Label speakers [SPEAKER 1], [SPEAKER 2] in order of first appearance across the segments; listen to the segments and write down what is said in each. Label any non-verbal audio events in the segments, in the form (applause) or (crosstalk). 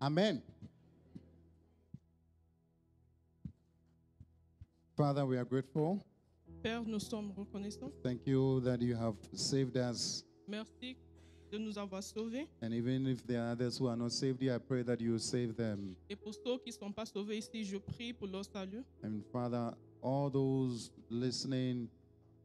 [SPEAKER 1] Amen. Father, we are grateful.
[SPEAKER 2] Père, nous sommes reconnaissants.
[SPEAKER 1] Thank you that you have saved us.
[SPEAKER 2] Merci de nous avoir sauvés.
[SPEAKER 1] And even if there are others who are not saved here, I pray that you save them.
[SPEAKER 2] Et pour ceux qui ne sont pas sauvés ici, je prie pour leur salut.
[SPEAKER 1] And Father, all those listening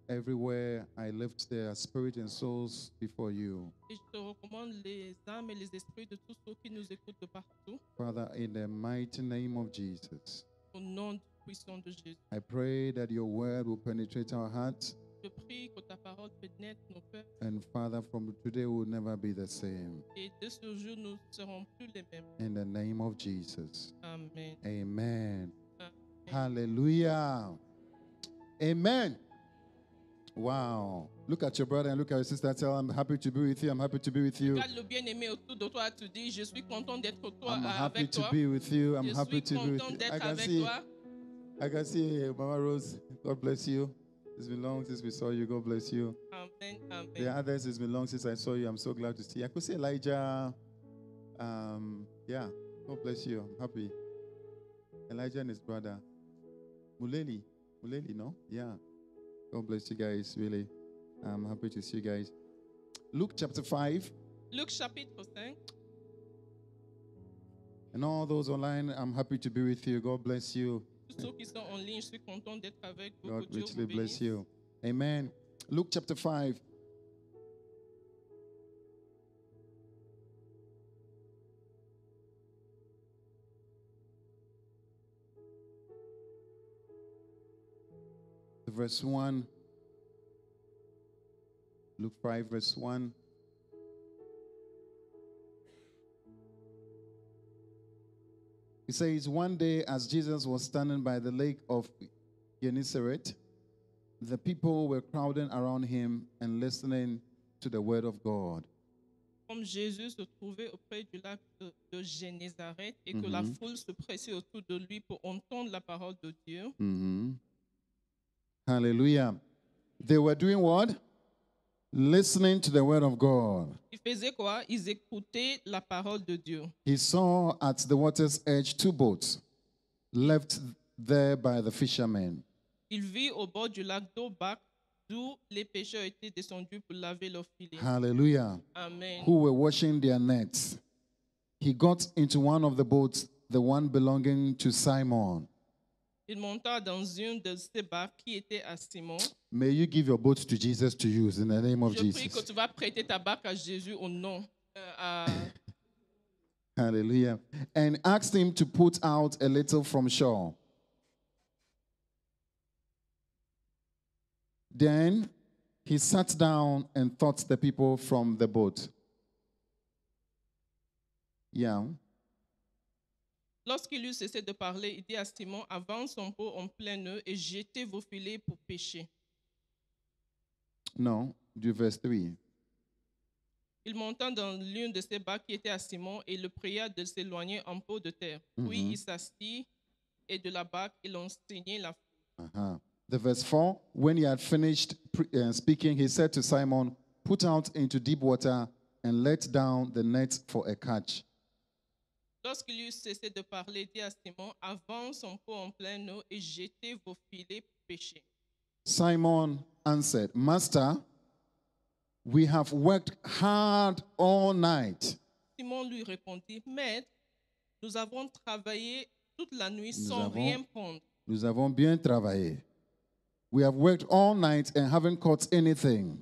[SPEAKER 1] everywhere, I lift their spirit and souls before you.
[SPEAKER 2] Et je te recommande les âmes et les esprits de tous ceux qui nous écoutent de partout.
[SPEAKER 1] Father, in the mighty name of Jesus,
[SPEAKER 2] Au nom du puissant de Jésus.
[SPEAKER 1] I pray that your word will penetrate our hearts.
[SPEAKER 2] Je prie que ta parole pénètre nos cœurs.
[SPEAKER 1] And Father, from today we'll never be the same.
[SPEAKER 2] Et de ce jour, nous ne serons plus les mêmes.
[SPEAKER 1] In the name of Jesus.
[SPEAKER 2] Amen.
[SPEAKER 1] Amen. Hallelujah. Amen. Wow. Look at your brother and look at your sister. Tell them, I'm happy to be with you. I'm happy to be with you.
[SPEAKER 2] Regarde le bien-aimé autour de toi, tu dis, je suis content d'être toi,
[SPEAKER 1] I'm happy
[SPEAKER 2] avec
[SPEAKER 1] to
[SPEAKER 2] toi.
[SPEAKER 1] be with you. I'm
[SPEAKER 2] Je
[SPEAKER 1] happy to
[SPEAKER 2] suis
[SPEAKER 1] be with
[SPEAKER 2] content
[SPEAKER 1] you.
[SPEAKER 2] d'être
[SPEAKER 1] I can
[SPEAKER 2] avec
[SPEAKER 1] see,
[SPEAKER 2] toi.
[SPEAKER 1] I can see uh, Mama Rose. God bless you. It's been long since we saw you. God bless you.
[SPEAKER 2] Amen, amen.
[SPEAKER 1] The others, it's been long since I saw you. I'm so glad to see. you. I could see Elijah. Um, yeah. God bless you. I'm happy. Elijah and his brother. Muleli. Muleli, no? Yeah. God bless you guys, really. I'm happy to see you guys. Luke chapter 5.
[SPEAKER 2] Luc chapitre 5.
[SPEAKER 1] And all those online, I'm happy to be with you. God bless you.
[SPEAKER 2] Tous ceux qui sont en ligne, je suis content d'être avec vous.
[SPEAKER 1] God
[SPEAKER 2] que Dieu
[SPEAKER 1] richly
[SPEAKER 2] vous
[SPEAKER 1] bless
[SPEAKER 2] bénisse.
[SPEAKER 1] you. Amen. Luke chapter 5. Verse 1. Luke 5, verse 1. It says, One day, as Jesus was standing by the lake of Gennesaret, the people were crowding around him and listening to the word of God.
[SPEAKER 2] Comme Jésus se trouvait auprès du lac de, de Génézareth et que la
[SPEAKER 1] Mhm.
[SPEAKER 2] foule se pressait autour de lui pour entendre la parole de Dieu,
[SPEAKER 1] Mm-hmm. Hallelujah. They were doing what? Listening to the word of God.
[SPEAKER 2] ils faisaient quoi Ils écoutaient la parole de Dieu.
[SPEAKER 1] He saw at the water's edge two boats left there by the fishermen.
[SPEAKER 2] Il vit au bord du lac d'Aubac, d'où les pêcheurs étaient descendus pour laver leurs filets.
[SPEAKER 1] Hallelujah.
[SPEAKER 2] Amen.
[SPEAKER 1] who were washing their nets. He got into one of the boats, the one belonging to Simon.
[SPEAKER 2] Il monta dans une de ces barques qui était à Simon.
[SPEAKER 1] May you give your boat to Jesus to use in the name of
[SPEAKER 2] Je prie que
[SPEAKER 1] Jesus.
[SPEAKER 2] tu vas prêter ta barque à Jésus au nom. euh, à-
[SPEAKER 1] Hallelujah. And asked him to put out a little from shore. Then he sat down and taught the people from the boat. Yeah.
[SPEAKER 2] Lorsqu'il eut cessé de parler, il dit à Simon, avance son pot en plein nœud et jetez vos filets pour pêcher.
[SPEAKER 1] No, do verse 3.
[SPEAKER 2] Il monta dans l'une de ces barques qui était à Simon et le pria de s'éloigner en peu de terre. Puis
[SPEAKER 1] Mhm.
[SPEAKER 2] il s'assit et de la barque, il enseignait la
[SPEAKER 1] Uh-huh. The verse 4 When he had finished pre- uh, speaking, he said to Simon, Put out into deep water and let down the net for a catch.
[SPEAKER 2] Lorsqu'il eut cessé de parler, il dit à Simon, avance son pot en plein eau et jetez vos filets pour pêcher.
[SPEAKER 1] Simon answered, Master, we have worked hard all night.
[SPEAKER 2] Simon lui répondit, Maître, nous avons travaillé toute la nuit
[SPEAKER 1] Nous
[SPEAKER 2] sans
[SPEAKER 1] avons-
[SPEAKER 2] rien prendre.
[SPEAKER 1] Nous avons bien travaillé. We have worked all night and haven't caught anything.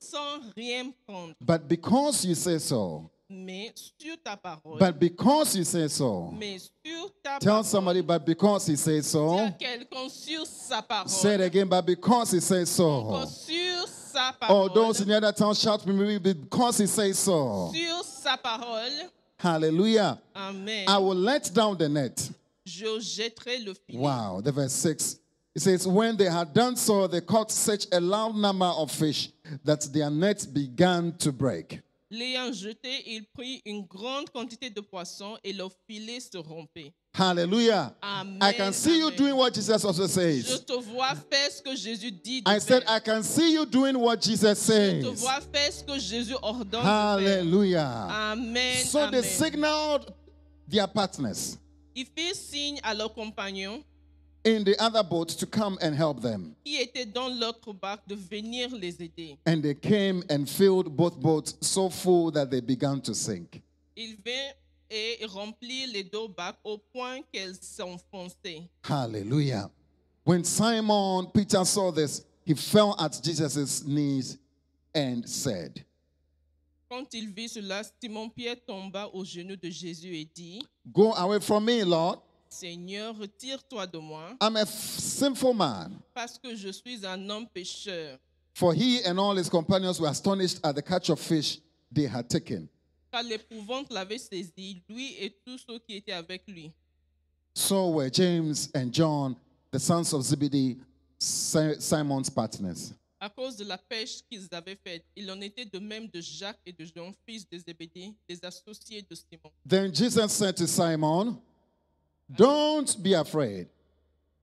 [SPEAKER 2] Sans rien prendre.
[SPEAKER 1] But because you say so,
[SPEAKER 2] Mais sur ta parole.
[SPEAKER 1] but because you say so,
[SPEAKER 2] mais sur ta
[SPEAKER 1] tell
[SPEAKER 2] parole.
[SPEAKER 1] somebody, but because he says
[SPEAKER 2] Dis à
[SPEAKER 1] so,
[SPEAKER 2] quelqu'un sur sa parole.
[SPEAKER 1] say it again, but because he says so.
[SPEAKER 2] Encore sur sa
[SPEAKER 1] Or
[SPEAKER 2] parole.
[SPEAKER 1] those in the other town shout with me because he says so.
[SPEAKER 2] Sur sa parole.
[SPEAKER 1] Hallelujah.
[SPEAKER 2] Amen.
[SPEAKER 1] I will let down the net.
[SPEAKER 2] Je jetterai le filet.
[SPEAKER 1] Wow. The verse 6. It says, When they had done so, they caught such a loud number of fish that their nets began to break.
[SPEAKER 2] L'ayant jeté, il prit une grande quantité de poissons et leur filet se rompait.
[SPEAKER 1] Hallelujah.
[SPEAKER 2] Amen,
[SPEAKER 1] I can see you
[SPEAKER 2] amen.
[SPEAKER 1] doing what Jesus also
[SPEAKER 2] Je
[SPEAKER 1] says.
[SPEAKER 2] te vois faire ce que Jésus dit de
[SPEAKER 1] I said,
[SPEAKER 2] faire.
[SPEAKER 1] I can see you doing what Jesus
[SPEAKER 2] Je te
[SPEAKER 1] says.
[SPEAKER 2] vois faire ce que Jésus ordonne de faire.
[SPEAKER 1] Hallelujah.
[SPEAKER 2] Amen.
[SPEAKER 1] So they
[SPEAKER 2] amen.
[SPEAKER 1] signaled their partners
[SPEAKER 2] Ils firent signe à leurs compagnons
[SPEAKER 1] in the other boat to come and help them.
[SPEAKER 2] qui étaient dans l'autre barque de venir les aider.
[SPEAKER 1] And they came and filled both boats so full that they began to sink.
[SPEAKER 2] Ils vinrent et remplirent les deux barques au point qu'elles s'enfonçaient.
[SPEAKER 1] Hallelujah. When Simon Peter saw this, he fell at Jesus' knees and said,
[SPEAKER 2] Quand il vit cela, Simon-Pierre tomba aux genoux de Jésus et dit,
[SPEAKER 1] Go away from me, Lord.
[SPEAKER 2] Seigneur, retire-toi de moi,
[SPEAKER 1] I'm a f- sinful man.
[SPEAKER 2] parce que je suis un homme pécheur.
[SPEAKER 1] For he and all his companions were astonished at the catch of fish they had taken.
[SPEAKER 2] Car l'épouvante l'avait saisi, lui et tous ceux qui étaient avec lui.
[SPEAKER 1] So were James and John, the sons of Zebedee, Si- Simon's partners.
[SPEAKER 2] À cause de la pêche qu'ils avaient faite, il en était de même de Jacques et de Jean, fils de Zébédée, des associés de Simon.
[SPEAKER 1] Then Jesus said to Simon, Don't be afraid.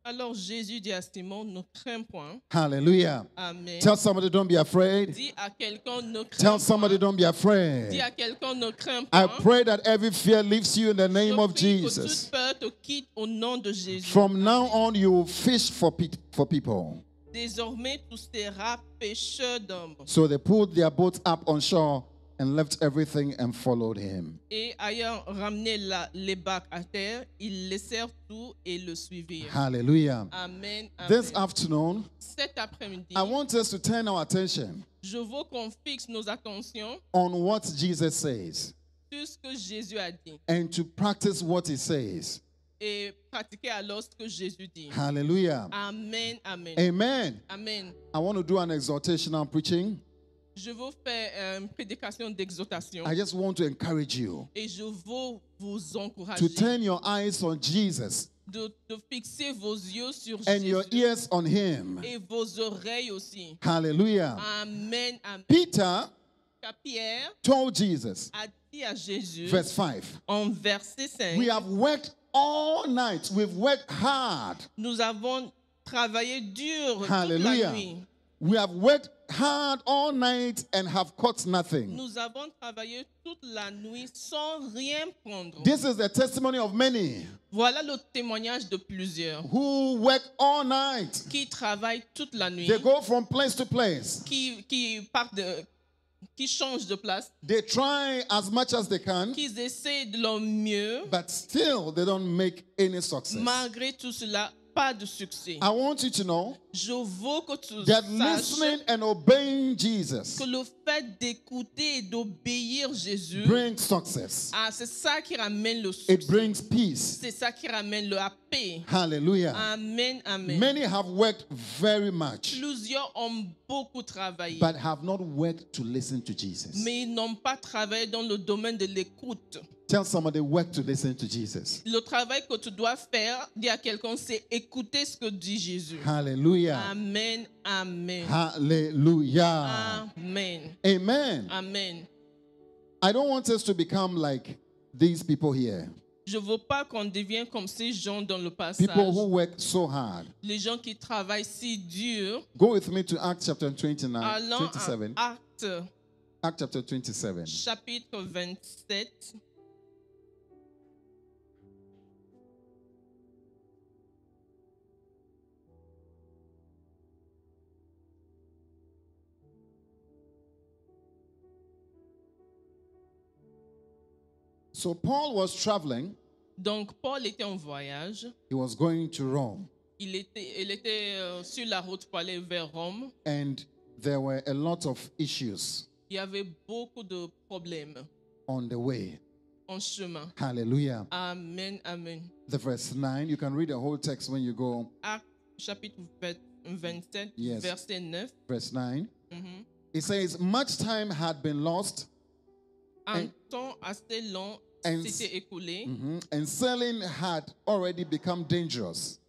[SPEAKER 2] Alors Jésus dit à Simon, ne crains point.
[SPEAKER 1] Hallelujah.
[SPEAKER 2] Amen.
[SPEAKER 1] Tell somebody, don't be afraid.
[SPEAKER 2] Dis à quelqu'un, ne crains
[SPEAKER 1] Tell somebody,
[SPEAKER 2] point.
[SPEAKER 1] don't be
[SPEAKER 2] Dis
[SPEAKER 1] afraid.
[SPEAKER 2] à quelqu'un, ne crains
[SPEAKER 1] I
[SPEAKER 2] point.
[SPEAKER 1] pray that every fear leaves you in the
[SPEAKER 2] Je
[SPEAKER 1] name of
[SPEAKER 2] prie que toute
[SPEAKER 1] Jesus.
[SPEAKER 2] peur te quitte au nom de Jésus.
[SPEAKER 1] From now on, you will fish for, pe- for people.
[SPEAKER 2] Désormais, tu seras pécheur d'hommes.
[SPEAKER 1] So they pulled their boats up on shore and left everything and followed him.
[SPEAKER 2] Et ayant ramené la- les bacs à terre, ils laissèrent tout et le suivirent.
[SPEAKER 1] Hallelujah.
[SPEAKER 2] Amen. amen.
[SPEAKER 1] This afternoon,
[SPEAKER 2] Cet après-midi,
[SPEAKER 1] I want us to turn our attention
[SPEAKER 2] je veux qu'on fixe nos attentions
[SPEAKER 1] on what Jesus says
[SPEAKER 2] sur ce que Jésus a dit
[SPEAKER 1] and to practice what he says.
[SPEAKER 2] et pratiquer alors ce que Jésus dit.
[SPEAKER 1] Hallelujah.
[SPEAKER 2] Amen, amen.
[SPEAKER 1] Amen.
[SPEAKER 2] Amen.
[SPEAKER 1] I want to do an exhortational preaching.
[SPEAKER 2] Je veux faire euh, une prédication d'exhortation
[SPEAKER 1] I just want to encourage you
[SPEAKER 2] et je veux vous encourager
[SPEAKER 1] to turn your eyes on Jesus
[SPEAKER 2] de, de fixer vos yeux sur
[SPEAKER 1] and your
[SPEAKER 2] Jésus
[SPEAKER 1] ears on him.
[SPEAKER 2] et vos oreilles aussi.
[SPEAKER 1] Hallelujah.
[SPEAKER 2] Amen, amen.
[SPEAKER 1] Peter
[SPEAKER 2] Car Pierre
[SPEAKER 1] told Jesus,
[SPEAKER 2] a dit à Jésus
[SPEAKER 1] verse 5,
[SPEAKER 2] en verset 5,
[SPEAKER 1] We have worked all night, we've worked hard.
[SPEAKER 2] nous avons travaillé dur toute la
[SPEAKER 1] Hallelujah.
[SPEAKER 2] nuit.
[SPEAKER 1] We have worked hard all night and have caught nothing.
[SPEAKER 2] Nous avons travaillé toute la nuit sans rien prendre.
[SPEAKER 1] This is the testimony of many
[SPEAKER 2] Voilà le témoignage de plusieurs
[SPEAKER 1] who work all night.
[SPEAKER 2] qui travaillent toute la nuit,
[SPEAKER 1] They go from place to place.
[SPEAKER 2] qui, qui partent de, qui changent de place,
[SPEAKER 1] They try as much as they can,
[SPEAKER 2] qui essaient de leur mieux.
[SPEAKER 1] but still they don't make any success.
[SPEAKER 2] Malgré tout cela, pas de succès.
[SPEAKER 1] I want you to know
[SPEAKER 2] Je veux que tu
[SPEAKER 1] that
[SPEAKER 2] saches
[SPEAKER 1] listening and obeying Jesus
[SPEAKER 2] que le fait d'écouter et d'obéir Jésus,
[SPEAKER 1] brings success.
[SPEAKER 2] ah, c'est ça qui ramène le succès.
[SPEAKER 1] It brings peace.
[SPEAKER 2] C'est ça qui ramène le la paix.
[SPEAKER 1] Hallelujah.
[SPEAKER 2] Amen, amen.
[SPEAKER 1] Many have worked very much,
[SPEAKER 2] Plusieurs ont beaucoup travaillé,
[SPEAKER 1] but have not worked to listen to Jesus.
[SPEAKER 2] mais ils n'ont pas travaillé dans le domaine de l'écoute.
[SPEAKER 1] Tell somebody work to listen to Jesus.
[SPEAKER 2] Le travail que tu dois faire, dis à quelqu'un, c'est écouter ce que dit Jésus.
[SPEAKER 1] Hallelujah.
[SPEAKER 2] Amen, amen.
[SPEAKER 1] Hallelujah.
[SPEAKER 2] Amen,
[SPEAKER 1] Amen.
[SPEAKER 2] amen.
[SPEAKER 1] I don't want us to become like these people here.
[SPEAKER 2] Je veux pas qu'on devienne comme ces gens dans le passage.
[SPEAKER 1] People who work so hard.
[SPEAKER 2] Les gens qui travaillent si dur.
[SPEAKER 1] Go with me to Acts chapter 29,
[SPEAKER 2] Allons
[SPEAKER 1] 27.
[SPEAKER 2] à Actes,
[SPEAKER 1] Acts chapter 27.
[SPEAKER 2] chapitre 27.
[SPEAKER 1] So Paul was traveling.
[SPEAKER 2] Donc, Paul était en voyage.
[SPEAKER 1] He was going to Rome.
[SPEAKER 2] Il était, il était euh, sur la route pour aller vers Rome.
[SPEAKER 1] And there were a lot of issues
[SPEAKER 2] Il y avait beaucoup de problèmes
[SPEAKER 1] on the way.
[SPEAKER 2] en chemin.
[SPEAKER 1] Hallelujah.
[SPEAKER 2] Amen, amen.
[SPEAKER 1] The verse 9, you can read the whole text when you go.
[SPEAKER 2] Actes, chapitre 20 27,
[SPEAKER 1] Yes.
[SPEAKER 2] verset 9.
[SPEAKER 1] Verse 9.
[SPEAKER 2] Mhm.
[SPEAKER 1] It says, Much time had been lost
[SPEAKER 2] Un
[SPEAKER 1] And-
[SPEAKER 2] temps assez long
[SPEAKER 1] and-
[SPEAKER 2] s'était écoulé
[SPEAKER 1] Mhm. And sailing had already become dangerous.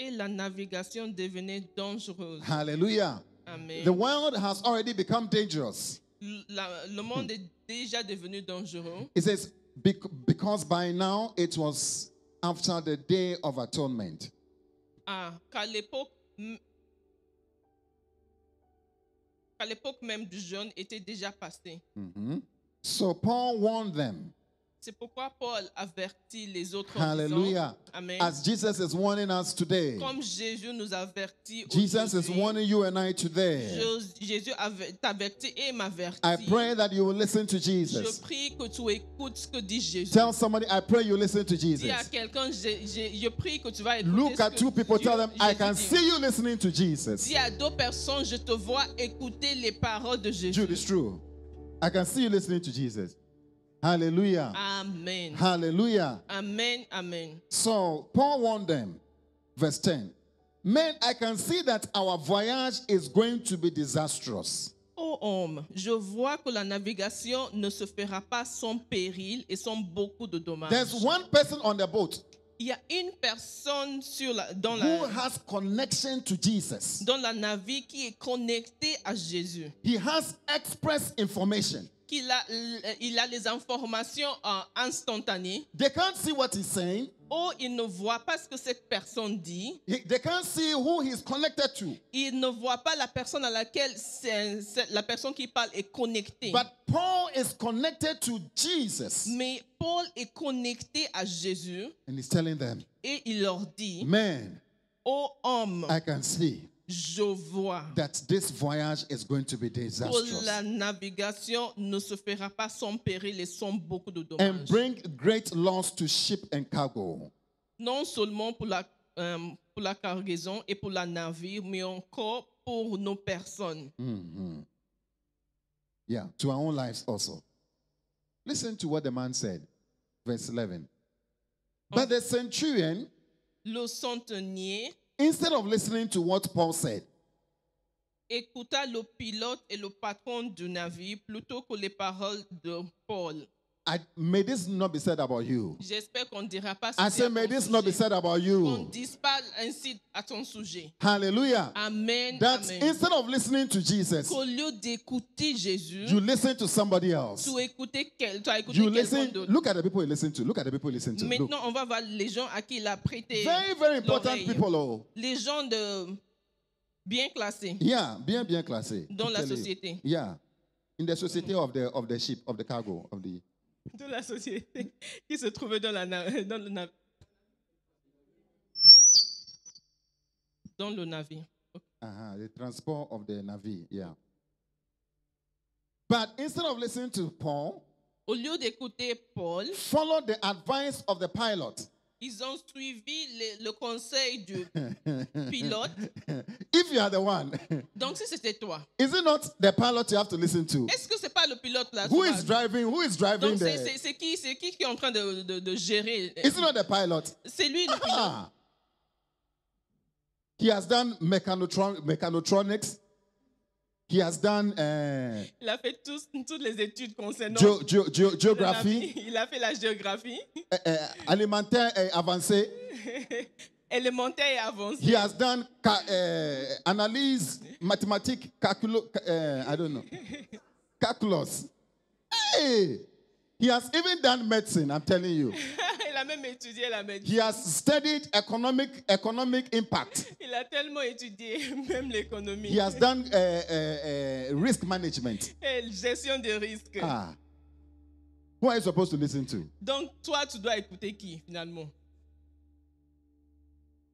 [SPEAKER 2] et la navigation devenait dangereuse.
[SPEAKER 1] Hallelujah.
[SPEAKER 2] Amen.
[SPEAKER 1] The world has already become dangerous.
[SPEAKER 2] L- la- le monde est déjà devenu dangereux
[SPEAKER 1] It says, "Bec- because by now it was after the day of atonement.
[SPEAKER 2] Ah, qu'à l'époque m- qu'à l'époque même du jeûne était déjà passée.
[SPEAKER 1] Mhm. So Paul warned them
[SPEAKER 2] C'est pourquoi Paul avertit les autres en disant,
[SPEAKER 1] Hallelujah.
[SPEAKER 2] Amen.
[SPEAKER 1] As Jesus is warning us today,
[SPEAKER 2] Comme Jésus nous avertit
[SPEAKER 1] Jesus is
[SPEAKER 2] aujourd'hui,
[SPEAKER 1] warning you and I today.
[SPEAKER 2] Jé- Jésus ave- t'avertit et m'avertit.
[SPEAKER 1] I pray that you will listen to
[SPEAKER 2] Je
[SPEAKER 1] Jesus.
[SPEAKER 2] prie que tu écoutes ce que dit Jésus.
[SPEAKER 1] Tell somebody, I pray you listen to
[SPEAKER 2] Dis à
[SPEAKER 1] Jesus.
[SPEAKER 2] quelqu'un, je, je- je prie que tu vas écouter
[SPEAKER 1] Look
[SPEAKER 2] ce
[SPEAKER 1] at
[SPEAKER 2] que
[SPEAKER 1] two people,
[SPEAKER 2] Dieu-
[SPEAKER 1] tell them, I
[SPEAKER 2] Jésus
[SPEAKER 1] can
[SPEAKER 2] dit.
[SPEAKER 1] see you listening to Jesus.
[SPEAKER 2] Dis à deux personnes, je te vois écouter les paroles de Jésus.
[SPEAKER 1] Jude, it's true. I can see you listening to Jesus. Hallelujah.
[SPEAKER 2] Ah. Amen.
[SPEAKER 1] Hallelujah.
[SPEAKER 2] Amen, amen.
[SPEAKER 1] So Paul warned them, verse 10. Men, I can see that our voyage is going to be disastrous.
[SPEAKER 2] Ô homme, je vois que la navigation ne se fera pas sans péril et sans beaucoup de dommages.
[SPEAKER 1] There's one person on the boat
[SPEAKER 2] Il y a une personne sur la, dans,
[SPEAKER 1] who
[SPEAKER 2] la,
[SPEAKER 1] has connection to Jesus.
[SPEAKER 2] dans la navire qui est connectée à Jésus.
[SPEAKER 1] He has express information.
[SPEAKER 2] Qu'il a, l- euh, il a les informations euh, instantanées.
[SPEAKER 1] They can't see what he's saying.
[SPEAKER 2] Oh, il ne voit pas ce que cette personne dit.
[SPEAKER 1] He- they can't see who he's connected to.
[SPEAKER 2] Il ne voit pas la personne à laquelle c'est- c'est- la personne qui parle est connectée.
[SPEAKER 1] But Paul is connected to Jesus.
[SPEAKER 2] Mais Paul est connecté à Jésus
[SPEAKER 1] And he's telling them,
[SPEAKER 2] et il leur dit,
[SPEAKER 1] Man,
[SPEAKER 2] ô homme,
[SPEAKER 1] I can see
[SPEAKER 2] je vois
[SPEAKER 1] that this voyage is going to be
[SPEAKER 2] que
[SPEAKER 1] disastrous
[SPEAKER 2] la navigation ne se fera pas sans péril et sans beaucoup de
[SPEAKER 1] and
[SPEAKER 2] dommages.
[SPEAKER 1] bring great loss to ship and cargo.
[SPEAKER 2] Non seulement pour la, euh, pour la cargaison et pour la navire, mais encore pour nos personnes.
[SPEAKER 1] Mhm. Yeah, to our own lives also. Listen to what the man said, verse 11. But the centurion,
[SPEAKER 2] Le centenier
[SPEAKER 1] instead of listening to what Paul said,
[SPEAKER 2] écouta le pilote et le patron du navire plutôt que les paroles de Paul.
[SPEAKER 1] I, may this not be said about you.
[SPEAKER 2] J'espère qu'on ne dira pas
[SPEAKER 1] I
[SPEAKER 2] ceci à
[SPEAKER 1] said, may
[SPEAKER 2] ton
[SPEAKER 1] this not be
[SPEAKER 2] sujet.
[SPEAKER 1] said about
[SPEAKER 2] qu'on ne
[SPEAKER 1] you.
[SPEAKER 2] dise pas ainsi à ton sujet.
[SPEAKER 1] Hallelujah.
[SPEAKER 2] Amen.
[SPEAKER 1] That
[SPEAKER 2] amen.
[SPEAKER 1] instead of listening to Jesus,
[SPEAKER 2] Qu'au lieu d'écouter Jésus,
[SPEAKER 1] you listen to somebody else.
[SPEAKER 2] tu, écoutais quel- tu as écouté
[SPEAKER 1] You
[SPEAKER 2] quelqu'un
[SPEAKER 1] listen.
[SPEAKER 2] d'autre.
[SPEAKER 1] Look at the people you listen to. Look at the people you listen to. Look.
[SPEAKER 2] Maintenant, on va voir les gens à qui il a prêté
[SPEAKER 1] Very, very important
[SPEAKER 2] l'oreille.
[SPEAKER 1] people. Oh,
[SPEAKER 2] Les gens de bien classés.
[SPEAKER 1] yeah, bien, bien classé.
[SPEAKER 2] Dans la
[SPEAKER 1] Tell you.
[SPEAKER 2] société.
[SPEAKER 1] Yeah, in the society of the of the ship of the cargo of the.
[SPEAKER 2] de la société qui se trouvait dans, la, na- dans le navire. Dans le navire.
[SPEAKER 1] Uh-huh, the transport of the navy, yeah. But instead of listening to Paul,
[SPEAKER 2] Au lieu d'écouter Paul,
[SPEAKER 1] follow the advice of the pilot.
[SPEAKER 2] ils ont suivi le, le
[SPEAKER 1] (laughs)
[SPEAKER 2] conseil du pilote.
[SPEAKER 1] if you are the one, (laughs)
[SPEAKER 2] Donc, si c'était toi,
[SPEAKER 1] is it not the pilot you have to listen to?
[SPEAKER 2] est-ce que c'est pas le pilote là
[SPEAKER 1] Who
[SPEAKER 2] tu
[SPEAKER 1] is
[SPEAKER 2] vois?
[SPEAKER 1] driving? Who is driving
[SPEAKER 2] Donc, c'est-
[SPEAKER 1] there?
[SPEAKER 2] c'est c'est qui, c'est qui qui est en train de, de- de gérer
[SPEAKER 1] Is it not the pilot?
[SPEAKER 2] C'est lui le pilote.
[SPEAKER 1] Ah. He has done mechanotron- mechanotronics. He has done uh,
[SPEAKER 2] Il a fait tous- toutes les études concernant
[SPEAKER 1] geo- geo- geo-
[SPEAKER 2] le navire.
[SPEAKER 1] geography,
[SPEAKER 2] Il a fait la géographie
[SPEAKER 1] uh, uh, alimentaire et avancé.
[SPEAKER 2] élémentaire et avancée. (laughs)
[SPEAKER 1] He has done ca- uh, analyse, mathematique, calculo- uh, I don't know, calculus. Hey! He has even done medicine, I'm telling you.
[SPEAKER 2] il a même étudié la médecine.
[SPEAKER 1] He has studied economic economic impact.
[SPEAKER 2] Il a tellement étudié (laughs) même l'économie
[SPEAKER 1] He has done uh, uh, uh, risk management.
[SPEAKER 2] et la gestion des risques.
[SPEAKER 1] Ah. Who are you supposed to listen to?
[SPEAKER 2] Donc, toi, tu dois écouter qui finalement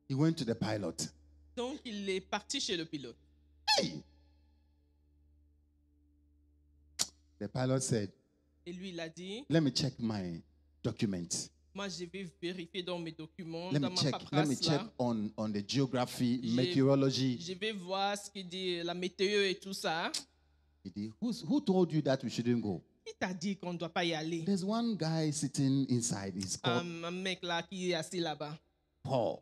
[SPEAKER 1] He went to the pilot.
[SPEAKER 2] Donc, il est parti chez le pilote.
[SPEAKER 1] Hey! The pilot said,
[SPEAKER 2] Et lui, il a dit
[SPEAKER 1] Let me check my documents.
[SPEAKER 2] Moi, je vais vérifier dans mes documents,
[SPEAKER 1] Let
[SPEAKER 2] dans
[SPEAKER 1] me
[SPEAKER 2] ma
[SPEAKER 1] check. Let me
[SPEAKER 2] paperasse.
[SPEAKER 1] check
[SPEAKER 2] là.
[SPEAKER 1] on, on the geography,
[SPEAKER 2] J'ai-
[SPEAKER 1] meteorology.
[SPEAKER 2] Je vais voir ce que dit la météo et tout ça.
[SPEAKER 1] He did. Who's, who told you that we shouldn't go?
[SPEAKER 2] Qui t'a dit qu'on ne doit pas y aller
[SPEAKER 1] There's one guy sitting inside. He's called
[SPEAKER 2] Um, Un un mec là qui est assis là-bas.
[SPEAKER 1] Paul.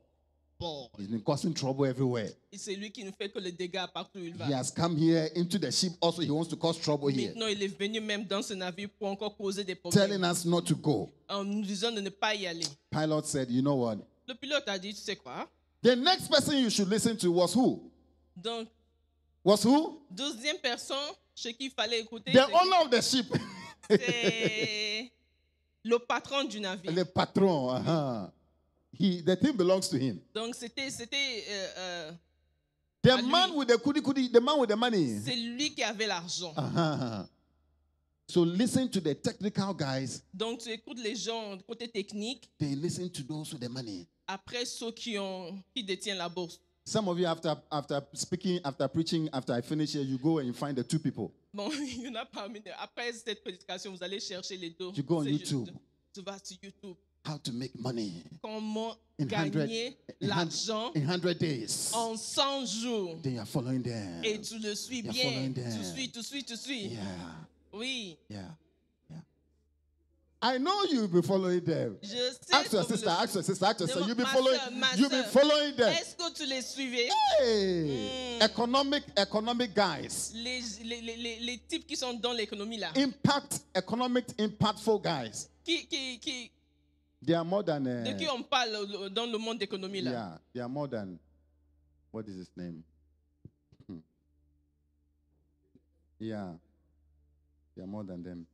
[SPEAKER 2] Bon,
[SPEAKER 1] He's been causing trouble everywhere.
[SPEAKER 2] c'est lui qui ne fait que le dégât partout où il va.
[SPEAKER 1] He has come here into the ship. Also, he wants to cause trouble here,
[SPEAKER 2] Maintenant, il est venu même dans ce navire pour encore causer des problèmes
[SPEAKER 1] telling us not to go.
[SPEAKER 2] en nous disant de ne pas y aller.
[SPEAKER 1] Pilot said, You know what?
[SPEAKER 2] Le pilote a dit, tu sais quoi
[SPEAKER 1] The next person you should listen to was who?
[SPEAKER 2] Donc,
[SPEAKER 1] Was who?
[SPEAKER 2] deuxième personne, ce qu'il fallait écouter,
[SPEAKER 1] The
[SPEAKER 2] c'est-
[SPEAKER 1] owner of the ship.
[SPEAKER 2] c'est le patron du navire.
[SPEAKER 1] the patron. Uh-huh. He, the thing belongs to him.
[SPEAKER 2] Donc, c'était, c'était, euh, euh,
[SPEAKER 1] The
[SPEAKER 2] À lui.
[SPEAKER 1] man with the kudi kudi, the man with the money. Ah.
[SPEAKER 2] c'est lui qui avait l'argent.
[SPEAKER 1] Uh-huh. So listen to the technical guys,
[SPEAKER 2] Donc tu écoutes les gens du côté technique,
[SPEAKER 1] then listen to those with the money.
[SPEAKER 2] après ceux qui, ont, qui détiennent la bourse.
[SPEAKER 1] Some of you, after after speaking, after preaching, after I finish here, you go and you find the two people.
[SPEAKER 2] Bon, (laughs) il y en a parmi nous. Après cette prédication, vous allez chercher les deux.
[SPEAKER 1] You go on
[SPEAKER 2] C'est juste-
[SPEAKER 1] YouTube.
[SPEAKER 2] Tu vas sur YouTube.
[SPEAKER 1] How to make money
[SPEAKER 2] Comment
[SPEAKER 1] in hundred
[SPEAKER 2] gagner
[SPEAKER 1] in hun-
[SPEAKER 2] l'argent
[SPEAKER 1] in hundred days.
[SPEAKER 2] en 100 jours.
[SPEAKER 1] Then you are following them.
[SPEAKER 2] Et tu le suis
[SPEAKER 1] You're
[SPEAKER 2] bien.
[SPEAKER 1] following them.
[SPEAKER 2] Tu suis, tu suis, tu suis.
[SPEAKER 1] Yeah,
[SPEAKER 2] Oui.
[SPEAKER 1] yeah, yeah. I know you'll be following them.
[SPEAKER 2] Je sais.
[SPEAKER 1] Ask
[SPEAKER 2] que
[SPEAKER 1] your
[SPEAKER 2] vous le-
[SPEAKER 1] sister, ask your sister, ask your sister.
[SPEAKER 2] Demo-
[SPEAKER 1] You'll be
[SPEAKER 2] ma
[SPEAKER 1] following.
[SPEAKER 2] soeur, ma
[SPEAKER 1] You'll be
[SPEAKER 2] soeur.
[SPEAKER 1] following them.
[SPEAKER 2] Est-ce que tu les suivais?
[SPEAKER 1] Hey, economic economic guys,
[SPEAKER 2] Les, les, les- les- les types qui sont dans l'économie là,
[SPEAKER 1] impact economic impactful guys.
[SPEAKER 2] qui, qui, qui,
[SPEAKER 1] They are more than.
[SPEAKER 2] de
[SPEAKER 1] Uh,
[SPEAKER 2] qui on parle au- dans le monde d'économie là.
[SPEAKER 1] Yeah, they are more than. What is his name? Hmm. Yeah, they are more than them.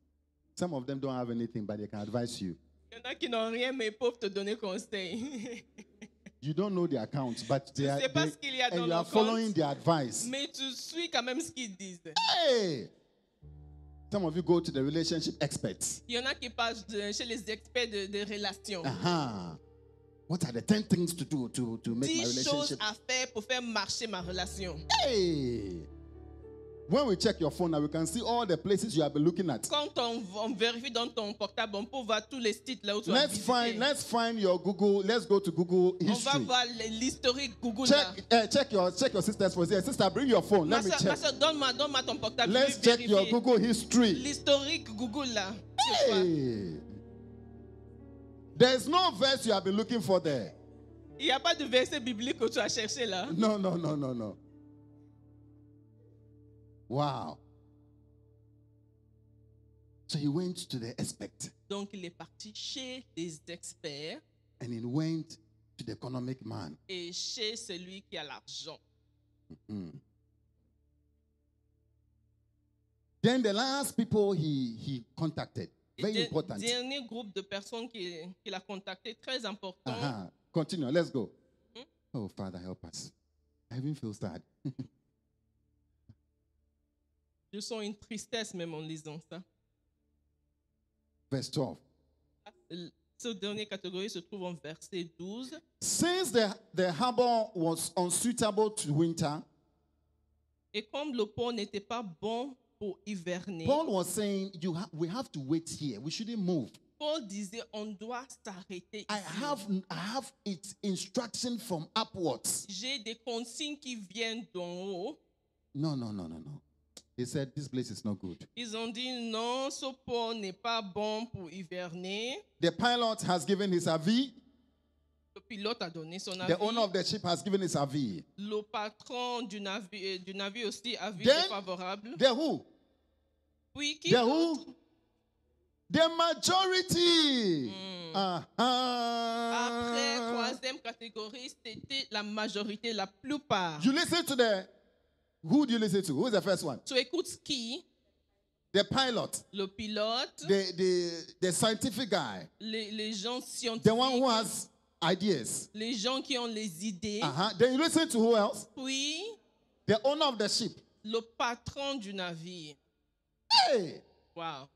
[SPEAKER 1] Some of them don't have anything, but they can advise you.
[SPEAKER 2] Il y en a qui n'ont rien mais ils peuvent te donner conseil. (laughs)
[SPEAKER 1] You don't know their accounts, but they
[SPEAKER 2] Tu
[SPEAKER 1] are.
[SPEAKER 2] sais pas
[SPEAKER 1] they-
[SPEAKER 2] ce qu'il y a dans
[SPEAKER 1] and you are
[SPEAKER 2] leur
[SPEAKER 1] following
[SPEAKER 2] compte,
[SPEAKER 1] their advice.
[SPEAKER 2] mais tu suis quand même ce qu'ils disent.
[SPEAKER 1] Hey! Some of you go to the relationship experts.
[SPEAKER 2] Il y en a qui passent de- chez les experts de, de relations.
[SPEAKER 1] Uh huh. What are the 10 things to do to, to make my
[SPEAKER 2] 10 choses
[SPEAKER 1] relationship?
[SPEAKER 2] à faire pour faire marcher ma relation.
[SPEAKER 1] Hey! When we check your phone now, we can see all the places you have been looking at.
[SPEAKER 2] Quand on, on vérifie dans ton portable, on peut voir tous les sites là où tu as
[SPEAKER 1] Let's
[SPEAKER 2] visité.
[SPEAKER 1] find let's find your Google. Let's go to Google
[SPEAKER 2] On va
[SPEAKER 1] history.
[SPEAKER 2] voir les- l'historique Google
[SPEAKER 1] Check
[SPEAKER 2] là.
[SPEAKER 1] eh, check your check your sister's for here. Sister, bring your phone.
[SPEAKER 2] Ma
[SPEAKER 1] Let me
[SPEAKER 2] soeur,
[SPEAKER 1] check.
[SPEAKER 2] donne-moi donne-moi ton portable. je
[SPEAKER 1] Let's
[SPEAKER 2] vais
[SPEAKER 1] check your
[SPEAKER 2] vérifier.
[SPEAKER 1] Google history.
[SPEAKER 2] L'historique Google là. Je vois.
[SPEAKER 1] Hey. There's no verse you have been looking for there.
[SPEAKER 2] Il n'y a pas de verset biblique que tu as cherché là.
[SPEAKER 1] No, no, no, no, no. Wow. So he went to the expert
[SPEAKER 2] Donc il est parti chez les experts
[SPEAKER 1] and he went to the economic man.
[SPEAKER 2] et chez celui qui a l'argent.
[SPEAKER 1] Mm. Then the last people he, he contacted,
[SPEAKER 2] Et
[SPEAKER 1] very
[SPEAKER 2] de-
[SPEAKER 1] important.
[SPEAKER 2] Dernier groupe de personnes qu'il qu'il a contacté, très important.
[SPEAKER 1] Uh-huh. Continue, let's go.
[SPEAKER 2] Hmm?
[SPEAKER 1] Oh, Father, help us. I even feel sad.
[SPEAKER 2] Je sens une tristesse même en lisant ça.
[SPEAKER 1] Verse 12.
[SPEAKER 2] L- Ce dernier catégorie se trouve en verset 12.
[SPEAKER 1] Since the, the harbor was unsuitable to winter,
[SPEAKER 2] Et comme le pont n'était pas bon pour hiverner,
[SPEAKER 1] Paul was saying, you ha- we have to wait here. We shouldn't move.
[SPEAKER 2] Paul disait on doit s'arrêter.
[SPEAKER 1] I
[SPEAKER 2] ici.
[SPEAKER 1] have I have its instruction from upwards.
[SPEAKER 2] J'ai des consignes qui viennent d'en haut.
[SPEAKER 1] No, no, no, no, no. He said, This place is not good.
[SPEAKER 2] Ils ont dit non, ce pont n'est pas bon pour hiverner.
[SPEAKER 1] The pilot has given his avis.
[SPEAKER 2] Le pilote a donné son avis.
[SPEAKER 1] The owner of the ship has given his avis.
[SPEAKER 2] Le patron du navire, du navire aussi a vu
[SPEAKER 1] Then-
[SPEAKER 2] favorable.
[SPEAKER 1] The who?
[SPEAKER 2] Puis qui
[SPEAKER 1] The
[SPEAKER 2] d'autre?
[SPEAKER 1] who? The majority. Uh-huh.
[SPEAKER 2] Après
[SPEAKER 1] Euh.
[SPEAKER 2] troisième catégorie, c'était la majorité, la plupart.
[SPEAKER 1] You listen to the who do you listen to? Who is the first one?
[SPEAKER 2] Tu écoutes qui
[SPEAKER 1] The pilot,
[SPEAKER 2] Le pilote,
[SPEAKER 1] the the the scientific guy,
[SPEAKER 2] les, les gens
[SPEAKER 1] the one
[SPEAKER 2] scientifiques,
[SPEAKER 1] who has ideas.
[SPEAKER 2] les gens qui ont les idées.
[SPEAKER 1] Uh-huh. Then you listen to who else?
[SPEAKER 2] Puis
[SPEAKER 1] The owner of the ship.
[SPEAKER 2] le patron du navire.
[SPEAKER 1] Hey!
[SPEAKER 2] Wow.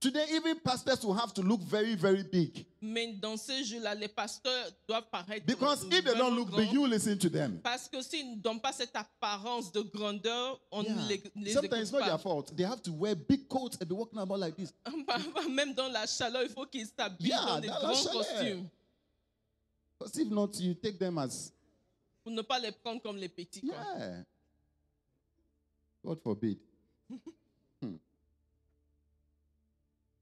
[SPEAKER 1] Today, even pastors will have to look very, very big.
[SPEAKER 2] Mais dans ce jeu-là, les pasteurs doivent paraître.
[SPEAKER 1] Because if they
[SPEAKER 2] vraiment
[SPEAKER 1] don't look
[SPEAKER 2] grands.
[SPEAKER 1] big, you listen to them.
[SPEAKER 2] Parce que s'ils ne donnent pas cette apparence de grandeur, on
[SPEAKER 1] Yeah.
[SPEAKER 2] ne les, les
[SPEAKER 1] Sometimes it's
[SPEAKER 2] écoute
[SPEAKER 1] not their
[SPEAKER 2] pas. (laughs)
[SPEAKER 1] fault. They have to wear big coats and be walking about like this.
[SPEAKER 2] Parfois, Même dans la chaleur, il faut qu'ils s'habillent
[SPEAKER 1] Yeah,
[SPEAKER 2] dans des
[SPEAKER 1] dans la
[SPEAKER 2] grands
[SPEAKER 1] chaleur.
[SPEAKER 2] costumes
[SPEAKER 1] Because if not, you take them as,
[SPEAKER 2] pour ne pas les prendre comme les petits. quoi.
[SPEAKER 1] yeah. God forbid. Hmm.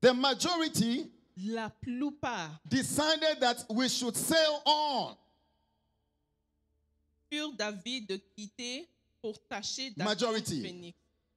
[SPEAKER 1] The majority
[SPEAKER 2] La plupart
[SPEAKER 1] decided that we should sail on.
[SPEAKER 2] furent d'avis de quitter pour tâcher d'atteindre
[SPEAKER 1] Majority.
[SPEAKER 2] Phénix.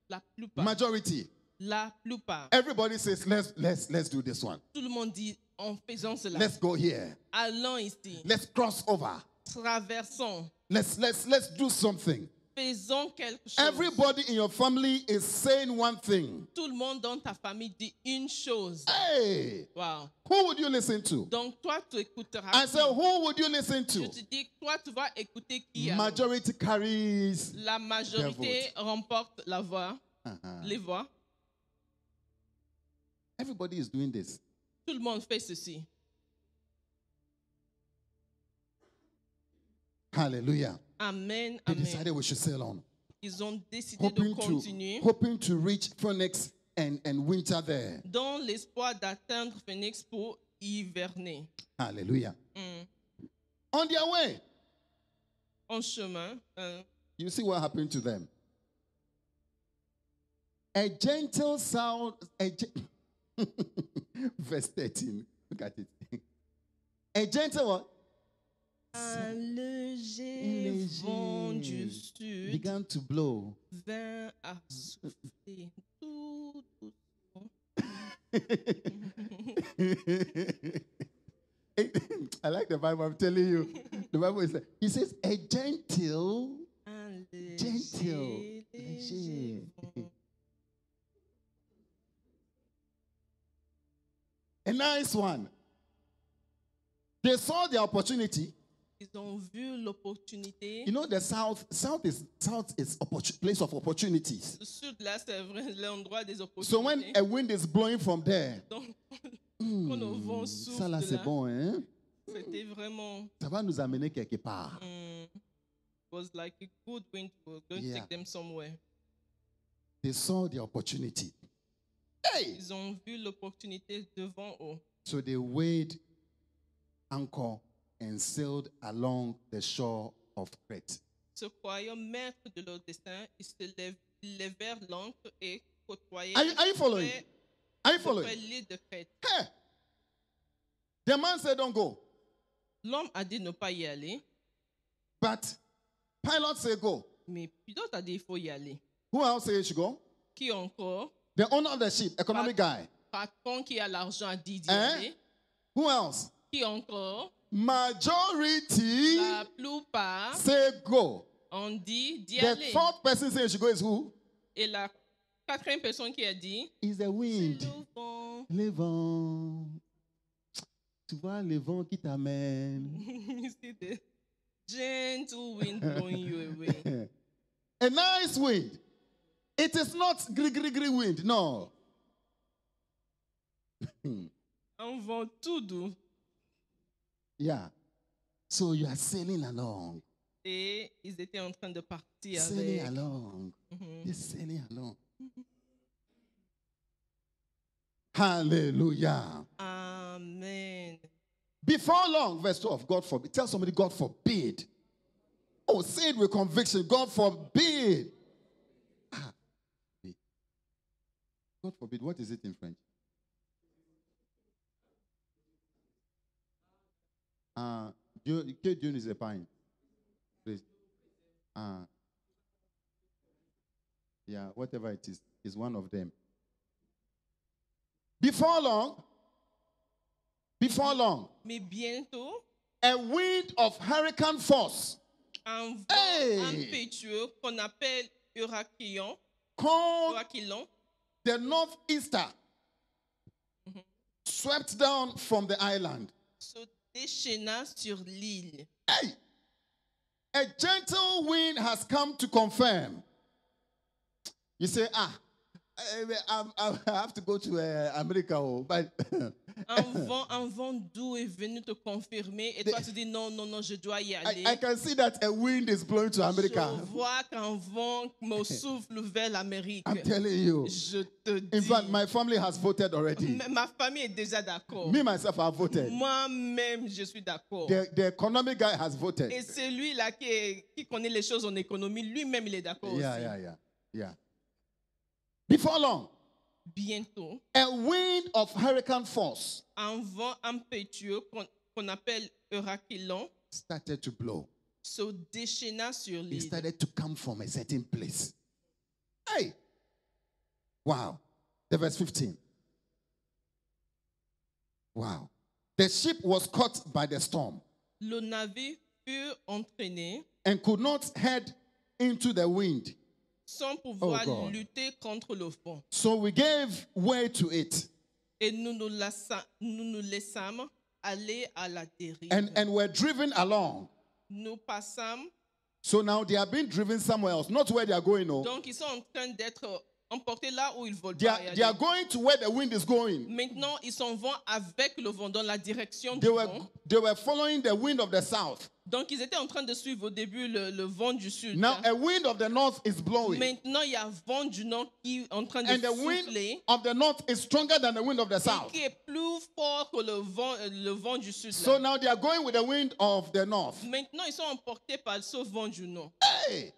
[SPEAKER 2] La plupart.
[SPEAKER 1] Majority.
[SPEAKER 2] la plupart.
[SPEAKER 1] Everybody says, let's let's let's do this one.
[SPEAKER 2] Tout le monde dit en faisant cela,
[SPEAKER 1] Let's go here.
[SPEAKER 2] allons ici,
[SPEAKER 1] Let's cross over.
[SPEAKER 2] traversons,
[SPEAKER 1] Let's let's let's do something.
[SPEAKER 2] faisons quelque chose.
[SPEAKER 1] Everybody in your family is saying one thing.
[SPEAKER 2] Tout le monde dans ta famille dit une chose.
[SPEAKER 1] Hey,
[SPEAKER 2] Wow.
[SPEAKER 1] who would you listen to?
[SPEAKER 2] Donc toi, tu écouteras.
[SPEAKER 1] I
[SPEAKER 2] qui?
[SPEAKER 1] said, who would you listen
[SPEAKER 2] Je
[SPEAKER 1] to?
[SPEAKER 2] te dis, toi, tu vas écouter qui alors?
[SPEAKER 1] Majority carries.
[SPEAKER 2] La majorité
[SPEAKER 1] vote.
[SPEAKER 2] remporte la voix,
[SPEAKER 1] Uh-huh.
[SPEAKER 2] les voix.
[SPEAKER 1] Everybody is doing this.
[SPEAKER 2] Tout le monde fait ceci.
[SPEAKER 1] Hallelujah.
[SPEAKER 2] Amen,
[SPEAKER 1] They
[SPEAKER 2] amen.
[SPEAKER 1] decided we should sail on,
[SPEAKER 2] Ils ont décidé de
[SPEAKER 1] hoping to,
[SPEAKER 2] continuer
[SPEAKER 1] hoping to reach Phoenix and, and winter there.
[SPEAKER 2] dans l'espoir d'atteindre Phoenix pour hiverner.
[SPEAKER 1] Hallelujah.
[SPEAKER 2] Hmm.
[SPEAKER 1] On their way,
[SPEAKER 2] En chemin, hein,
[SPEAKER 1] you see what happened to them. A gentle sound, a gen- (laughs) verse 13. Look at it. A gentle what?
[SPEAKER 2] un léger,
[SPEAKER 1] léger
[SPEAKER 2] vent du sud
[SPEAKER 1] began to blow. (laughs)
[SPEAKER 2] vint à souffler tout doucement.
[SPEAKER 1] I like the Bible, I'm telling you. The Bible is, it says, a gentle
[SPEAKER 2] Un
[SPEAKER 1] Gentle,
[SPEAKER 2] léger,
[SPEAKER 1] léger.
[SPEAKER 2] léger vent.
[SPEAKER 1] A nice one. They saw the opportunity.
[SPEAKER 2] Ils ont vu l'opportunité.
[SPEAKER 1] You know, the south, south is south is opportu- place of opportunities.
[SPEAKER 2] Le sud, là, c'est vrai, l'endroit des opportunités.
[SPEAKER 1] So when a wind is blowing from there,
[SPEAKER 2] Donc, quand le vent souffle,
[SPEAKER 1] ça là c'est
[SPEAKER 2] Hmm, là,
[SPEAKER 1] bon, hein?
[SPEAKER 2] c'était vraiment.
[SPEAKER 1] Ça va nous amener quelque part.
[SPEAKER 2] hmm, was like a good wind was going
[SPEAKER 1] Yeah.
[SPEAKER 2] to take them somewhere.
[SPEAKER 1] They saw the opportunity. Hey!
[SPEAKER 2] Ils ont vu l'opportunité devant eux.
[SPEAKER 1] So they weighed anchor and sailed along the shore of Crete.
[SPEAKER 2] Se croyant maîtres de leur destin, ils se lèvent- levèrent l'encre et côtoyèrent
[SPEAKER 1] Are you, are you following?
[SPEAKER 2] près-
[SPEAKER 1] Are you
[SPEAKER 2] près
[SPEAKER 1] following?
[SPEAKER 2] l'île de Crète.
[SPEAKER 1] Hey! The man said, Don't go.
[SPEAKER 2] L'homme a dit ne pas y aller,
[SPEAKER 1] But Pilate said, Go.
[SPEAKER 2] mais Pilote a dit il faut y aller.
[SPEAKER 1] Who else said you should go?
[SPEAKER 2] Qui encore
[SPEAKER 1] The owner of the ship, economic guy.
[SPEAKER 2] Patron qui a l'argent a dit d'y
[SPEAKER 1] Hein?
[SPEAKER 2] aller.
[SPEAKER 1] Who else?
[SPEAKER 2] Qui encore
[SPEAKER 1] Majority
[SPEAKER 2] La plupart
[SPEAKER 1] say go.
[SPEAKER 2] ont dit d'y
[SPEAKER 1] The
[SPEAKER 2] aller.
[SPEAKER 1] fourth person saying you should go is who?
[SPEAKER 2] Et la quatrième personne qui a dit
[SPEAKER 1] Is the wind.
[SPEAKER 2] le (laughs) vent.
[SPEAKER 1] Le vent. Tu vois le vent qui t'amène.
[SPEAKER 2] C'est the gentle wind blowing you away.
[SPEAKER 1] (laughs) A nice wind. It is not gri gri gri wind. No. (laughs)
[SPEAKER 2] Un vent tout doux.
[SPEAKER 1] Yeah. So you are sailing along.
[SPEAKER 2] Et ils étaient en train de partir
[SPEAKER 1] Sailing
[SPEAKER 2] avec.
[SPEAKER 1] along.
[SPEAKER 2] Mhm.
[SPEAKER 1] You're sailing along. (laughs) Hallelujah.
[SPEAKER 2] Amen.
[SPEAKER 1] Before long, verse 12, God forbid. Tell somebody, God forbid. Oh, say it with conviction. God forbid. Ah. God forbid. What is it in French? Ah, Dieu, que Dieu nous épargne. Please. Ah. yeah, whatever it is, is one of them. Before long, before long,
[SPEAKER 2] Mais bientôt,
[SPEAKER 1] a wind of hurricane force
[SPEAKER 2] un vent
[SPEAKER 1] Hey!
[SPEAKER 2] impétueux qu'on appelle Huracan,
[SPEAKER 1] called
[SPEAKER 2] Huracan,
[SPEAKER 1] the northeaster
[SPEAKER 2] Mhm.
[SPEAKER 1] swept down from the island.
[SPEAKER 2] se déchaîna sur l'île.
[SPEAKER 1] Hey! A gentle wind has come to confirm. You say, ah, eh, eh, I'm- I'm- (laughs) I, have to go to uh, America, oh, but (laughs)
[SPEAKER 2] Un vent, un vent doux est venu te confirmer et toi tu dis non, non, non, je dois y
[SPEAKER 1] I,
[SPEAKER 2] aller.
[SPEAKER 1] I can see that a wind is blowing to America.
[SPEAKER 2] Je vois qu'un vent
[SPEAKER 1] (laughs)
[SPEAKER 2] me souffle vers l'Amérique.
[SPEAKER 1] I'm telling you.
[SPEAKER 2] Je te dis.
[SPEAKER 1] In fact, my family has voted already.
[SPEAKER 2] M- Ma famille est déjà d'accord.
[SPEAKER 1] Me, myself, I have voted.
[SPEAKER 2] Moi-même, je suis d'accord.
[SPEAKER 1] The, the economic guy has voted.
[SPEAKER 2] Et celui-là qui, est- qui connaît les choses en économie, lui-même, il est d'accord
[SPEAKER 1] Yeah,
[SPEAKER 2] aussi.
[SPEAKER 1] yeah, yeah, yeah. Before long,
[SPEAKER 2] Bientôt,
[SPEAKER 1] a wind of hurricane force
[SPEAKER 2] un vent impétueux qu'on qu'on appelle Huracan
[SPEAKER 1] started to blow.
[SPEAKER 2] se déchaîna sur
[SPEAKER 1] It
[SPEAKER 2] l'île.
[SPEAKER 1] started to come from a certain place. Hey! Wow. The verse 15. Wow. The ship was caught by the storm
[SPEAKER 2] Le navire fut entraîné
[SPEAKER 1] and could not head into the wind.
[SPEAKER 2] sans pouvoir
[SPEAKER 1] Oh, God.
[SPEAKER 2] lutter contre le vent.
[SPEAKER 1] So we gave way to it
[SPEAKER 2] Et nous nous, lassa- nous nous laissâmes aller à la dérive.
[SPEAKER 1] and, and were driven along.
[SPEAKER 2] nous passâmes.
[SPEAKER 1] So now they are being driven somewhere else, not where they are going. Oh.
[SPEAKER 2] Donc, ils sont en train d'être emportés là où ils veulent
[SPEAKER 1] They
[SPEAKER 2] pas
[SPEAKER 1] are,
[SPEAKER 2] y
[SPEAKER 1] they are
[SPEAKER 2] aller.
[SPEAKER 1] going to where the wind is going.
[SPEAKER 2] Maintenant, ils s'en vont avec le vent dans la direction du
[SPEAKER 1] They were,
[SPEAKER 2] vent.
[SPEAKER 1] they were following the wind of the south.
[SPEAKER 2] Donc, ils étaient en train de suivre au début le, le vent du sud.
[SPEAKER 1] Now
[SPEAKER 2] hein.
[SPEAKER 1] a wind of the north is blowing.
[SPEAKER 2] Maintenant, il y a vent du nord qui est en train de
[SPEAKER 1] And the wind
[SPEAKER 2] souffler
[SPEAKER 1] of the north is stronger than the wind of the
[SPEAKER 2] et
[SPEAKER 1] south.
[SPEAKER 2] qui est plus fort que le vent, euh, le vent du sud. là.
[SPEAKER 1] So now they are going with the wind of the north.
[SPEAKER 2] Maintenant, ils sont emportés par ce vent du nord.
[SPEAKER 1] Hey!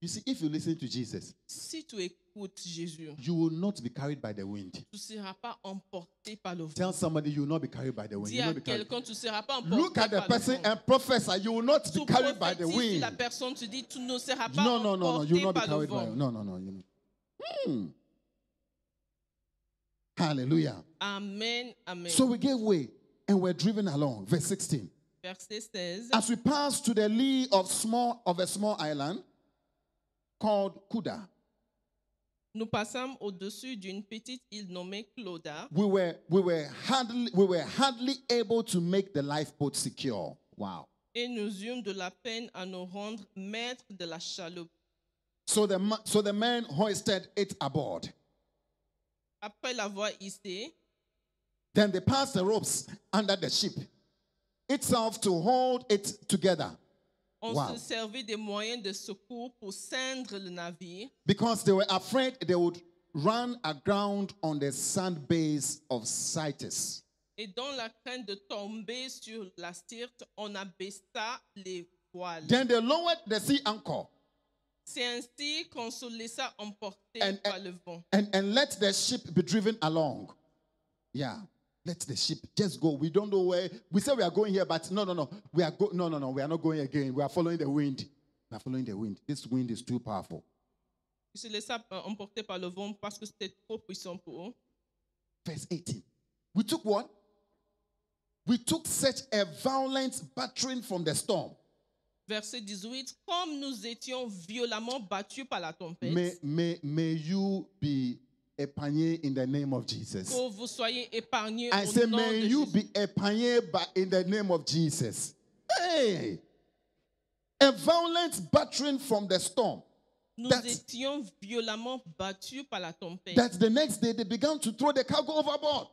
[SPEAKER 1] You see, if you listen to Jesus,
[SPEAKER 2] Si tu écoutes Jésus,
[SPEAKER 1] you will not be carried by the wind.
[SPEAKER 2] tu ne seras pas emporté par le vent.
[SPEAKER 1] Tell somebody you will not be carried by the wind.
[SPEAKER 2] Dis
[SPEAKER 1] You will
[SPEAKER 2] à
[SPEAKER 1] not be carried.
[SPEAKER 2] quelqu'un, tu ne seras pas emporté
[SPEAKER 1] Look at the
[SPEAKER 2] par le
[SPEAKER 1] person
[SPEAKER 2] vent.
[SPEAKER 1] and prophesy. You will not be
[SPEAKER 2] Tu
[SPEAKER 1] carried by the
[SPEAKER 2] prophétises sur
[SPEAKER 1] wind.
[SPEAKER 2] la personne, tu dis, tu ne seras pas
[SPEAKER 1] No, no, no, no.
[SPEAKER 2] emporté
[SPEAKER 1] You will not be
[SPEAKER 2] par le
[SPEAKER 1] carried by.
[SPEAKER 2] vent.
[SPEAKER 1] No, no, no. You know. Hmm. Hallelujah.
[SPEAKER 2] Amen, amen.
[SPEAKER 1] So we gave way and were driven along. Verse 16.
[SPEAKER 2] Verset 16.
[SPEAKER 1] As we passed to the lee of small of a small island called Kuda,
[SPEAKER 2] Nous passâmes au-dessus d'une petite île nommée Cloda.
[SPEAKER 1] we were we were hardly we were hardly able to make the lifeboat secure. Wow.
[SPEAKER 2] et nous eûmes de la peine à nous rendre maîtres de la chaloupe.
[SPEAKER 1] So the ma- so the man hoisted it aboard.
[SPEAKER 2] Après l'avoir hissée,
[SPEAKER 1] Then they passed the ropes under the ship itself to hold it together
[SPEAKER 2] on
[SPEAKER 1] Wow.
[SPEAKER 2] se servit des moyens de secours pour ceindre le navire,
[SPEAKER 1] because they were afraid they would run aground on the sand base of Citus.
[SPEAKER 2] et dans la crainte de tomber sur la styrte, on abaissa les voiles.
[SPEAKER 1] Then they lowered the sea anchor
[SPEAKER 2] C'est ainsi qu'on se laissa emporter
[SPEAKER 1] And-
[SPEAKER 2] par
[SPEAKER 1] and-
[SPEAKER 2] le vent.
[SPEAKER 1] and, and let the ship be driven along. Yeah. Let the ship just go. We don't know where we say we are going here, but no, no, no. We are go no no no. We are not going again. We are following the wind. We are following the wind. This wind is too powerful.
[SPEAKER 2] Ils se laissa euh, emporter par le vent parce que c'était trop puissant pour eux.
[SPEAKER 1] verse 18. We took what? We took such a violent battering from the storm.
[SPEAKER 2] Verset 18, comme nous étions violemment battus par la tempête,
[SPEAKER 1] May, may, may you be a panier in the name of Jesus.
[SPEAKER 2] que vous soyez épargnés
[SPEAKER 1] I
[SPEAKER 2] au
[SPEAKER 1] say,
[SPEAKER 2] nom de
[SPEAKER 1] may you
[SPEAKER 2] Jésus.
[SPEAKER 1] be a panier by, in the name of Jesus. Hey! A violent battering from the storm.
[SPEAKER 2] Nous
[SPEAKER 1] That-
[SPEAKER 2] étions violemment battus par la tempête.
[SPEAKER 1] That the next day they began to throw the cargo overboard.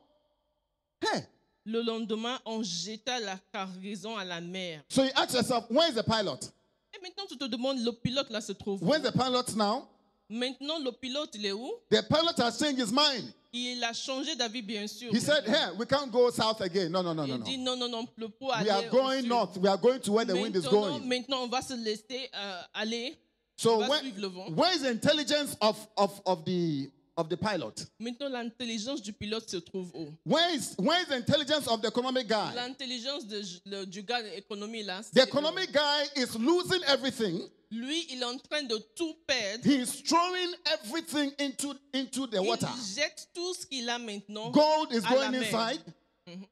[SPEAKER 1] Hey!
[SPEAKER 2] Le lendemain, on jeta la cargaison à la mer.
[SPEAKER 1] So you ask yourself, where is the pilot?
[SPEAKER 2] Et maintenant, tu te demandes, le pilote là se trouve. où?
[SPEAKER 1] Where's the pilot now?
[SPEAKER 2] Maintenant, le pilote, il est où
[SPEAKER 1] The pilot has changed his mind.
[SPEAKER 2] Il a changé d'avis, bien sûr.
[SPEAKER 1] He said, Hey, we can't go south again. No, no, no,
[SPEAKER 2] il
[SPEAKER 1] no,
[SPEAKER 2] dit
[SPEAKER 1] no.
[SPEAKER 2] non, non, non, le pot
[SPEAKER 1] We are going north. We are going to where the wind is
[SPEAKER 2] Maintenant,
[SPEAKER 1] going.
[SPEAKER 2] maintenant, on va se laisser euh, aller.
[SPEAKER 1] So
[SPEAKER 2] on va
[SPEAKER 1] where,
[SPEAKER 2] suivre le vent.
[SPEAKER 1] where is the intelligence of, of, of the of the pilot?
[SPEAKER 2] Maintenant, l'intelligence du pilote se trouve où
[SPEAKER 1] Where is where is the intelligence of the economic guy?
[SPEAKER 2] L'intelligence de- le- du gars de l'économie là.
[SPEAKER 1] The
[SPEAKER 2] c'est-
[SPEAKER 1] economic guy is losing everything.
[SPEAKER 2] Lui, il est en train de tout perdre.
[SPEAKER 1] He is throwing everything into into the water.
[SPEAKER 2] Il jette tout ce qu'il a maintenant.
[SPEAKER 1] Gold is
[SPEAKER 2] à
[SPEAKER 1] going
[SPEAKER 2] la mer. Mm-hmm.
[SPEAKER 1] inside.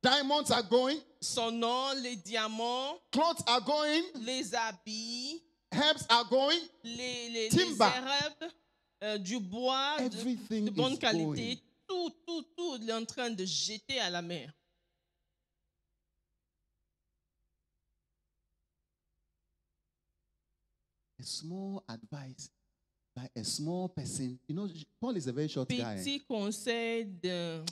[SPEAKER 1] Diamonds are going.
[SPEAKER 2] Son or, les diamants,
[SPEAKER 1] Clothes are going.
[SPEAKER 2] les habits,
[SPEAKER 1] Herbs are going.
[SPEAKER 2] les, les, les
[SPEAKER 1] Timber.
[SPEAKER 2] herbes, euh, du bois de-
[SPEAKER 1] Everything
[SPEAKER 2] de, bonne
[SPEAKER 1] is
[SPEAKER 2] qualité. Tout, tout, tout, il est en train de jeter à la mer.
[SPEAKER 1] a small advice by a small person. You know, Paul is a very short guy.
[SPEAKER 2] Petit conseil d'un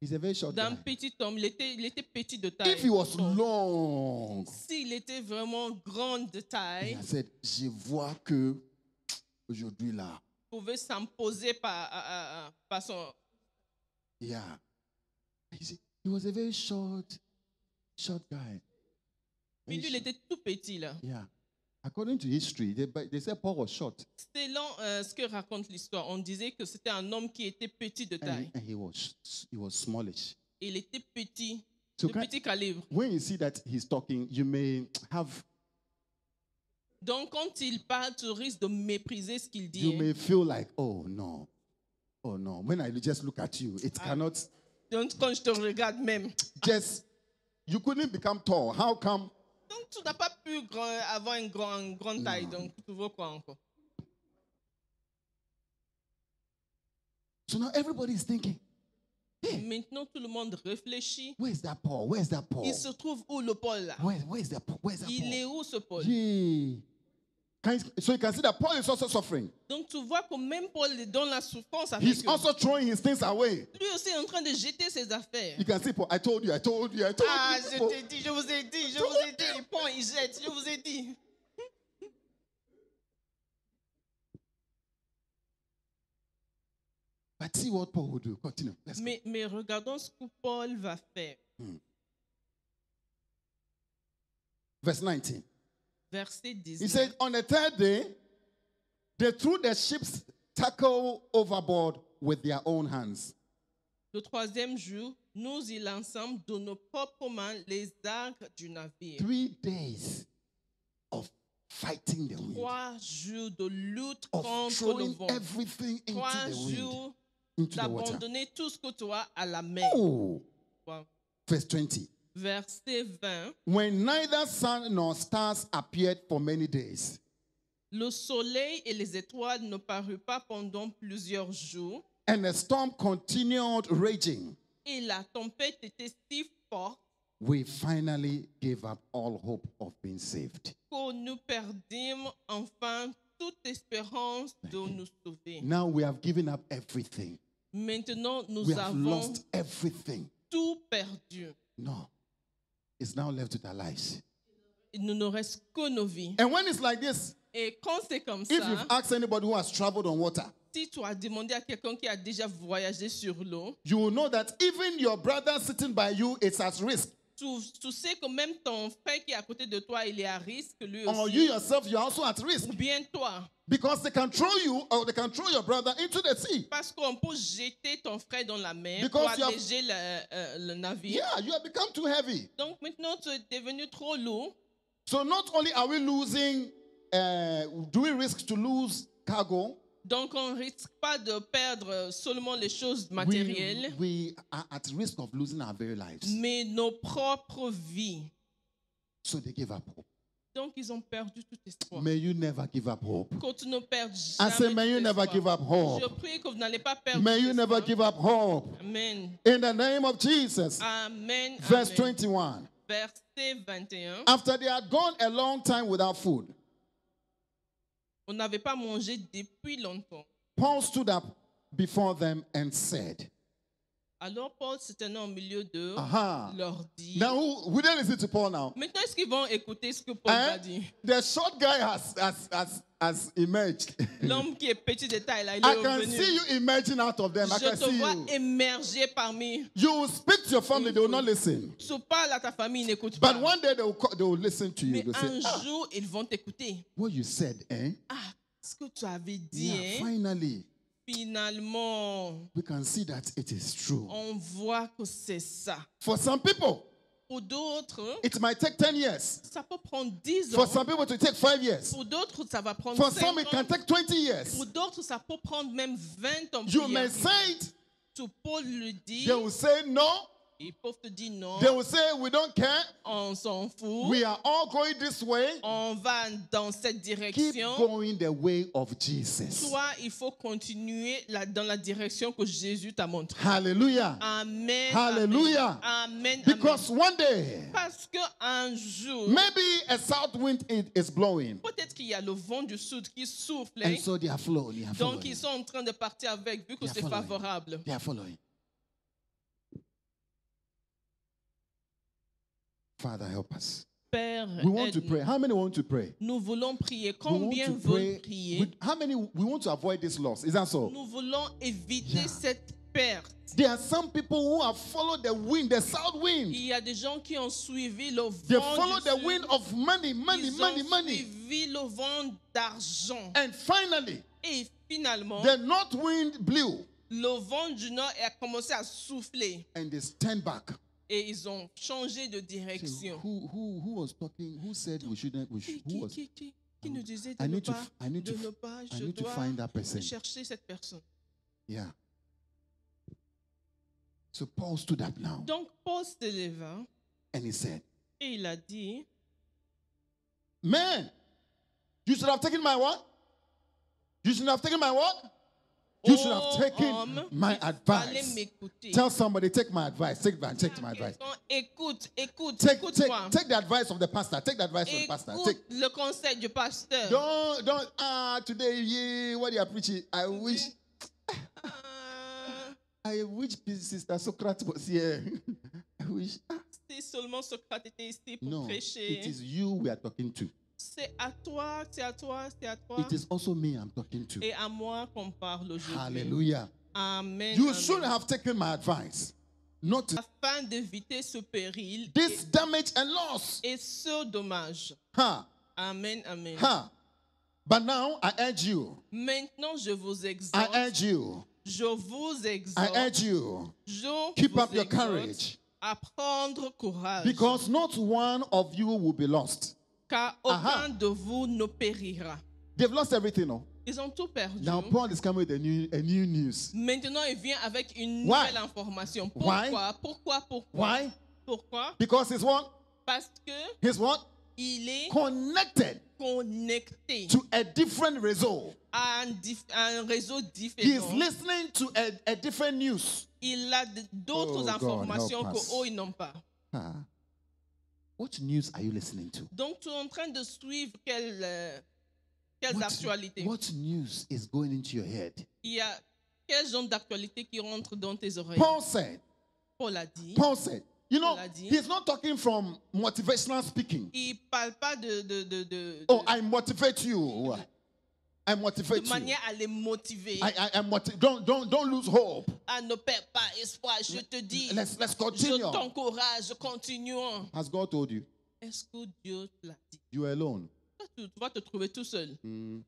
[SPEAKER 1] He's a very short
[SPEAKER 2] d'un
[SPEAKER 1] guy.
[SPEAKER 2] petit homme. Il était, il était petit de taille.
[SPEAKER 1] If he was
[SPEAKER 2] Donc,
[SPEAKER 1] long,
[SPEAKER 2] S'il était vraiment grand de
[SPEAKER 1] he
[SPEAKER 2] taille,
[SPEAKER 1] had said, Je vois que aujourd'hui là,
[SPEAKER 2] il pouvait s'imposer par, à- à- à- par son.
[SPEAKER 1] yeah. He said- he was a very short, short guy.
[SPEAKER 2] Mais
[SPEAKER 1] Very
[SPEAKER 2] lui, il
[SPEAKER 1] short.
[SPEAKER 2] était tout petit là.
[SPEAKER 1] Yeah. According to history, they, but they said Paul was short
[SPEAKER 2] Selon euh, ce que raconte l'histoire, on disait que c'était un homme qui était petit de
[SPEAKER 1] and,
[SPEAKER 2] taille.
[SPEAKER 1] he- and he was he was smallish.
[SPEAKER 2] Il était petit,
[SPEAKER 1] So
[SPEAKER 2] de
[SPEAKER 1] can-
[SPEAKER 2] petit calibre.
[SPEAKER 1] when you see that he's talking, you may have
[SPEAKER 2] Donc, quand il parle, tu risques de mépriser ce qu'il dit.
[SPEAKER 1] you may feel like, oh no, oh no. When I just look at you, it cannot
[SPEAKER 2] Donc, quand je te regarde même.
[SPEAKER 1] just. You couldn't become tall. How come?
[SPEAKER 2] Donc, tu n'as pas pu grand- avoir une, grand- une grande taille. Donc, tu vois quoi encore
[SPEAKER 1] So now everybody is thinking,
[SPEAKER 2] Maintenant, tout le monde réfléchit.
[SPEAKER 1] where's that Paul? Where's that Paul?
[SPEAKER 2] Il se trouve où le Paul là
[SPEAKER 1] Where, where's that Oh. Paul? Where's that
[SPEAKER 2] Il est
[SPEAKER 1] Paul?
[SPEAKER 2] où ce Paul
[SPEAKER 1] Yeah. Can you- so you can see that Paul is also suffering.
[SPEAKER 2] Donc tu vois que même Paul est dans la souffrance avec
[SPEAKER 1] He's
[SPEAKER 2] eux.
[SPEAKER 1] also throwing his things away.
[SPEAKER 2] Lui aussi est en train de jeter ses affaires.
[SPEAKER 1] You can see, Paul, I told you, I told you, Oh, I told
[SPEAKER 2] Ah,
[SPEAKER 1] you.
[SPEAKER 2] je
[SPEAKER 1] Paul.
[SPEAKER 2] t'ai dit, je vous ai dit, je vous ai dit. Il prend, il jette, je vous ai dit.
[SPEAKER 1] But see what Paul will do. Continue. Let's go.
[SPEAKER 2] Mais, mais regardons ce que Paul va faire.
[SPEAKER 1] Verse 19.
[SPEAKER 2] Verset
[SPEAKER 1] He
[SPEAKER 2] 19.
[SPEAKER 1] said, On the third day, they threw the ship's tackle overboard with their own hands.
[SPEAKER 2] Le troisième jour, nous y lançâmes de nos propres mains les arcs du navire.
[SPEAKER 1] Three days of fighting the wind,
[SPEAKER 2] Trois jours de lutte
[SPEAKER 1] of
[SPEAKER 2] contre le
[SPEAKER 1] throwing
[SPEAKER 2] vent.
[SPEAKER 1] everything into
[SPEAKER 2] Trois
[SPEAKER 1] the wind,
[SPEAKER 2] jours
[SPEAKER 1] into the water.
[SPEAKER 2] d'abandonner tout ce que tu as à la mer.
[SPEAKER 1] Oh,
[SPEAKER 2] Wow.
[SPEAKER 1] verse 20.
[SPEAKER 2] Verset 20.
[SPEAKER 1] When neither sun nor stars appeared for many days,
[SPEAKER 2] Le soleil et les étoiles ne parurent pas pendant plusieurs jours,
[SPEAKER 1] and the storm continued raging,
[SPEAKER 2] et la tempête était si forte
[SPEAKER 1] we finally gave up all hope of being saved.
[SPEAKER 2] que nous perdîmes enfin toute espérance de nous sauver.
[SPEAKER 1] Now we have given up everything.
[SPEAKER 2] Maintenant, nous
[SPEAKER 1] we have
[SPEAKER 2] avons
[SPEAKER 1] lost everything.
[SPEAKER 2] tout perdu.
[SPEAKER 1] No. It's now left with our lives.
[SPEAKER 2] Il ne nous reste que nos vies.
[SPEAKER 1] And when it's like this,
[SPEAKER 2] Et quand c'est comme
[SPEAKER 1] if you've
[SPEAKER 2] ça,
[SPEAKER 1] asked anybody who has traveled on water,
[SPEAKER 2] si tu as demandé à quelqu'un qui a déjà voyagé sur l'eau,
[SPEAKER 1] you will know that even your brother sitting by you is at risk.
[SPEAKER 2] tu, tu sais que même ton frère qui est à côté de toi, il est à risque lui
[SPEAKER 1] Or you
[SPEAKER 2] aussi.
[SPEAKER 1] yourself, you're also at risk
[SPEAKER 2] Ou bien toi,
[SPEAKER 1] because they can throw you or they can throw your brother into the sea.
[SPEAKER 2] parce qu'on peut jeter ton frère dans la mer
[SPEAKER 1] Because
[SPEAKER 2] pour
[SPEAKER 1] you have-
[SPEAKER 2] alléger le, euh, le navire.
[SPEAKER 1] Yeah, you have become too heavy.
[SPEAKER 2] Donc maintenant, tu es devenu trop lourd.
[SPEAKER 1] So not only are we losing, uh, do we risk to lose cargo?
[SPEAKER 2] Donc on risque pas de perdre seulement les choses
[SPEAKER 1] We,
[SPEAKER 2] matérielles,
[SPEAKER 1] we are at risk of losing our very lives.
[SPEAKER 2] mais nos propres vies.
[SPEAKER 1] So they give up hope.
[SPEAKER 2] Donc ils ont perdu tout espoir.
[SPEAKER 1] May you never give up hope.
[SPEAKER 2] Que tu ne perds
[SPEAKER 1] I
[SPEAKER 2] jamais
[SPEAKER 1] say, may
[SPEAKER 2] tout
[SPEAKER 1] you never
[SPEAKER 2] espoir.
[SPEAKER 1] give up
[SPEAKER 2] Je
[SPEAKER 1] hope.
[SPEAKER 2] prie que vous n'allez pas perdre.
[SPEAKER 1] May
[SPEAKER 2] tout
[SPEAKER 1] you never
[SPEAKER 2] espoir.
[SPEAKER 1] give up hope.
[SPEAKER 2] Amen.
[SPEAKER 1] In the name of Jesus.
[SPEAKER 2] Amen.
[SPEAKER 1] Verse
[SPEAKER 2] Amen.
[SPEAKER 1] 21.
[SPEAKER 2] Verset 21.
[SPEAKER 1] After they had gone a long time without food,
[SPEAKER 2] On n'avait pas mangé depuis longtemps.
[SPEAKER 1] Paul stood up before them and said,
[SPEAKER 2] Alors Paul se tenait au milieu d'eux,
[SPEAKER 1] Oh, Aha.
[SPEAKER 2] leur dit.
[SPEAKER 1] Now, who, who did listen to Paul now?
[SPEAKER 2] Maintenant, est-ce qu'ils vont écouter ce que Paul
[SPEAKER 1] Eh?
[SPEAKER 2] a dit
[SPEAKER 1] The short guy has, has, has, has (laughs) emerged.
[SPEAKER 2] L'homme qui est petit de taille, là, il est
[SPEAKER 1] I can see
[SPEAKER 2] revenu.
[SPEAKER 1] you emerging out of them. I
[SPEAKER 2] Je
[SPEAKER 1] can
[SPEAKER 2] te
[SPEAKER 1] see
[SPEAKER 2] vois
[SPEAKER 1] you.
[SPEAKER 2] émerger parmi.
[SPEAKER 1] You will speak to your family, they will not listen.
[SPEAKER 2] Tu parles à ta famille, ils n'écoutent pas.
[SPEAKER 1] But one day they will, co- they will listen to you.
[SPEAKER 2] Mais
[SPEAKER 1] They'll say,
[SPEAKER 2] un
[SPEAKER 1] "Ah,
[SPEAKER 2] jour, ils vont t'écouter.
[SPEAKER 1] what you said, eh?
[SPEAKER 2] Ah, ce que tu avais dit,
[SPEAKER 1] Yeah,
[SPEAKER 2] hein,
[SPEAKER 1] finally,
[SPEAKER 2] finalement,
[SPEAKER 1] we can see that it is true.
[SPEAKER 2] on voit que c'est ça.
[SPEAKER 1] For some people,
[SPEAKER 2] Pour d'autres,
[SPEAKER 1] it might take 10 years.
[SPEAKER 2] ça peut prendre 10
[SPEAKER 1] For
[SPEAKER 2] ans.
[SPEAKER 1] some people, it will take 5 years.
[SPEAKER 2] Pour d'autres, ça va prendre
[SPEAKER 1] For
[SPEAKER 2] 5
[SPEAKER 1] some, it
[SPEAKER 2] ans.
[SPEAKER 1] can take 20 years.
[SPEAKER 2] Pour d'autres, ça peut prendre même 20 ans. pour
[SPEAKER 1] You
[SPEAKER 2] y
[SPEAKER 1] may
[SPEAKER 2] arriver.
[SPEAKER 1] say it,
[SPEAKER 2] Tout Paul le dit,
[SPEAKER 1] they will say no,
[SPEAKER 2] ils peuvent te dire non,
[SPEAKER 1] they will say we don't care,
[SPEAKER 2] on s'en fout,
[SPEAKER 1] we are all going this way.
[SPEAKER 2] on va dans cette
[SPEAKER 1] Keep
[SPEAKER 2] direction.
[SPEAKER 1] going the way of Jesus.
[SPEAKER 2] Toi, il faut continuer là, dans la direction que Jésus t'a montré.
[SPEAKER 1] Hallelujah.
[SPEAKER 2] Amen.
[SPEAKER 1] Hallelujah.
[SPEAKER 2] Amen. Amen.
[SPEAKER 1] Because one day,
[SPEAKER 2] amen. Parce que un jour,
[SPEAKER 1] maybe a south wind i- is blowing.
[SPEAKER 2] peut-être qu'il y a le vent du sud qui souffle. hein.
[SPEAKER 1] And so they are flowing. They are
[SPEAKER 2] donc,
[SPEAKER 1] following.
[SPEAKER 2] ils sont en train de partir avec, vu que
[SPEAKER 1] They are
[SPEAKER 2] c'est
[SPEAKER 1] following.
[SPEAKER 2] favorable.
[SPEAKER 1] They are following. Father, help us.
[SPEAKER 2] Père,
[SPEAKER 1] We want to
[SPEAKER 2] aide-nous.
[SPEAKER 1] pray. How many want to pray?
[SPEAKER 2] nous voulons prier.
[SPEAKER 1] we
[SPEAKER 2] Combien
[SPEAKER 1] want to
[SPEAKER 2] veulent
[SPEAKER 1] pray.
[SPEAKER 2] prier
[SPEAKER 1] with- how many we want to avoid this loss? Is that so?
[SPEAKER 2] Nous voulons éviter
[SPEAKER 1] Yeah.
[SPEAKER 2] cette perte.
[SPEAKER 1] There are some people who have followed the wind, the south
[SPEAKER 2] Il
[SPEAKER 1] wind.
[SPEAKER 2] y a des gens qui ont suivi le
[SPEAKER 1] They
[SPEAKER 2] vent
[SPEAKER 1] follow
[SPEAKER 2] du
[SPEAKER 1] the
[SPEAKER 2] sud.
[SPEAKER 1] wind of money, money,
[SPEAKER 2] Ils
[SPEAKER 1] money,
[SPEAKER 2] ont
[SPEAKER 1] money.
[SPEAKER 2] suivi le vent d'argent.
[SPEAKER 1] And finally,
[SPEAKER 2] Et finalement,
[SPEAKER 1] the north wind blew
[SPEAKER 2] le vent du nord a commencé à souffler
[SPEAKER 1] and they stand back.
[SPEAKER 2] et ils ont changé de
[SPEAKER 1] Say,
[SPEAKER 2] direction.
[SPEAKER 1] who, who, who was talking? Who said we shouldn't? We should,
[SPEAKER 2] Qui,
[SPEAKER 1] who
[SPEAKER 2] qui,
[SPEAKER 1] was?
[SPEAKER 2] qui, qui, qui nous disait de
[SPEAKER 1] I
[SPEAKER 2] ne
[SPEAKER 1] need to,
[SPEAKER 2] pas,
[SPEAKER 1] I need
[SPEAKER 2] de
[SPEAKER 1] to,
[SPEAKER 2] ne pas,
[SPEAKER 1] I
[SPEAKER 2] je
[SPEAKER 1] need to
[SPEAKER 2] dois
[SPEAKER 1] find that person.
[SPEAKER 2] chercher cette personne.
[SPEAKER 1] Yeah. So Paul stood up now
[SPEAKER 2] Donc Paul se leva
[SPEAKER 1] and he said,
[SPEAKER 2] et il a dit,
[SPEAKER 1] Man, you should have taken my what? You should have taken my what? You should have
[SPEAKER 2] Ô
[SPEAKER 1] taken
[SPEAKER 2] Oh, homme,
[SPEAKER 1] my
[SPEAKER 2] il fallait
[SPEAKER 1] advice.
[SPEAKER 2] m'écouter.
[SPEAKER 1] Tell somebody, take my advice. Take my, take my advice.
[SPEAKER 2] Quelqu'un, Écoute, écoute,
[SPEAKER 1] Take, take,
[SPEAKER 2] écoute-moi.
[SPEAKER 1] take the advice of the pastor. Take the advice of the pastor. Take,
[SPEAKER 2] Écoute le conseil du pasteur.
[SPEAKER 1] don't, don't, ah, today, yeah, what you are preaching. I wish,
[SPEAKER 2] Ah,
[SPEAKER 1] I wish Sister Socrates was here. (laughs) I wish. ah,
[SPEAKER 2] si seulement Socrate était ici pour
[SPEAKER 1] No,
[SPEAKER 2] prêcher.
[SPEAKER 1] it is you we are talking to.
[SPEAKER 2] C'est à toi, c'est à toi, c'est à toi.
[SPEAKER 1] It is also me I'm talking to.
[SPEAKER 2] Et à moi qu'on parle aujourd'hui.
[SPEAKER 1] Hallelujah.
[SPEAKER 2] Amen.
[SPEAKER 1] You
[SPEAKER 2] amen.
[SPEAKER 1] should have taken my advice. Not to
[SPEAKER 2] Afin d'éviter ce péril
[SPEAKER 1] this damage and loss.
[SPEAKER 2] et ce dommage.
[SPEAKER 1] Ha,
[SPEAKER 2] Amen, amen.
[SPEAKER 1] ha. But now I urge you.
[SPEAKER 2] Maintenant, je vous exhorte.
[SPEAKER 1] I urge you.
[SPEAKER 2] Je vous exhorte.
[SPEAKER 1] I urge you.
[SPEAKER 2] Je
[SPEAKER 1] Keep
[SPEAKER 2] vous
[SPEAKER 1] up your
[SPEAKER 2] exhorte
[SPEAKER 1] courage.
[SPEAKER 2] À prendre courage.
[SPEAKER 1] Because not one of you will be lost.
[SPEAKER 2] car
[SPEAKER 1] Aha.
[SPEAKER 2] aucun de vous ne périra.
[SPEAKER 1] They've lost everything. No?
[SPEAKER 2] Ils ont tout perdu.
[SPEAKER 1] Now Paul is coming with a new, a new news.
[SPEAKER 2] Maintenant, il vient avec une
[SPEAKER 1] Why?
[SPEAKER 2] nouvelle information. Pourquoi?
[SPEAKER 1] Why?
[SPEAKER 2] Pourquoi? Pourquoi?
[SPEAKER 1] Why?
[SPEAKER 2] Pourquoi?
[SPEAKER 1] Because his what?
[SPEAKER 2] Parce que
[SPEAKER 1] His what?
[SPEAKER 2] il est
[SPEAKER 1] Connected
[SPEAKER 2] connecté
[SPEAKER 1] to a different result.
[SPEAKER 2] à un, dif- à un réseau
[SPEAKER 1] He is
[SPEAKER 2] différent.
[SPEAKER 1] listening to a, a different news.
[SPEAKER 2] Il a d- d'autres
[SPEAKER 1] Oh, God,
[SPEAKER 2] informations
[SPEAKER 1] help us.
[SPEAKER 2] qu'eux, ils n'ont pas.
[SPEAKER 1] Ah. What news are you listening to?
[SPEAKER 2] Donc, tu es en train de suivre quelles, euh, quelles
[SPEAKER 1] What,
[SPEAKER 2] actualités.
[SPEAKER 1] what news is going into your head?
[SPEAKER 2] Il y a quel genre d'actualités qui rentrent dans tes oreilles.
[SPEAKER 1] Paul said,
[SPEAKER 2] Paul a dit.
[SPEAKER 1] Paul said, you know,
[SPEAKER 2] Paul a dit-
[SPEAKER 1] he's not talking from motivational speaking.
[SPEAKER 2] Il ne parle pas de, de, de, de,
[SPEAKER 1] Oh, I motivate you. I
[SPEAKER 2] de
[SPEAKER 1] motivate you.
[SPEAKER 2] manière à les motiver,
[SPEAKER 1] I, I, I motiv- don't, don't, don't lose hope.
[SPEAKER 2] à ne perdre pas espoir. Je te dis,
[SPEAKER 1] Let's, let's
[SPEAKER 2] je
[SPEAKER 1] continue.
[SPEAKER 2] t'encourage, continuons.
[SPEAKER 1] Has God told you?
[SPEAKER 2] Est-ce que Dieu te l'a dit?
[SPEAKER 1] You are alone.
[SPEAKER 2] Toi, tu vas te trouver tout seul.
[SPEAKER 1] Mm.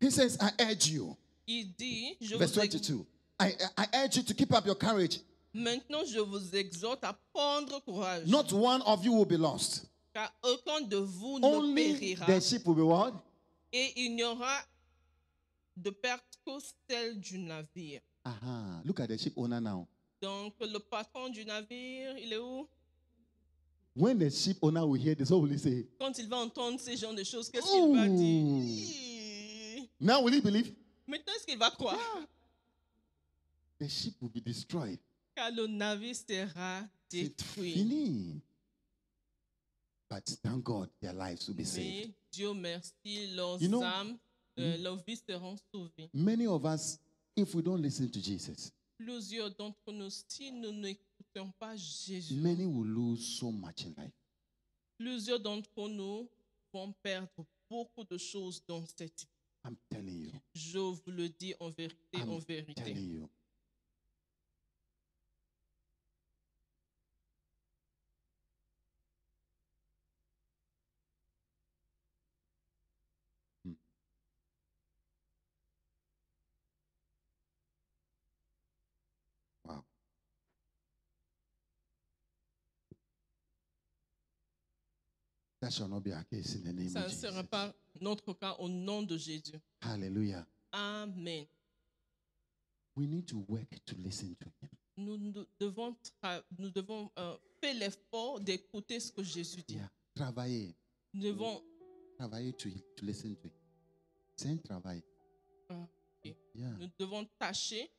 [SPEAKER 1] He says, I urge you.
[SPEAKER 2] Il dit, je
[SPEAKER 1] Verse
[SPEAKER 2] vous ex-
[SPEAKER 1] 22. I, I I urge you to keep up your courage.
[SPEAKER 2] Maintenant, je vous exhorte à prendre courage,
[SPEAKER 1] Not one of you will be lost.
[SPEAKER 2] car aucun de vous ne
[SPEAKER 1] Only
[SPEAKER 2] périra,
[SPEAKER 1] the sheep will be what?
[SPEAKER 2] et il n'y aura de perte que celle du navire.
[SPEAKER 1] Aha. Look at the ship owner now.
[SPEAKER 2] Donc, le patron du navire, il est où?
[SPEAKER 1] When the ship owner will hear this, what will he say?
[SPEAKER 2] Quand il va entendre ces genres de choses, qu'est-ce qu'il va
[SPEAKER 1] Ouh.
[SPEAKER 2] dire? Hi.
[SPEAKER 1] Now will he believe?
[SPEAKER 2] Maintenant, est-ce qu'il va croire?
[SPEAKER 1] Ah. The ship will be destroyed.
[SPEAKER 2] Car le navire sera
[SPEAKER 1] It's
[SPEAKER 2] détruit.
[SPEAKER 1] Fini. But thank God their lives will be saved.
[SPEAKER 2] Mais Dieu merci, leurs
[SPEAKER 1] You know- hmm?
[SPEAKER 2] âmes, euh, leurs vies seront sauvées.
[SPEAKER 1] Many of us, if we don't listen to Jesus,
[SPEAKER 2] Plusieurs d'entre nous, si nous n'écoutons pas Jésus,
[SPEAKER 1] many will lose so much in life.
[SPEAKER 2] plusieurs d'entre nous vont perdre beaucoup de choses dans cette vie.
[SPEAKER 1] I'm telling you.
[SPEAKER 2] Je vous le dis en vérité,
[SPEAKER 1] I'm
[SPEAKER 2] en
[SPEAKER 1] telling
[SPEAKER 2] vérité.
[SPEAKER 1] you. Hmm. Wow. That shall not be our case in the name
[SPEAKER 2] Ça
[SPEAKER 1] of
[SPEAKER 2] ne
[SPEAKER 1] Jesus.
[SPEAKER 2] sera pas notre cas au nom de Jésus.
[SPEAKER 1] Hallelujah.
[SPEAKER 2] Amen.
[SPEAKER 1] We need to work to listen to him.
[SPEAKER 2] Nous, nous devons, tra- nous devons euh, faire l'effort d'écouter ce que Jésus dit.
[SPEAKER 1] Yeah. Travailler.
[SPEAKER 2] Nous devons
[SPEAKER 1] travailler to, to listen to it. C'est un travail.
[SPEAKER 2] Ah, ok.
[SPEAKER 1] Yeah.
[SPEAKER 2] Nous devons tâcher,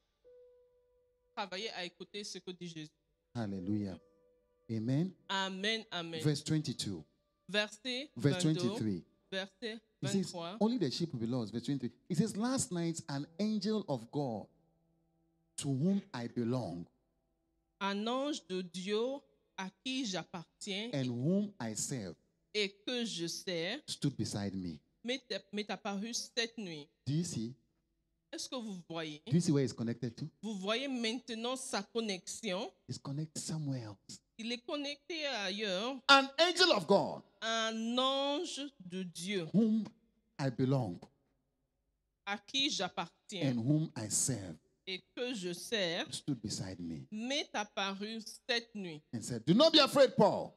[SPEAKER 2] travailler à écouter ce que dit Jésus.
[SPEAKER 1] Hallelujah. Amen.
[SPEAKER 2] Amen, amen.
[SPEAKER 1] Verse 22.
[SPEAKER 2] Verset
[SPEAKER 1] Verse
[SPEAKER 2] 22,
[SPEAKER 1] 23.
[SPEAKER 2] verset
[SPEAKER 1] It says,
[SPEAKER 2] 23.
[SPEAKER 1] only the sheep will be lost. Verse 23. It says, last night an angel of God to whom I belong
[SPEAKER 2] Un ange de Dieu à qui j'appartiens
[SPEAKER 1] and whom I serve
[SPEAKER 2] et que je sers
[SPEAKER 1] stood beside me.
[SPEAKER 2] m'est m'est apparu cette nuit.
[SPEAKER 1] Do you see?
[SPEAKER 2] Est-ce que vous voyez?
[SPEAKER 1] Do you see where it's connected to?
[SPEAKER 2] Vous voyez maintenant sa connexion.
[SPEAKER 1] It's connected somewhere else.
[SPEAKER 2] Il est connecté ailleurs.
[SPEAKER 1] An angel of God
[SPEAKER 2] Un ange de Dieu
[SPEAKER 1] whom I belong
[SPEAKER 2] à qui j'appartiens
[SPEAKER 1] and whom I serve
[SPEAKER 2] et que je sers
[SPEAKER 1] stood beside me.
[SPEAKER 2] m'est apparu cette nuit.
[SPEAKER 1] and said, "Do not be afraid, Paul."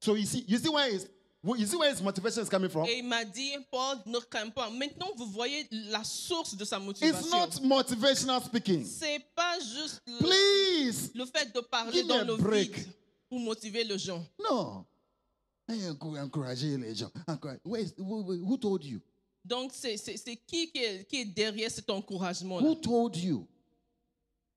[SPEAKER 1] So you see, you see where his, well, you see where his motivation is coming from.
[SPEAKER 2] Et il m'a dit, Paul, ne crains pas. Maintenant, vous voyez la source de sa
[SPEAKER 1] It's
[SPEAKER 2] motivation.
[SPEAKER 1] not motivational speaking.
[SPEAKER 2] C'est pas juste le,
[SPEAKER 1] Please,
[SPEAKER 2] le fait de parler
[SPEAKER 1] Give me
[SPEAKER 2] dans
[SPEAKER 1] a
[SPEAKER 2] le
[SPEAKER 1] break.
[SPEAKER 2] vide pour motiver les gens.
[SPEAKER 1] no. Hey, encour- encouragez les gens. Encourage- Where is- who, who- who told you?
[SPEAKER 2] Donc, c'est c'est- c'est qui qui est, qui est derrière cet encouragement-là
[SPEAKER 1] Who told you?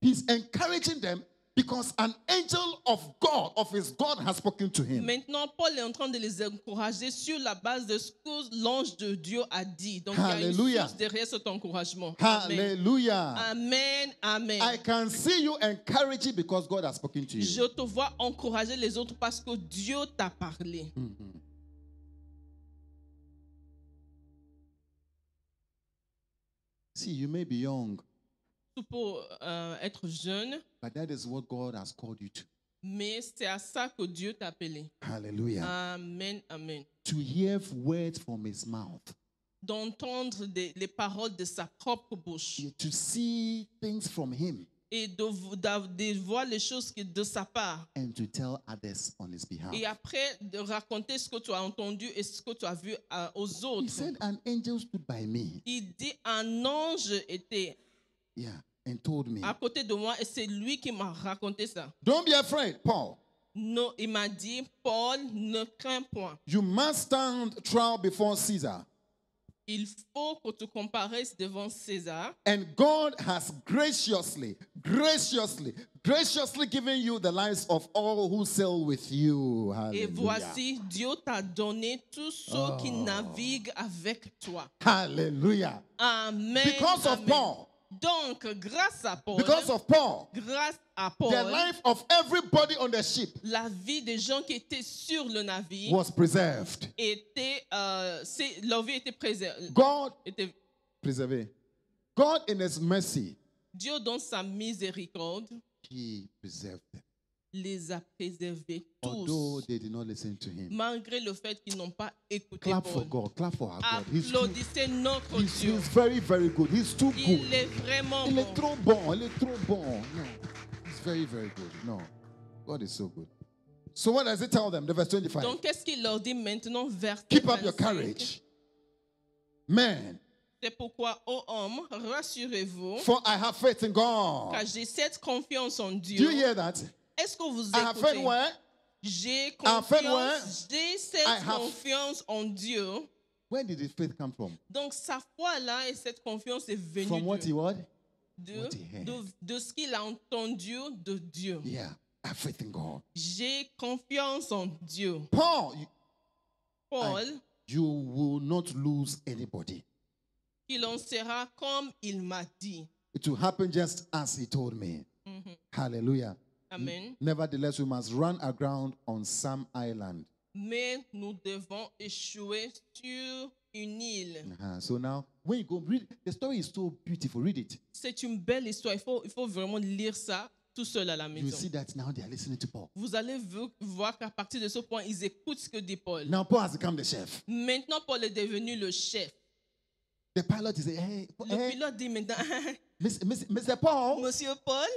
[SPEAKER 1] He's encouraging them because an angel of God, of his God, has spoken to him.
[SPEAKER 2] Maintenant, Paul est en train de les encourager sur la base de ce que l'ange de Dieu a dit. Donc, il y a
[SPEAKER 1] Hallelujah.
[SPEAKER 2] une source derrière cet encouragement. Amen.
[SPEAKER 1] Hallelujah.
[SPEAKER 2] Amen. Amen.
[SPEAKER 1] I can see you encouraging because God has spoken to
[SPEAKER 2] Je
[SPEAKER 1] you.
[SPEAKER 2] te vois encourager les autres parce que Dieu t'a parlé.
[SPEAKER 1] Mhm. See, you may be young,
[SPEAKER 2] Tout pour euh, être jeune,
[SPEAKER 1] but that is what God has called you to.
[SPEAKER 2] mais c'est à ça que Dieu t'a appelé.
[SPEAKER 1] Hallelujah.
[SPEAKER 2] Amen. Amen.
[SPEAKER 1] to hear words from his mouth,
[SPEAKER 2] D'entendre des- les paroles de sa propre bouche
[SPEAKER 1] to see things from him,
[SPEAKER 2] et de, vo- d'av- de voir les choses qui- de sa part.
[SPEAKER 1] and to tell others on his behalf.
[SPEAKER 2] Et après, de raconter ce que tu as entendu et ce que tu as vu à- aux
[SPEAKER 1] He
[SPEAKER 2] autres.
[SPEAKER 1] said, An angel stood by me,
[SPEAKER 2] Il dit, un ange était
[SPEAKER 1] yeah, and told me,
[SPEAKER 2] à côté de moi et c'est lui qui m'a raconté ça.
[SPEAKER 1] Don't be afraid, Paul.
[SPEAKER 2] Non, il m'a dit, Paul, ne crains point.
[SPEAKER 1] You must stand trial before Caesar,
[SPEAKER 2] Il faut que tu comparaisses devant César.
[SPEAKER 1] and God has graciously, graciously, graciously given you the lives of all who sail with you.
[SPEAKER 2] Et
[SPEAKER 1] Hallelujah.
[SPEAKER 2] voici, Dieu t'a donné tous ceux qui
[SPEAKER 1] Oh.
[SPEAKER 2] naviguent avec toi.
[SPEAKER 1] Hallelujah.
[SPEAKER 2] Amen.
[SPEAKER 1] Because of
[SPEAKER 2] amen.
[SPEAKER 1] Paul,
[SPEAKER 2] Donc, grâce à Paul,
[SPEAKER 1] because of Paul,
[SPEAKER 2] grâce à
[SPEAKER 1] the
[SPEAKER 2] Paul,
[SPEAKER 1] life of everybody on the ship
[SPEAKER 2] la vie des gens qui étaient sur le navire
[SPEAKER 1] was preserved.
[SPEAKER 2] était, euh, c'est- leur vie était préservée.
[SPEAKER 1] God
[SPEAKER 2] était-
[SPEAKER 1] preserve. God in his mercy,
[SPEAKER 2] Dieu, dans sa miséricorde,
[SPEAKER 1] he preserved them.
[SPEAKER 2] les a préservés
[SPEAKER 1] Although
[SPEAKER 2] tous,
[SPEAKER 1] they did not listen to him.
[SPEAKER 2] malgré le fait qu'ils n'ont pas écouté
[SPEAKER 1] Clap for
[SPEAKER 2] Paul.
[SPEAKER 1] God. Clap for our God. He's, too,
[SPEAKER 2] Applaudissez notre
[SPEAKER 1] he's,
[SPEAKER 2] Dieu.
[SPEAKER 1] he's very, very good. He's too
[SPEAKER 2] Il
[SPEAKER 1] good.
[SPEAKER 2] est vraiment
[SPEAKER 1] Il est
[SPEAKER 2] bon.
[SPEAKER 1] trop bon. Il est trop bon. No. He's very, very good. No. God is so good. So what does it tell them? The verse 25.
[SPEAKER 2] Donc, qu'est-ce qu'il leur dit maintenant verset
[SPEAKER 1] Keep up your
[SPEAKER 2] 25?
[SPEAKER 1] courage. Man,
[SPEAKER 2] C'est pourquoi, ô homme, rassurez-vous,
[SPEAKER 1] for I have faith in God.
[SPEAKER 2] car j'ai cette confiance en
[SPEAKER 1] Do
[SPEAKER 2] Dieu.
[SPEAKER 1] you hear that?
[SPEAKER 2] Est-ce que vous
[SPEAKER 1] I have faith
[SPEAKER 2] écoutez?
[SPEAKER 1] where?
[SPEAKER 2] J'ai
[SPEAKER 1] I have faith where?
[SPEAKER 2] confiance, j'ai cette
[SPEAKER 1] I have-
[SPEAKER 2] confiance en Dieu.
[SPEAKER 1] Where did his faith come from?
[SPEAKER 2] Donc, sa foi là et cette confiance est venue
[SPEAKER 1] From what
[SPEAKER 2] de,
[SPEAKER 1] he what?
[SPEAKER 2] de-
[SPEAKER 1] what he heard.
[SPEAKER 2] de- de ce qu'il a entendu de Dieu.
[SPEAKER 1] Yeah. I have faith in God.
[SPEAKER 2] J'ai confiance en Dieu.
[SPEAKER 1] Paul, you-
[SPEAKER 2] Paul,
[SPEAKER 1] you will not lose anybody.
[SPEAKER 2] qu'il en sera comme il m'a dit. Mhm.
[SPEAKER 1] It will happen just as he told me. Hallelujah.
[SPEAKER 2] Amen.
[SPEAKER 1] Nevertheless, we must run aground on some island.
[SPEAKER 2] mais nous devons échouer sur une île.
[SPEAKER 1] Uh-huh. So now, when you go read, the story is so beautiful. Read it.
[SPEAKER 2] C'est une belle histoire. Il faut, il faut vraiment lire ça tout seul à la
[SPEAKER 1] You
[SPEAKER 2] maison.
[SPEAKER 1] see that now they are listening to Paul.
[SPEAKER 2] Vous allez vo- voir qu'à partir de ce point, ils écoutent ce que dit Paul.
[SPEAKER 1] Now Paul has become the chef.
[SPEAKER 2] Maintenant, Paul est devenu le chef.
[SPEAKER 1] The pilot is hey, Paul-
[SPEAKER 2] Le
[SPEAKER 1] hey
[SPEAKER 2] pilote dit maintenant, (laughs)
[SPEAKER 1] Miss, Miss, Mr. Paul,
[SPEAKER 2] Monsieur Paul,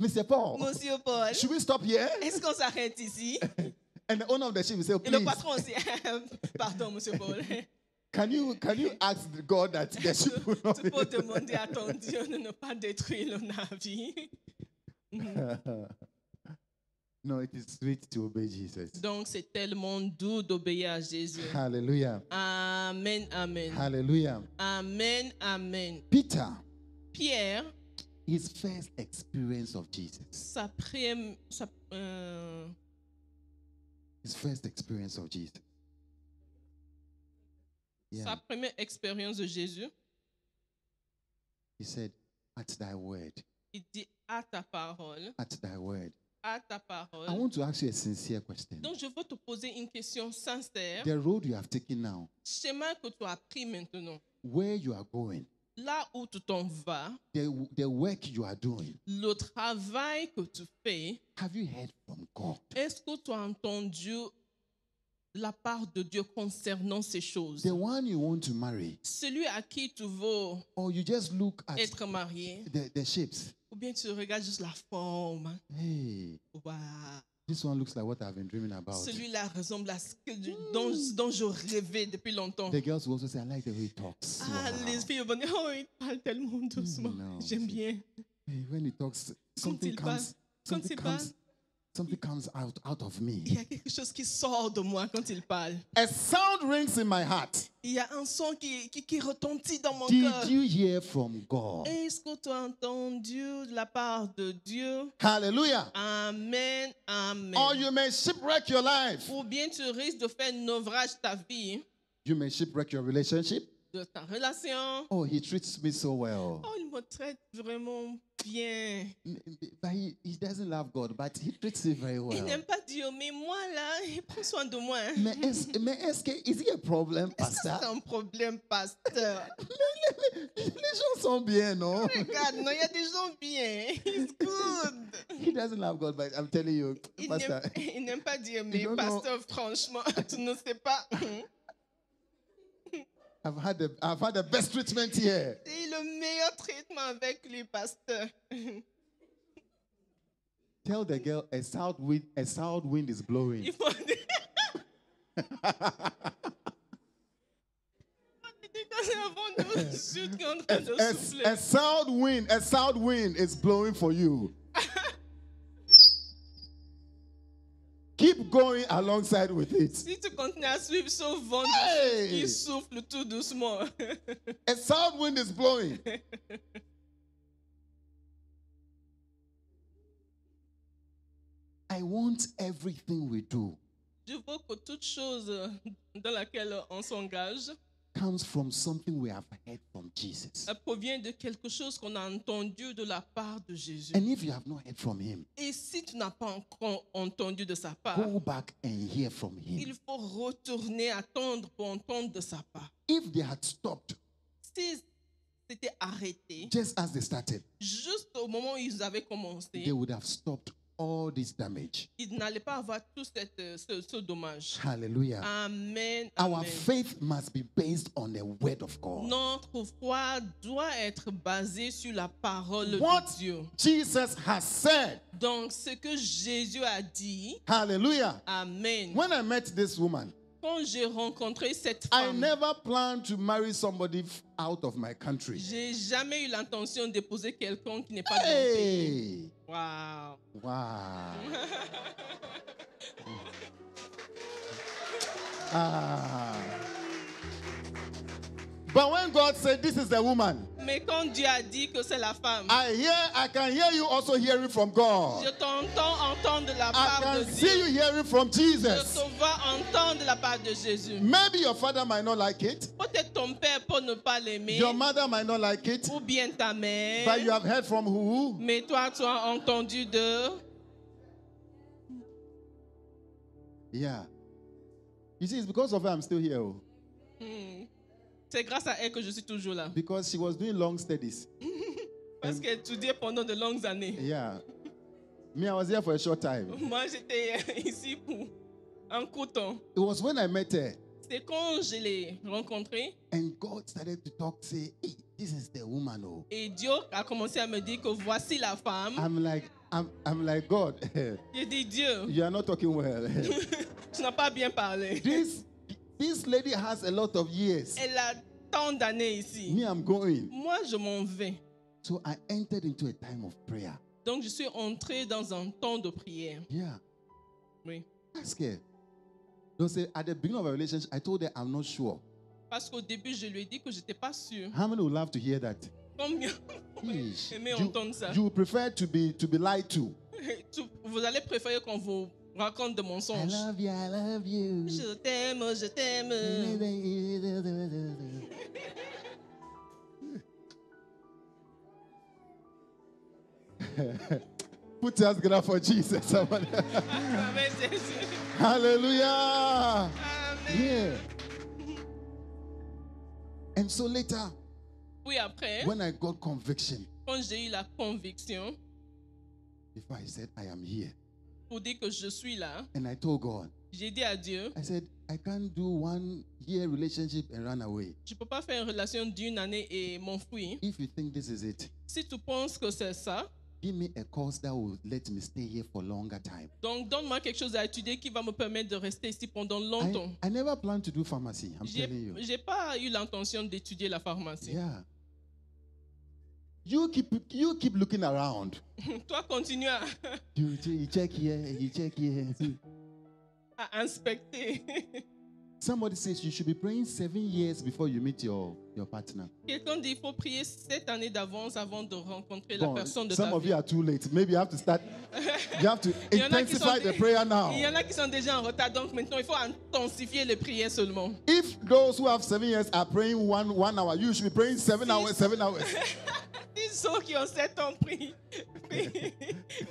[SPEAKER 1] Mr. Paul,
[SPEAKER 2] Monsieur Paul,
[SPEAKER 1] should we stop here?
[SPEAKER 2] est-ce qu'on s'arrête ici?
[SPEAKER 1] And the owner of the ship will say,
[SPEAKER 2] Et le
[SPEAKER 1] please,
[SPEAKER 2] patron aussi, (laughs) pardon, Monsieur Paul.
[SPEAKER 1] can you can you ask the God that the
[SPEAKER 2] (laughs) Tu,
[SPEAKER 1] ship will not
[SPEAKER 2] tu peux demander à ton Dieu de ne pas détruire le navire.
[SPEAKER 1] (laughs) No, it is sweet to obey Jesus.
[SPEAKER 2] (laughs) Donc, c'est tellement doux d'obéir à Jésus.
[SPEAKER 1] Hallelujah.
[SPEAKER 2] Amen, amen.
[SPEAKER 1] Hallelujah.
[SPEAKER 2] Amen, amen.
[SPEAKER 1] Peter,
[SPEAKER 2] Pierre,
[SPEAKER 1] his first experience of Jesus,
[SPEAKER 2] sa prime, sa, euh,
[SPEAKER 1] his first experience of Jesus. Yeah.
[SPEAKER 2] sa première expérience de Jésus,
[SPEAKER 1] He said, At thy word,
[SPEAKER 2] il dit à ta parole,
[SPEAKER 1] at thy word.
[SPEAKER 2] à ta
[SPEAKER 1] I
[SPEAKER 2] parole.
[SPEAKER 1] want to ask you a sincere question.
[SPEAKER 2] Donc, je veux te poser une question sincère.
[SPEAKER 1] The road you have taken now,
[SPEAKER 2] Schéma que tu as pris maintenant,
[SPEAKER 1] where you are going,
[SPEAKER 2] là où tu t'en vas,
[SPEAKER 1] the, the work you are doing,
[SPEAKER 2] le travail que tu fais,
[SPEAKER 1] have you heard from God?
[SPEAKER 2] est-ce que tu as entendu la part de Dieu concernant ces choses?
[SPEAKER 1] The one you want to marry,
[SPEAKER 2] Celui à qui tu veux
[SPEAKER 1] or you just look at
[SPEAKER 2] être marié,
[SPEAKER 1] the, the shapes.
[SPEAKER 2] ou bien tu regardes juste la forme.
[SPEAKER 1] Hey,
[SPEAKER 2] Waouh.
[SPEAKER 1] this one looks like what I've been dreaming about.
[SPEAKER 2] Celui-là ressemble à ce que je-
[SPEAKER 1] Hmm.
[SPEAKER 2] dont, dont je rêvais depuis longtemps.
[SPEAKER 1] The girls will also say, I like the way he talks.
[SPEAKER 2] Ah,
[SPEAKER 1] Wow.
[SPEAKER 2] les filles vont dire, oh, il parle tellement doucement.
[SPEAKER 1] Hmm, non,
[SPEAKER 2] J'aime
[SPEAKER 1] c'est-
[SPEAKER 2] bien.
[SPEAKER 1] Hey, when he talks, something
[SPEAKER 2] il
[SPEAKER 1] comes.
[SPEAKER 2] parle- quand
[SPEAKER 1] something
[SPEAKER 2] il parle,
[SPEAKER 1] comes. Something comes out, out of
[SPEAKER 2] Il
[SPEAKER 1] me.
[SPEAKER 2] y a quelque chose qui sort de moi quand il parle.
[SPEAKER 1] A sound rings in my heart.
[SPEAKER 2] Il y a un son qui, qui, qui retentit dans mon cœur.
[SPEAKER 1] Did you hear from God?
[SPEAKER 2] Est-ce que tu as entendu de la part de Dieu?
[SPEAKER 1] Hallelujah.
[SPEAKER 2] Amen, amen.
[SPEAKER 1] Or you may shipwreck your life.
[SPEAKER 2] Ou bien tu risques de faire naufrage ta vie,
[SPEAKER 1] You may shipwreck your relationship.
[SPEAKER 2] de ta relation.
[SPEAKER 1] Oh, he treats me so well.
[SPEAKER 2] Oh, il me traite vraiment bien.
[SPEAKER 1] M- m- But he, he doesn't love God, but he treats me very
[SPEAKER 2] Il
[SPEAKER 1] well.
[SPEAKER 2] n'aime pas Dieu, mais moi là, il prend soin de moi.
[SPEAKER 1] May ask- may ask, is it a problem,
[SPEAKER 2] Ça, c'est
[SPEAKER 1] (laughs) Pastor?
[SPEAKER 2] un problème, pasteur.
[SPEAKER 1] Les gens sont bien, non?
[SPEAKER 2] Regarde, non, il y a des gens bien. It's good.
[SPEAKER 1] He doesn't love God, but I'm telling you,
[SPEAKER 2] Il
[SPEAKER 1] Pastor.
[SPEAKER 2] n'aime- Il n'aime pas Dieu, mais
[SPEAKER 1] don't know.
[SPEAKER 2] pasteur, franchement, (laughs) tu ne sais pas.
[SPEAKER 1] I've had the I've had the best treatment here.
[SPEAKER 2] C'est le meilleur traitement avec lui, pasteur.
[SPEAKER 1] Tell the girl a south wind a south wind is blowing.
[SPEAKER 2] Il faut dire. C'est un vent de sud qui est en train de
[SPEAKER 1] A,
[SPEAKER 2] souffler.
[SPEAKER 1] a south wind, a south wind is blowing for you. Keep going alongside with it.
[SPEAKER 2] Si tu continues à suivre ce vent de
[SPEAKER 1] Hey!
[SPEAKER 2] sud qui souffle tout doucement, (laughs)
[SPEAKER 1] A south wind is blowing. I want everything we do
[SPEAKER 2] je veux que toute chose dans laquelle on s'engage
[SPEAKER 1] comes from something we have heard from Jesus.
[SPEAKER 2] elle provient de quelque chose qu'on a entendu de la part de Jésus.
[SPEAKER 1] And if you have not heard from him,
[SPEAKER 2] Et si tu n'as pas encore entendu de sa part,
[SPEAKER 1] go back and hear from him.
[SPEAKER 2] il faut retourner attendre pour entendre de sa part.
[SPEAKER 1] If they had stopped
[SPEAKER 2] Si c'était arrêté,
[SPEAKER 1] just as they started,
[SPEAKER 2] juste au moment où ils avaient commencé,
[SPEAKER 1] they would have stopped all this damage.
[SPEAKER 2] ils n'allaient pas avoir tout cette, euh, ce, ce dommage.
[SPEAKER 1] Hallelujah.
[SPEAKER 2] Amen.
[SPEAKER 1] Our
[SPEAKER 2] Ah, amen.
[SPEAKER 1] faith must be based on the word of God.
[SPEAKER 2] Notre foi doit être basée sur la parole
[SPEAKER 1] What
[SPEAKER 2] de Dieu.
[SPEAKER 1] Jesus has said.
[SPEAKER 2] Donc, ce que Jésus a dit,
[SPEAKER 1] Hallelujah.
[SPEAKER 2] Amen.
[SPEAKER 1] When I met this woman,
[SPEAKER 2] Quand j'ai rencontré cette
[SPEAKER 1] I
[SPEAKER 2] femme,
[SPEAKER 1] never planned to marry somebody f- out of my country.
[SPEAKER 2] j'ai jamais eu l'intention d'épouser quelqu'un qui n'est pas de mon
[SPEAKER 1] Hey!
[SPEAKER 2] pays. Wow.
[SPEAKER 1] Wow. (laughs) ah. But when God said, This is the woman,
[SPEAKER 2] Mais quand Dieu a dit que c'est la femme,
[SPEAKER 1] I hear, I can hear you also hearing from God.
[SPEAKER 2] je t'entends entendre de la
[SPEAKER 1] I
[SPEAKER 2] part de
[SPEAKER 1] can see
[SPEAKER 2] Dieu.
[SPEAKER 1] you hearing from
[SPEAKER 2] Je
[SPEAKER 1] Jesus.
[SPEAKER 2] te vois entendre de la part de Jésus.
[SPEAKER 1] Maybe your father might not like it.
[SPEAKER 2] Peut-être ton père pour ne pas l'aimer,
[SPEAKER 1] Your mother might not like it.
[SPEAKER 2] ou bien ta mère.
[SPEAKER 1] But you have heard from who?
[SPEAKER 2] Mais toi, tu as entendu de...
[SPEAKER 1] Yeah. You see, it's because of her I'm still here. oh.
[SPEAKER 2] Hmm. C'est grâce à elle que je suis toujours là.
[SPEAKER 1] Because she was doing long studies.
[SPEAKER 2] Parce qu'elle étudiait pendant de longues années.
[SPEAKER 1] Yeah. Me, I was here for a short time.
[SPEAKER 2] Moi, j'étais (laughs) ici pour un court temps.
[SPEAKER 1] It was when I met her
[SPEAKER 2] C'est quand je l'ai rencontrée
[SPEAKER 1] and God started to talk, say, hey, this is the woman. Oh.
[SPEAKER 2] et Dieu a commencé à me dire que voici la femme.
[SPEAKER 1] I'm like, I'm, I'm like, God, (laughs)
[SPEAKER 2] J'ai dit Dieu,
[SPEAKER 1] you are not talking well. (laughs)
[SPEAKER 2] tu n'as pas bien parlé.
[SPEAKER 1] this, this lady has a lot of years.
[SPEAKER 2] Elle a tant d'années ici.
[SPEAKER 1] Me, I'm going.
[SPEAKER 2] Moi, je m'en vais.
[SPEAKER 1] So I entered into a time of prayer.
[SPEAKER 2] Donc, je suis entrée dans un temps de prière.
[SPEAKER 1] Yeah.
[SPEAKER 2] Oui.
[SPEAKER 1] Ask her. Don't say, at the beginning of our relationship, I told her I'm not sure.
[SPEAKER 2] Parce qu'au début, je lui ai dit que je n'étais pas sûre.
[SPEAKER 1] How many would love to hear that?
[SPEAKER 2] Combien
[SPEAKER 1] Yeesh.
[SPEAKER 2] Aimez
[SPEAKER 1] You,
[SPEAKER 2] entendre ça.
[SPEAKER 1] you prefer to be to be lied to.
[SPEAKER 2] (laughs) Tu- Vous allez préférer qu'on vous raconte de
[SPEAKER 1] I
[SPEAKER 2] mensonges.
[SPEAKER 1] love you, I love you. (laughs)
[SPEAKER 2] Je t'aime, je (laughs) t'aime.
[SPEAKER 1] Put your hands together for Jesus. somebody. (laughs)
[SPEAKER 2] Avec Jésus.
[SPEAKER 1] Hallelujah.
[SPEAKER 2] Amen.
[SPEAKER 1] Yeah. And so later,
[SPEAKER 2] Puis après,
[SPEAKER 1] when I got conviction,
[SPEAKER 2] quand j'ai eu la conviction
[SPEAKER 1] before I said, I am here,
[SPEAKER 2] pour dire que je suis là,
[SPEAKER 1] and I told God,
[SPEAKER 2] j'ai dit à Dieu,
[SPEAKER 1] I said, I can't do one year relationship and run away.
[SPEAKER 2] je ne peux pas faire une relation d'une année et m'enfuir.
[SPEAKER 1] If you think this is it,
[SPEAKER 2] Si tu penses que c'est ça,
[SPEAKER 1] give me a course that will let me stay here for longer time.
[SPEAKER 2] donc donne-moi quelque chose à étudier qui va me permettre de rester ici pendant
[SPEAKER 1] I,
[SPEAKER 2] longtemps.
[SPEAKER 1] I never planned to do pharmacy, I'm
[SPEAKER 2] J'ai
[SPEAKER 1] telling you.
[SPEAKER 2] j'ai pas eu l'intention d'étudier la pharmacie.
[SPEAKER 1] Yeah. You keep you keep looking around.
[SPEAKER 2] (laughs) Toi, continue à, (laughs)
[SPEAKER 1] You, che- you check here, you check here.
[SPEAKER 2] à inspecter.
[SPEAKER 1] Somebody says you should be praying seven years before you meet your, your partner.
[SPEAKER 2] Quelqu'un dit qu'il faut prier sept années d'avance avant de rencontrer la
[SPEAKER 1] Bon,
[SPEAKER 2] personne de
[SPEAKER 1] some
[SPEAKER 2] ta
[SPEAKER 1] of
[SPEAKER 2] vie.
[SPEAKER 1] you are too late. Maybe you have to start. You have to
[SPEAKER 2] Il y en a qui sont
[SPEAKER 1] intensify the
[SPEAKER 2] dé-
[SPEAKER 1] prayer now.
[SPEAKER 2] Il y en a qui sont déjà en retard, donc maintenant il faut intensifier les prières seulement.
[SPEAKER 1] If those who have seven years are praying one one hour, you should be praying seven hours, seven hours.
[SPEAKER 2] Ils sont qui ont sept ans pris. (laughs) pris.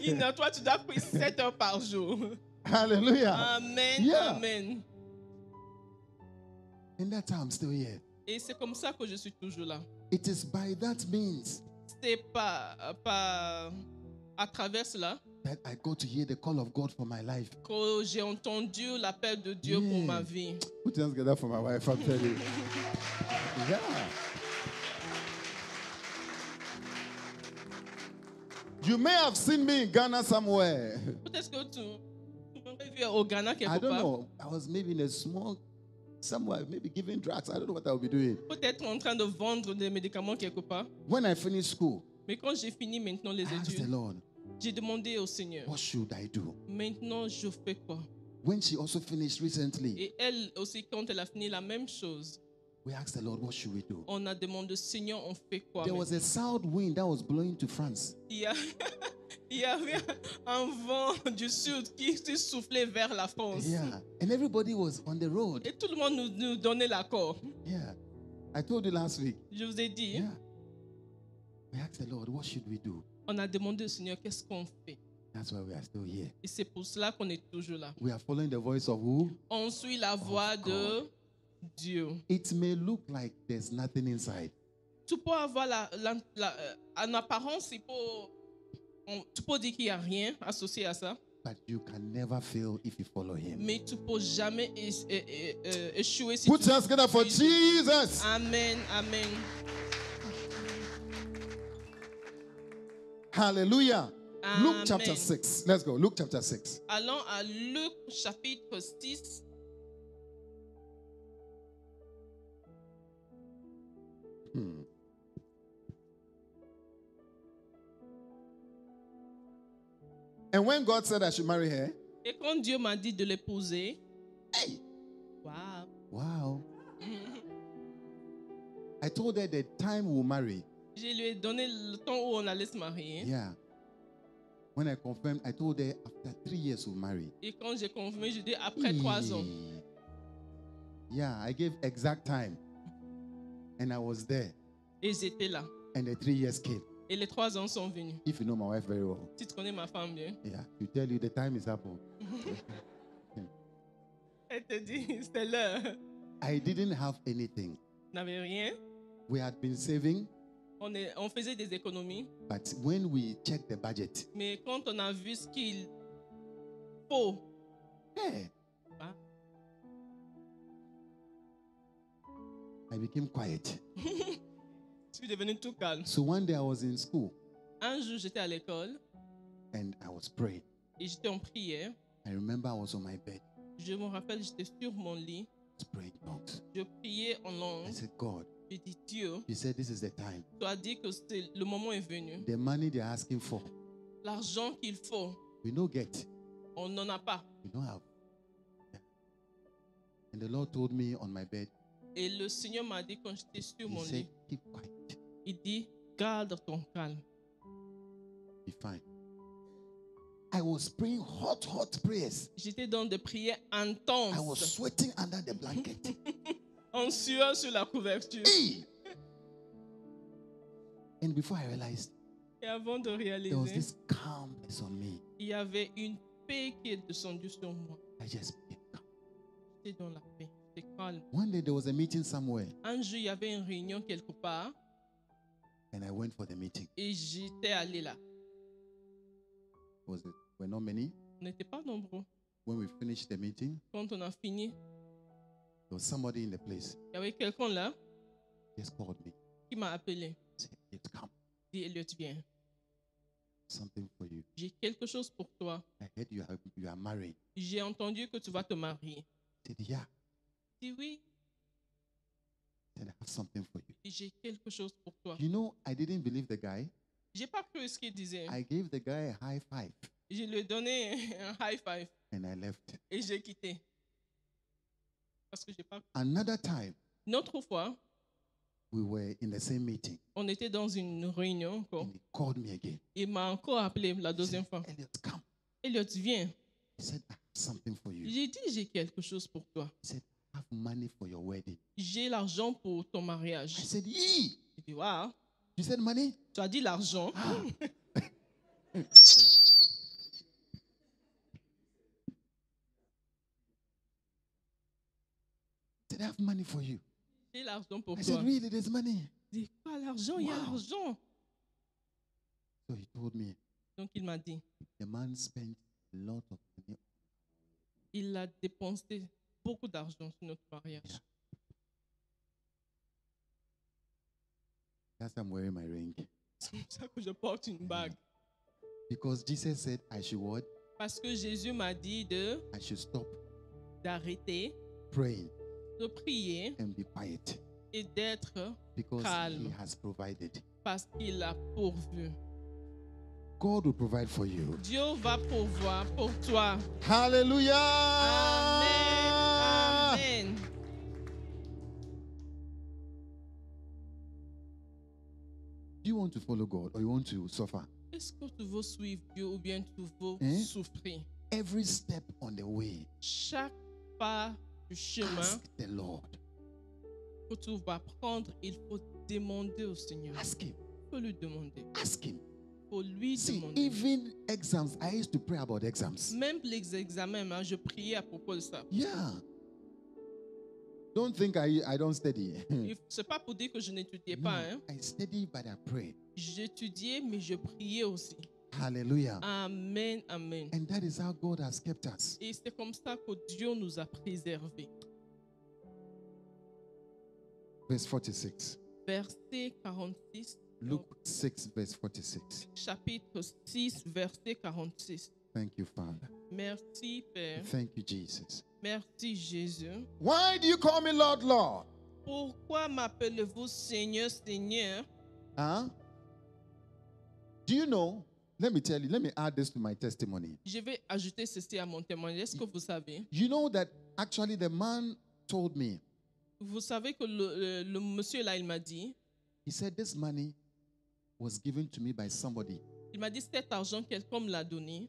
[SPEAKER 2] Une heure, toi, tu dois prier sept heures par jour. Uh,
[SPEAKER 1] Hallelujah.
[SPEAKER 2] Amen.
[SPEAKER 1] Yeah.
[SPEAKER 2] Amen.
[SPEAKER 1] And that's how I'm still here.
[SPEAKER 2] Et c'est comme ça que je suis toujours là.
[SPEAKER 1] It is by that means
[SPEAKER 2] C'est pas, pas à travers cela
[SPEAKER 1] that I got to hear the call of God for my life.
[SPEAKER 2] que j'ai entendu l'appel de Dieu pour
[SPEAKER 1] Yeah.
[SPEAKER 2] ma vie.
[SPEAKER 1] Put your hands together for my wife, I'm telling you. Yeah. You may have seen me in Ghana somewhere.
[SPEAKER 2] Peut-être que tu, tu m'aurais vu au Ghana quelque
[SPEAKER 1] I don't
[SPEAKER 2] part.
[SPEAKER 1] know. I was maybe in a small, somewhere, maybe giving drugs. I don't know what I'll be doing.
[SPEAKER 2] Peut-être en train de vendre des médicaments quelque part.
[SPEAKER 1] When I finish school,
[SPEAKER 2] Mais quand j'ai fini maintenant les
[SPEAKER 1] I asked the
[SPEAKER 2] études,
[SPEAKER 1] Lord,
[SPEAKER 2] j'ai demandé au Seigneur,
[SPEAKER 1] what should I do?
[SPEAKER 2] maintenant je fais quoi
[SPEAKER 1] When she also finished recently,
[SPEAKER 2] Et elle aussi, quand elle a fini la même chose,
[SPEAKER 1] we asked the Lord, what should we do?
[SPEAKER 2] on a demandé, Seigneur, on fait quoi
[SPEAKER 1] There was
[SPEAKER 2] maintenant?
[SPEAKER 1] a south wind that was blowing to France.
[SPEAKER 2] il, y a- (laughs) il y avait un vent du sud qui se soufflait vers la France.
[SPEAKER 1] Yeah. And everybody was on the road.
[SPEAKER 2] Et tout le monde nous, nous donnait l'accord.
[SPEAKER 1] Yeah. I told you last week.
[SPEAKER 2] Je vous ai dit,
[SPEAKER 1] Yeah. We asked the Lord, what should we do?
[SPEAKER 2] on a demandé au Seigneur, qu'est-ce qu'on fait
[SPEAKER 1] That's why we are still here.
[SPEAKER 2] Et c'est pour cela qu'on est toujours là.
[SPEAKER 1] We are following the voice of who?
[SPEAKER 2] On suit la voie de Dieu.
[SPEAKER 1] It may look like there's nothing inside.
[SPEAKER 2] Tu peux avoir la, la- la- euh, en apparence, il faut- on- tu peux dire qu'il n'y a rien associé à ça,
[SPEAKER 1] But you can never fail if you follow him.
[SPEAKER 2] mais tu peux jamais é- é- é- euh, échouer si
[SPEAKER 1] Put
[SPEAKER 2] tu...
[SPEAKER 1] your hands together for Jesus.
[SPEAKER 2] Amen, amen.
[SPEAKER 1] Hallelujah. Luke chapter
[SPEAKER 2] Amen.
[SPEAKER 1] 6. Let's go. Luke chapter 6.
[SPEAKER 2] Allons à Luc chapitre 6.
[SPEAKER 1] And when God said I should marry her,
[SPEAKER 2] Et quand Dieu m'a dit de l'épouser,
[SPEAKER 1] hey,
[SPEAKER 2] waouh,
[SPEAKER 1] wow. I told her the time we'll marry.
[SPEAKER 2] je lui ai donné le temps où on allait se marier.
[SPEAKER 1] Yeah. When I confirmed, I told her after three years we'll marry.
[SPEAKER 2] Et quand j'ai confirmé, je dis après trois ans.
[SPEAKER 1] Hey. Yeah, I gave exact time. And I was there.
[SPEAKER 2] Et j'étais là.
[SPEAKER 1] And the three years came.
[SPEAKER 2] Et les trois ans sont venus.
[SPEAKER 1] If you know my wife very well.
[SPEAKER 2] Si tu connais ma femme bien,
[SPEAKER 1] Yeah. You tell you the time is up. oh.
[SPEAKER 2] elle te dit, (laughs) c'est l'heure.
[SPEAKER 1] I didn't have anything.
[SPEAKER 2] On n'avait rien.
[SPEAKER 1] We had been saving,
[SPEAKER 2] On, est- on faisait des économies.
[SPEAKER 1] but when we checked the budget,
[SPEAKER 2] Mais quand on a vu ce qu'il faut,
[SPEAKER 1] hey,
[SPEAKER 2] hein,
[SPEAKER 1] I became quiet.
[SPEAKER 2] je suis devenu tout calme.
[SPEAKER 1] So one day I was in school
[SPEAKER 2] Un jour, j'étais à l'école
[SPEAKER 1] and I was praying.
[SPEAKER 2] et j'étais en prière.
[SPEAKER 1] I remember I was on my bed,
[SPEAKER 2] Je me rappelle, j'étais sur mon
[SPEAKER 1] I
[SPEAKER 2] lit.
[SPEAKER 1] was praying tongues.
[SPEAKER 2] Je priais en
[SPEAKER 1] I
[SPEAKER 2] langue.
[SPEAKER 1] said, God,
[SPEAKER 2] Je dis, Dieu,
[SPEAKER 1] you said this is the time.
[SPEAKER 2] tu as dit que c'est- le moment est venu.
[SPEAKER 1] The money they're asking for,
[SPEAKER 2] L'argent qu'il faut,
[SPEAKER 1] we don't get,
[SPEAKER 2] on n'en a pas.
[SPEAKER 1] we don't have. Yeah. And the Lord told me on my bed,
[SPEAKER 2] Et le Seigneur m'a dit quand j'étais sur
[SPEAKER 1] He
[SPEAKER 2] mon
[SPEAKER 1] said,
[SPEAKER 2] lit,
[SPEAKER 1] keep quiet,
[SPEAKER 2] il dit, garde ton calme.
[SPEAKER 1] be fine. I was praying hot, hot prayers.
[SPEAKER 2] J'étais dans des prières
[SPEAKER 1] I was
[SPEAKER 2] intenses,
[SPEAKER 1] sweating under the blanket.
[SPEAKER 2] en sueur sur la couverture.
[SPEAKER 1] Hey! And before I realized,
[SPEAKER 2] Et avant de
[SPEAKER 1] there was
[SPEAKER 2] réaliser,
[SPEAKER 1] this calmness on me.
[SPEAKER 2] il y avait une paix qui est descendue sur moi.
[SPEAKER 1] I just became calm.
[SPEAKER 2] J'étais dans la paix, j'étais calme.
[SPEAKER 1] One day there was a meeting somewhere,
[SPEAKER 2] Un jour, il y avait une réunion quelque part
[SPEAKER 1] and I went for the meeting.
[SPEAKER 2] et j'étais allé là.
[SPEAKER 1] Was it? We're not many.
[SPEAKER 2] On n'était pas nombreux.
[SPEAKER 1] When we finished the meeting,
[SPEAKER 2] Quand on a fini,
[SPEAKER 1] there was somebody in the place
[SPEAKER 2] il y avait quelqu'un là
[SPEAKER 1] just called me.
[SPEAKER 2] qui m'a appelé.
[SPEAKER 1] Said, "It's come.
[SPEAKER 2] Il dit, Elliot, viens.
[SPEAKER 1] Something for you.
[SPEAKER 2] J'ai quelque chose pour toi.
[SPEAKER 1] I heard you are you are married."
[SPEAKER 2] J'ai entendu que tu vas te marier.
[SPEAKER 1] I said, "Yeah."
[SPEAKER 2] Je dis oui.
[SPEAKER 1] said, I have something for you.
[SPEAKER 2] Et J'ai quelque chose pour toi.
[SPEAKER 1] You know, I didn't believe the guy.
[SPEAKER 2] J'ai pas cru ce qu'il disait.
[SPEAKER 1] I gave the guy a high five
[SPEAKER 2] Je lui ai donné (laughs) un high five
[SPEAKER 1] and I left.
[SPEAKER 2] et j'ai quitté. Parce que j'ai pas.
[SPEAKER 1] Another time,
[SPEAKER 2] Une autre fois,
[SPEAKER 1] we were in the same meeting
[SPEAKER 2] on était dans une réunion encore.
[SPEAKER 1] and he called me again.
[SPEAKER 2] Il m'a encore appelé la
[SPEAKER 1] He
[SPEAKER 2] deuxième
[SPEAKER 1] said,
[SPEAKER 2] fois.
[SPEAKER 1] Elliot, come.
[SPEAKER 2] Elliot, viens.
[SPEAKER 1] He said, I have something for you.
[SPEAKER 2] J'ai dit, j'ai quelque chose pour toi.
[SPEAKER 1] He said, I have money for your wedding.
[SPEAKER 2] J'ai l'argent pour ton mariage.
[SPEAKER 1] I said, Yee!
[SPEAKER 2] J'ai dit, waouh,
[SPEAKER 1] You said money?
[SPEAKER 2] tu as dit l'argent.
[SPEAKER 1] Ah. He said, I have money for you.
[SPEAKER 2] J'ai l'argent pour
[SPEAKER 1] I
[SPEAKER 2] toi.
[SPEAKER 1] said, really, there's money.
[SPEAKER 2] J'ai dit, quoi, l'argent, il y a
[SPEAKER 1] Wow.
[SPEAKER 2] l'argent.
[SPEAKER 1] So he told me,
[SPEAKER 2] Donc il m'a dit,
[SPEAKER 1] the man spent a lot of money.
[SPEAKER 2] il a dépensé beaucoup d'argent sur notre mariage.
[SPEAKER 1] That's why I'm wearing my ring.
[SPEAKER 2] C'est pour ça que je porte une bague.
[SPEAKER 1] Because Jesus said, I should what?
[SPEAKER 2] Parce que Jésus m'a dit de
[SPEAKER 1] I should stop
[SPEAKER 2] d'arrêter
[SPEAKER 1] praying
[SPEAKER 2] de prier
[SPEAKER 1] and be quiet.
[SPEAKER 2] et d'être
[SPEAKER 1] Because he
[SPEAKER 2] Calm.
[SPEAKER 1] has provided.
[SPEAKER 2] parce qu'il a pourvu.
[SPEAKER 1] God will provide for you.
[SPEAKER 2] Dieu va pourvoir pour toi.
[SPEAKER 1] Hallelujah! Ah.
[SPEAKER 2] Amen. Amen.
[SPEAKER 1] Do you want to follow God or you want to suffer?
[SPEAKER 2] Est-ce que tu veux suivre Dieu ou bien tu veux
[SPEAKER 1] Hein?
[SPEAKER 2] souffrir?
[SPEAKER 1] Every step on the way,
[SPEAKER 2] Chaque pas du chemin
[SPEAKER 1] ask the Lord.
[SPEAKER 2] que tu vas prendre, il faut demander au Seigneur.
[SPEAKER 1] Ask Him.
[SPEAKER 2] Il faut lui demander.
[SPEAKER 1] Ask Him.
[SPEAKER 2] Il faut lui
[SPEAKER 1] See,
[SPEAKER 2] demander.
[SPEAKER 1] even exams, I used to pray about exams.
[SPEAKER 2] Même les examens, hein, je priais à propos de ça.
[SPEAKER 1] Yeah. Don't think I, I don't study. (laughs)
[SPEAKER 2] Il- C'est pas pour dire que je n'étudiais
[SPEAKER 1] No,
[SPEAKER 2] pas. Hein.
[SPEAKER 1] I study, but I pray.
[SPEAKER 2] J'étudiais, mais je priais aussi.
[SPEAKER 1] Hallelujah.
[SPEAKER 2] Ah. Amen, amen.
[SPEAKER 1] And that is how God has kept us.
[SPEAKER 2] Et c'est comme ça que Dieu nous a préservés.
[SPEAKER 1] Verse 46.
[SPEAKER 2] Verset 46,
[SPEAKER 1] Luke 6, verse 46.
[SPEAKER 2] chapitre 6, verset 46.
[SPEAKER 1] Thank you, Father.
[SPEAKER 2] Merci Père,
[SPEAKER 1] Thank you, Jesus.
[SPEAKER 2] merci Jésus.
[SPEAKER 1] Why do you call me Lord, Lord?
[SPEAKER 2] Pourquoi m'appelez-vous Seigneur, Seigneur
[SPEAKER 1] Huh? Do you know? Let me tell you, let me add this to my testimony.
[SPEAKER 2] Je vais ajouter ceci à mon témoignage. Est-ce que vous savez
[SPEAKER 1] You know that actually the man told me,
[SPEAKER 2] Vous savez que le, le- le monsieur là, il m'a dit,
[SPEAKER 1] he said, This money was given to me by somebody.
[SPEAKER 2] il m'a dit cet argent, quelqu'un me l'a donné.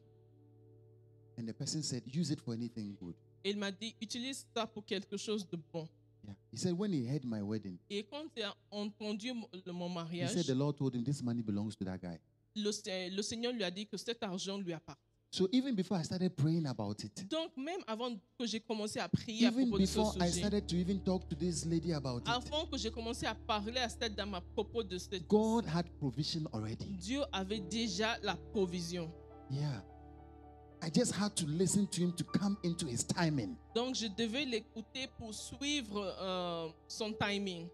[SPEAKER 1] And the person said, Use it for anything good.
[SPEAKER 2] Et il m'a dit, utilise ça pour quelque chose de bon.
[SPEAKER 1] Yeah. He said, When he heard my wedding,
[SPEAKER 2] Et quand il a entendu mon- le- mon
[SPEAKER 1] he
[SPEAKER 2] mariage,
[SPEAKER 1] said, The Lord told him, This money belongs to that guy.
[SPEAKER 2] le, Se- le Seigneur lui a dit que cet argent lui appartient.
[SPEAKER 1] So even before I started praying about it,
[SPEAKER 2] Donc, même avant que j'ai commencé à prier à
[SPEAKER 1] even
[SPEAKER 2] propos de ce
[SPEAKER 1] before I
[SPEAKER 2] sujet,
[SPEAKER 1] started to even talk to this lady about it,
[SPEAKER 2] avant que j'ai commencé à parler à cette dame à propos de cette
[SPEAKER 1] God had provision already.
[SPEAKER 2] Dieu avait déjà la provision.
[SPEAKER 1] Yeah. I just had to listen to him to come into his timing.
[SPEAKER 2] Donc, je devais l'écouter pour suivre euh, son timing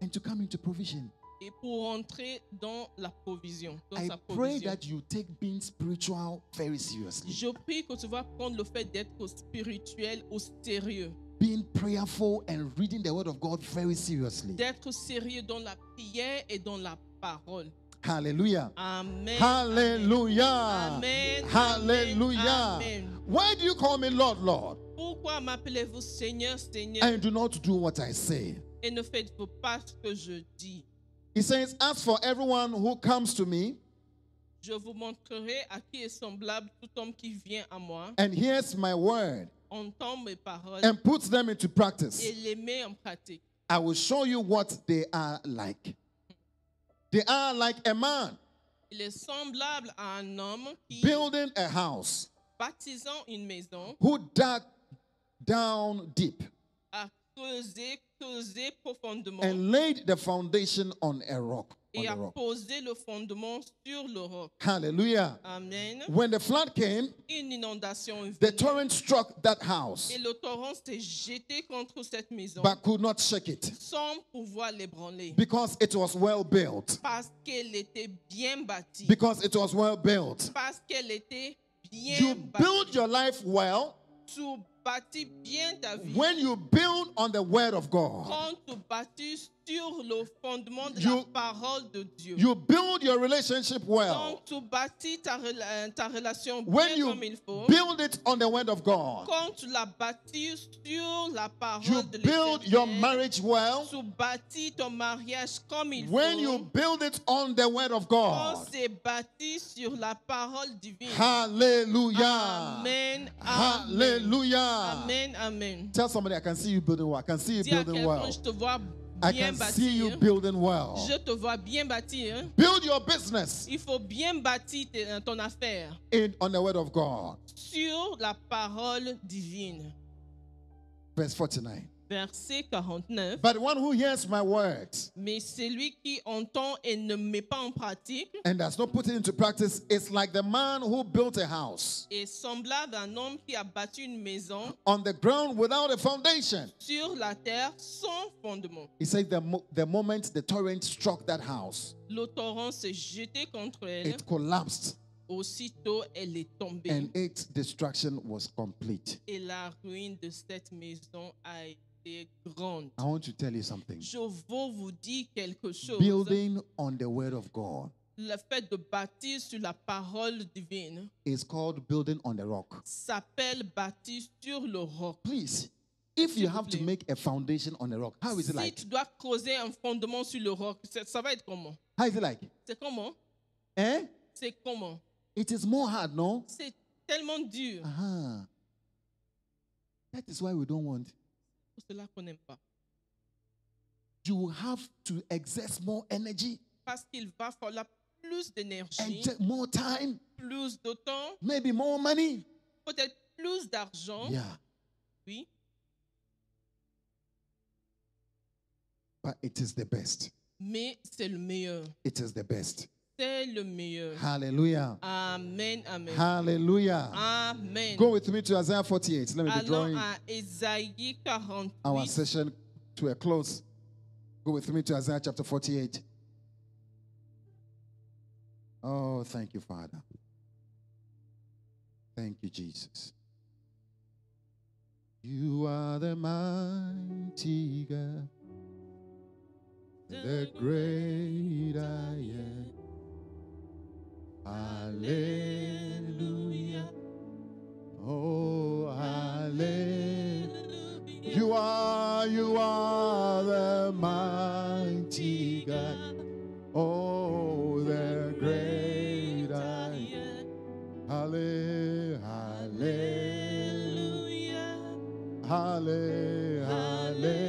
[SPEAKER 1] and to come into provision.
[SPEAKER 2] et pour entrer dans la provision, dans
[SPEAKER 1] I
[SPEAKER 2] sa
[SPEAKER 1] pray
[SPEAKER 2] provision.
[SPEAKER 1] that you take being spiritual very seriously,
[SPEAKER 2] Je prie que tu vas prendre le fait d'être spirituel au sérieux,
[SPEAKER 1] being prayerful and reading the word of God very seriously.
[SPEAKER 2] d'être sérieux dans la prière et dans la parole.
[SPEAKER 1] Hallelujah.
[SPEAKER 2] Amen.
[SPEAKER 1] Hallelujah.
[SPEAKER 2] Amen.
[SPEAKER 1] Hallelujah.
[SPEAKER 2] Amen.
[SPEAKER 1] Why do you call me Lord, Lord,
[SPEAKER 2] Pourquoi m'appelez-vous Seigneur, Seigneur
[SPEAKER 1] and do not do what I say?
[SPEAKER 2] et ne faites-vous pas ce que je dis
[SPEAKER 1] He says, As for everyone who comes to me
[SPEAKER 2] Je vous montrerai à qui est semblable tout homme qui vient à moi,
[SPEAKER 1] and hears my word
[SPEAKER 2] entend mes paroles
[SPEAKER 1] and puts them into practice,
[SPEAKER 2] et les met en pratique.
[SPEAKER 1] I will show you what they are like. They are like a man
[SPEAKER 2] Il est semblable à un homme qui,
[SPEAKER 1] building a house.
[SPEAKER 2] bâtissant une maison,
[SPEAKER 1] who dug down deep
[SPEAKER 2] a creusé, creusé profondément
[SPEAKER 1] and laid the foundation on a rock. On
[SPEAKER 2] et
[SPEAKER 1] a
[SPEAKER 2] a
[SPEAKER 1] rock.
[SPEAKER 2] posé le fondement sur le roc.
[SPEAKER 1] Hallelujah.
[SPEAKER 2] Amen.
[SPEAKER 1] When the flood came,
[SPEAKER 2] Une inondation est
[SPEAKER 1] the
[SPEAKER 2] venue
[SPEAKER 1] torrent struck that house
[SPEAKER 2] et le torrent s'est jeté contre cette maison
[SPEAKER 1] but could not shake it
[SPEAKER 2] sans pouvoir l'ébranler
[SPEAKER 1] because it was well built.
[SPEAKER 2] parce qu'elle était bien bâtie.
[SPEAKER 1] Because it was well built.
[SPEAKER 2] parce qu'elle était bien
[SPEAKER 1] You
[SPEAKER 2] bâtie.
[SPEAKER 1] build your life well,
[SPEAKER 2] tu bâtis bien ta vie.
[SPEAKER 1] When you build on the word of God,
[SPEAKER 2] Quand tu bâtis sur le fondement de la
[SPEAKER 1] You-
[SPEAKER 2] parole de Dieu.
[SPEAKER 1] you build your relationship well.
[SPEAKER 2] Donc tu bâtis ta, rela- ta relation bien
[SPEAKER 1] When you
[SPEAKER 2] comme il faut.
[SPEAKER 1] build it on the word of God,
[SPEAKER 2] Quand tu la bâtis sur la parole
[SPEAKER 1] you
[SPEAKER 2] de
[SPEAKER 1] build your
[SPEAKER 2] l'Éternel.
[SPEAKER 1] marriage well.
[SPEAKER 2] Tu bâtis ton mariage comme il
[SPEAKER 1] When
[SPEAKER 2] faut.
[SPEAKER 1] you build it on the word of
[SPEAKER 2] on
[SPEAKER 1] God,
[SPEAKER 2] s'est bâti sur la parole divine.
[SPEAKER 1] hallelujah,
[SPEAKER 2] Amen. Amen.
[SPEAKER 1] hallelujah.
[SPEAKER 2] Amen. Amen.
[SPEAKER 1] Tell somebody, I can see you building well. I can see you
[SPEAKER 2] Dis à
[SPEAKER 1] building
[SPEAKER 2] quelqu'un,
[SPEAKER 1] well.
[SPEAKER 2] je te vois
[SPEAKER 1] I
[SPEAKER 2] bien
[SPEAKER 1] can see you
[SPEAKER 2] bâtir.
[SPEAKER 1] building well.
[SPEAKER 2] Je te vois bien bâtir.
[SPEAKER 1] Build your business
[SPEAKER 2] Il faut bien bâtir te- ton affaire
[SPEAKER 1] in on the word of God.
[SPEAKER 2] sur la parole divine.
[SPEAKER 1] Verse 49.
[SPEAKER 2] Verset 49.
[SPEAKER 1] But one who hears my words
[SPEAKER 2] Mais celui qui entend et ne met pas en pratique
[SPEAKER 1] and does not put it into practice is like the man who built a house
[SPEAKER 2] est semblable à un homme qui a bâti une maison
[SPEAKER 1] on the ground without a foundation.
[SPEAKER 2] sur la terre sans fondement.
[SPEAKER 1] He said the, mo- the moment the torrent struck that house,
[SPEAKER 2] Le torrent s'est jeté contre elle.
[SPEAKER 1] it collapsed
[SPEAKER 2] Aussitôt, elle est tombée
[SPEAKER 1] and its destruction was complete.
[SPEAKER 2] et la ruine de cette maison a été grande.
[SPEAKER 1] I want to tell you something.
[SPEAKER 2] Je veux vous dire quelque chose.
[SPEAKER 1] Building on the word of God
[SPEAKER 2] Le fait de bâtir sur la parole divine
[SPEAKER 1] is called building on the rock.
[SPEAKER 2] s'appelle bâtir sur le roc.
[SPEAKER 1] Please, if you have to
[SPEAKER 2] Simply.
[SPEAKER 1] make a foundation on a rock, how is
[SPEAKER 2] Si
[SPEAKER 1] it like?
[SPEAKER 2] tu dois creuser un fondement sur le roc, ça, ça va être comment
[SPEAKER 1] How is it like?
[SPEAKER 2] C'est comment
[SPEAKER 1] Eh?
[SPEAKER 2] C'est comment
[SPEAKER 1] It is more hard, no?
[SPEAKER 2] C'est tellement dur.
[SPEAKER 1] Uh-huh. That is why we don't want.
[SPEAKER 2] C'est cela qu'on n'aime pas.
[SPEAKER 1] You have to exert more energy,
[SPEAKER 2] Parce qu'il va falloir plus d'énergie,
[SPEAKER 1] exert more time,
[SPEAKER 2] plus de temps,
[SPEAKER 1] maybe more money.
[SPEAKER 2] peut-être plus d'argent.
[SPEAKER 1] Yeah.
[SPEAKER 2] Oui,
[SPEAKER 1] But it is the best.
[SPEAKER 2] mais c'est le meilleur.
[SPEAKER 1] It is the best.
[SPEAKER 2] C'est le meilleur.
[SPEAKER 1] Hallelujah.
[SPEAKER 2] Amen, amen.
[SPEAKER 1] Hallelujah.
[SPEAKER 2] Amen.
[SPEAKER 1] Go with me to Isaiah 48. Let me be
[SPEAKER 2] Allons
[SPEAKER 1] drawing
[SPEAKER 2] à Ésaïe
[SPEAKER 1] our
[SPEAKER 2] 48.
[SPEAKER 1] session to a close. Go with me to Isaiah chapter 48. Oh, thank you, Father. Thank you, Jesus. You are the mighty God, the great I am. Hallelujah. Oh, hallelujah. You are, you are the mighty God. Oh, the great I Halle, halle, halle, halle.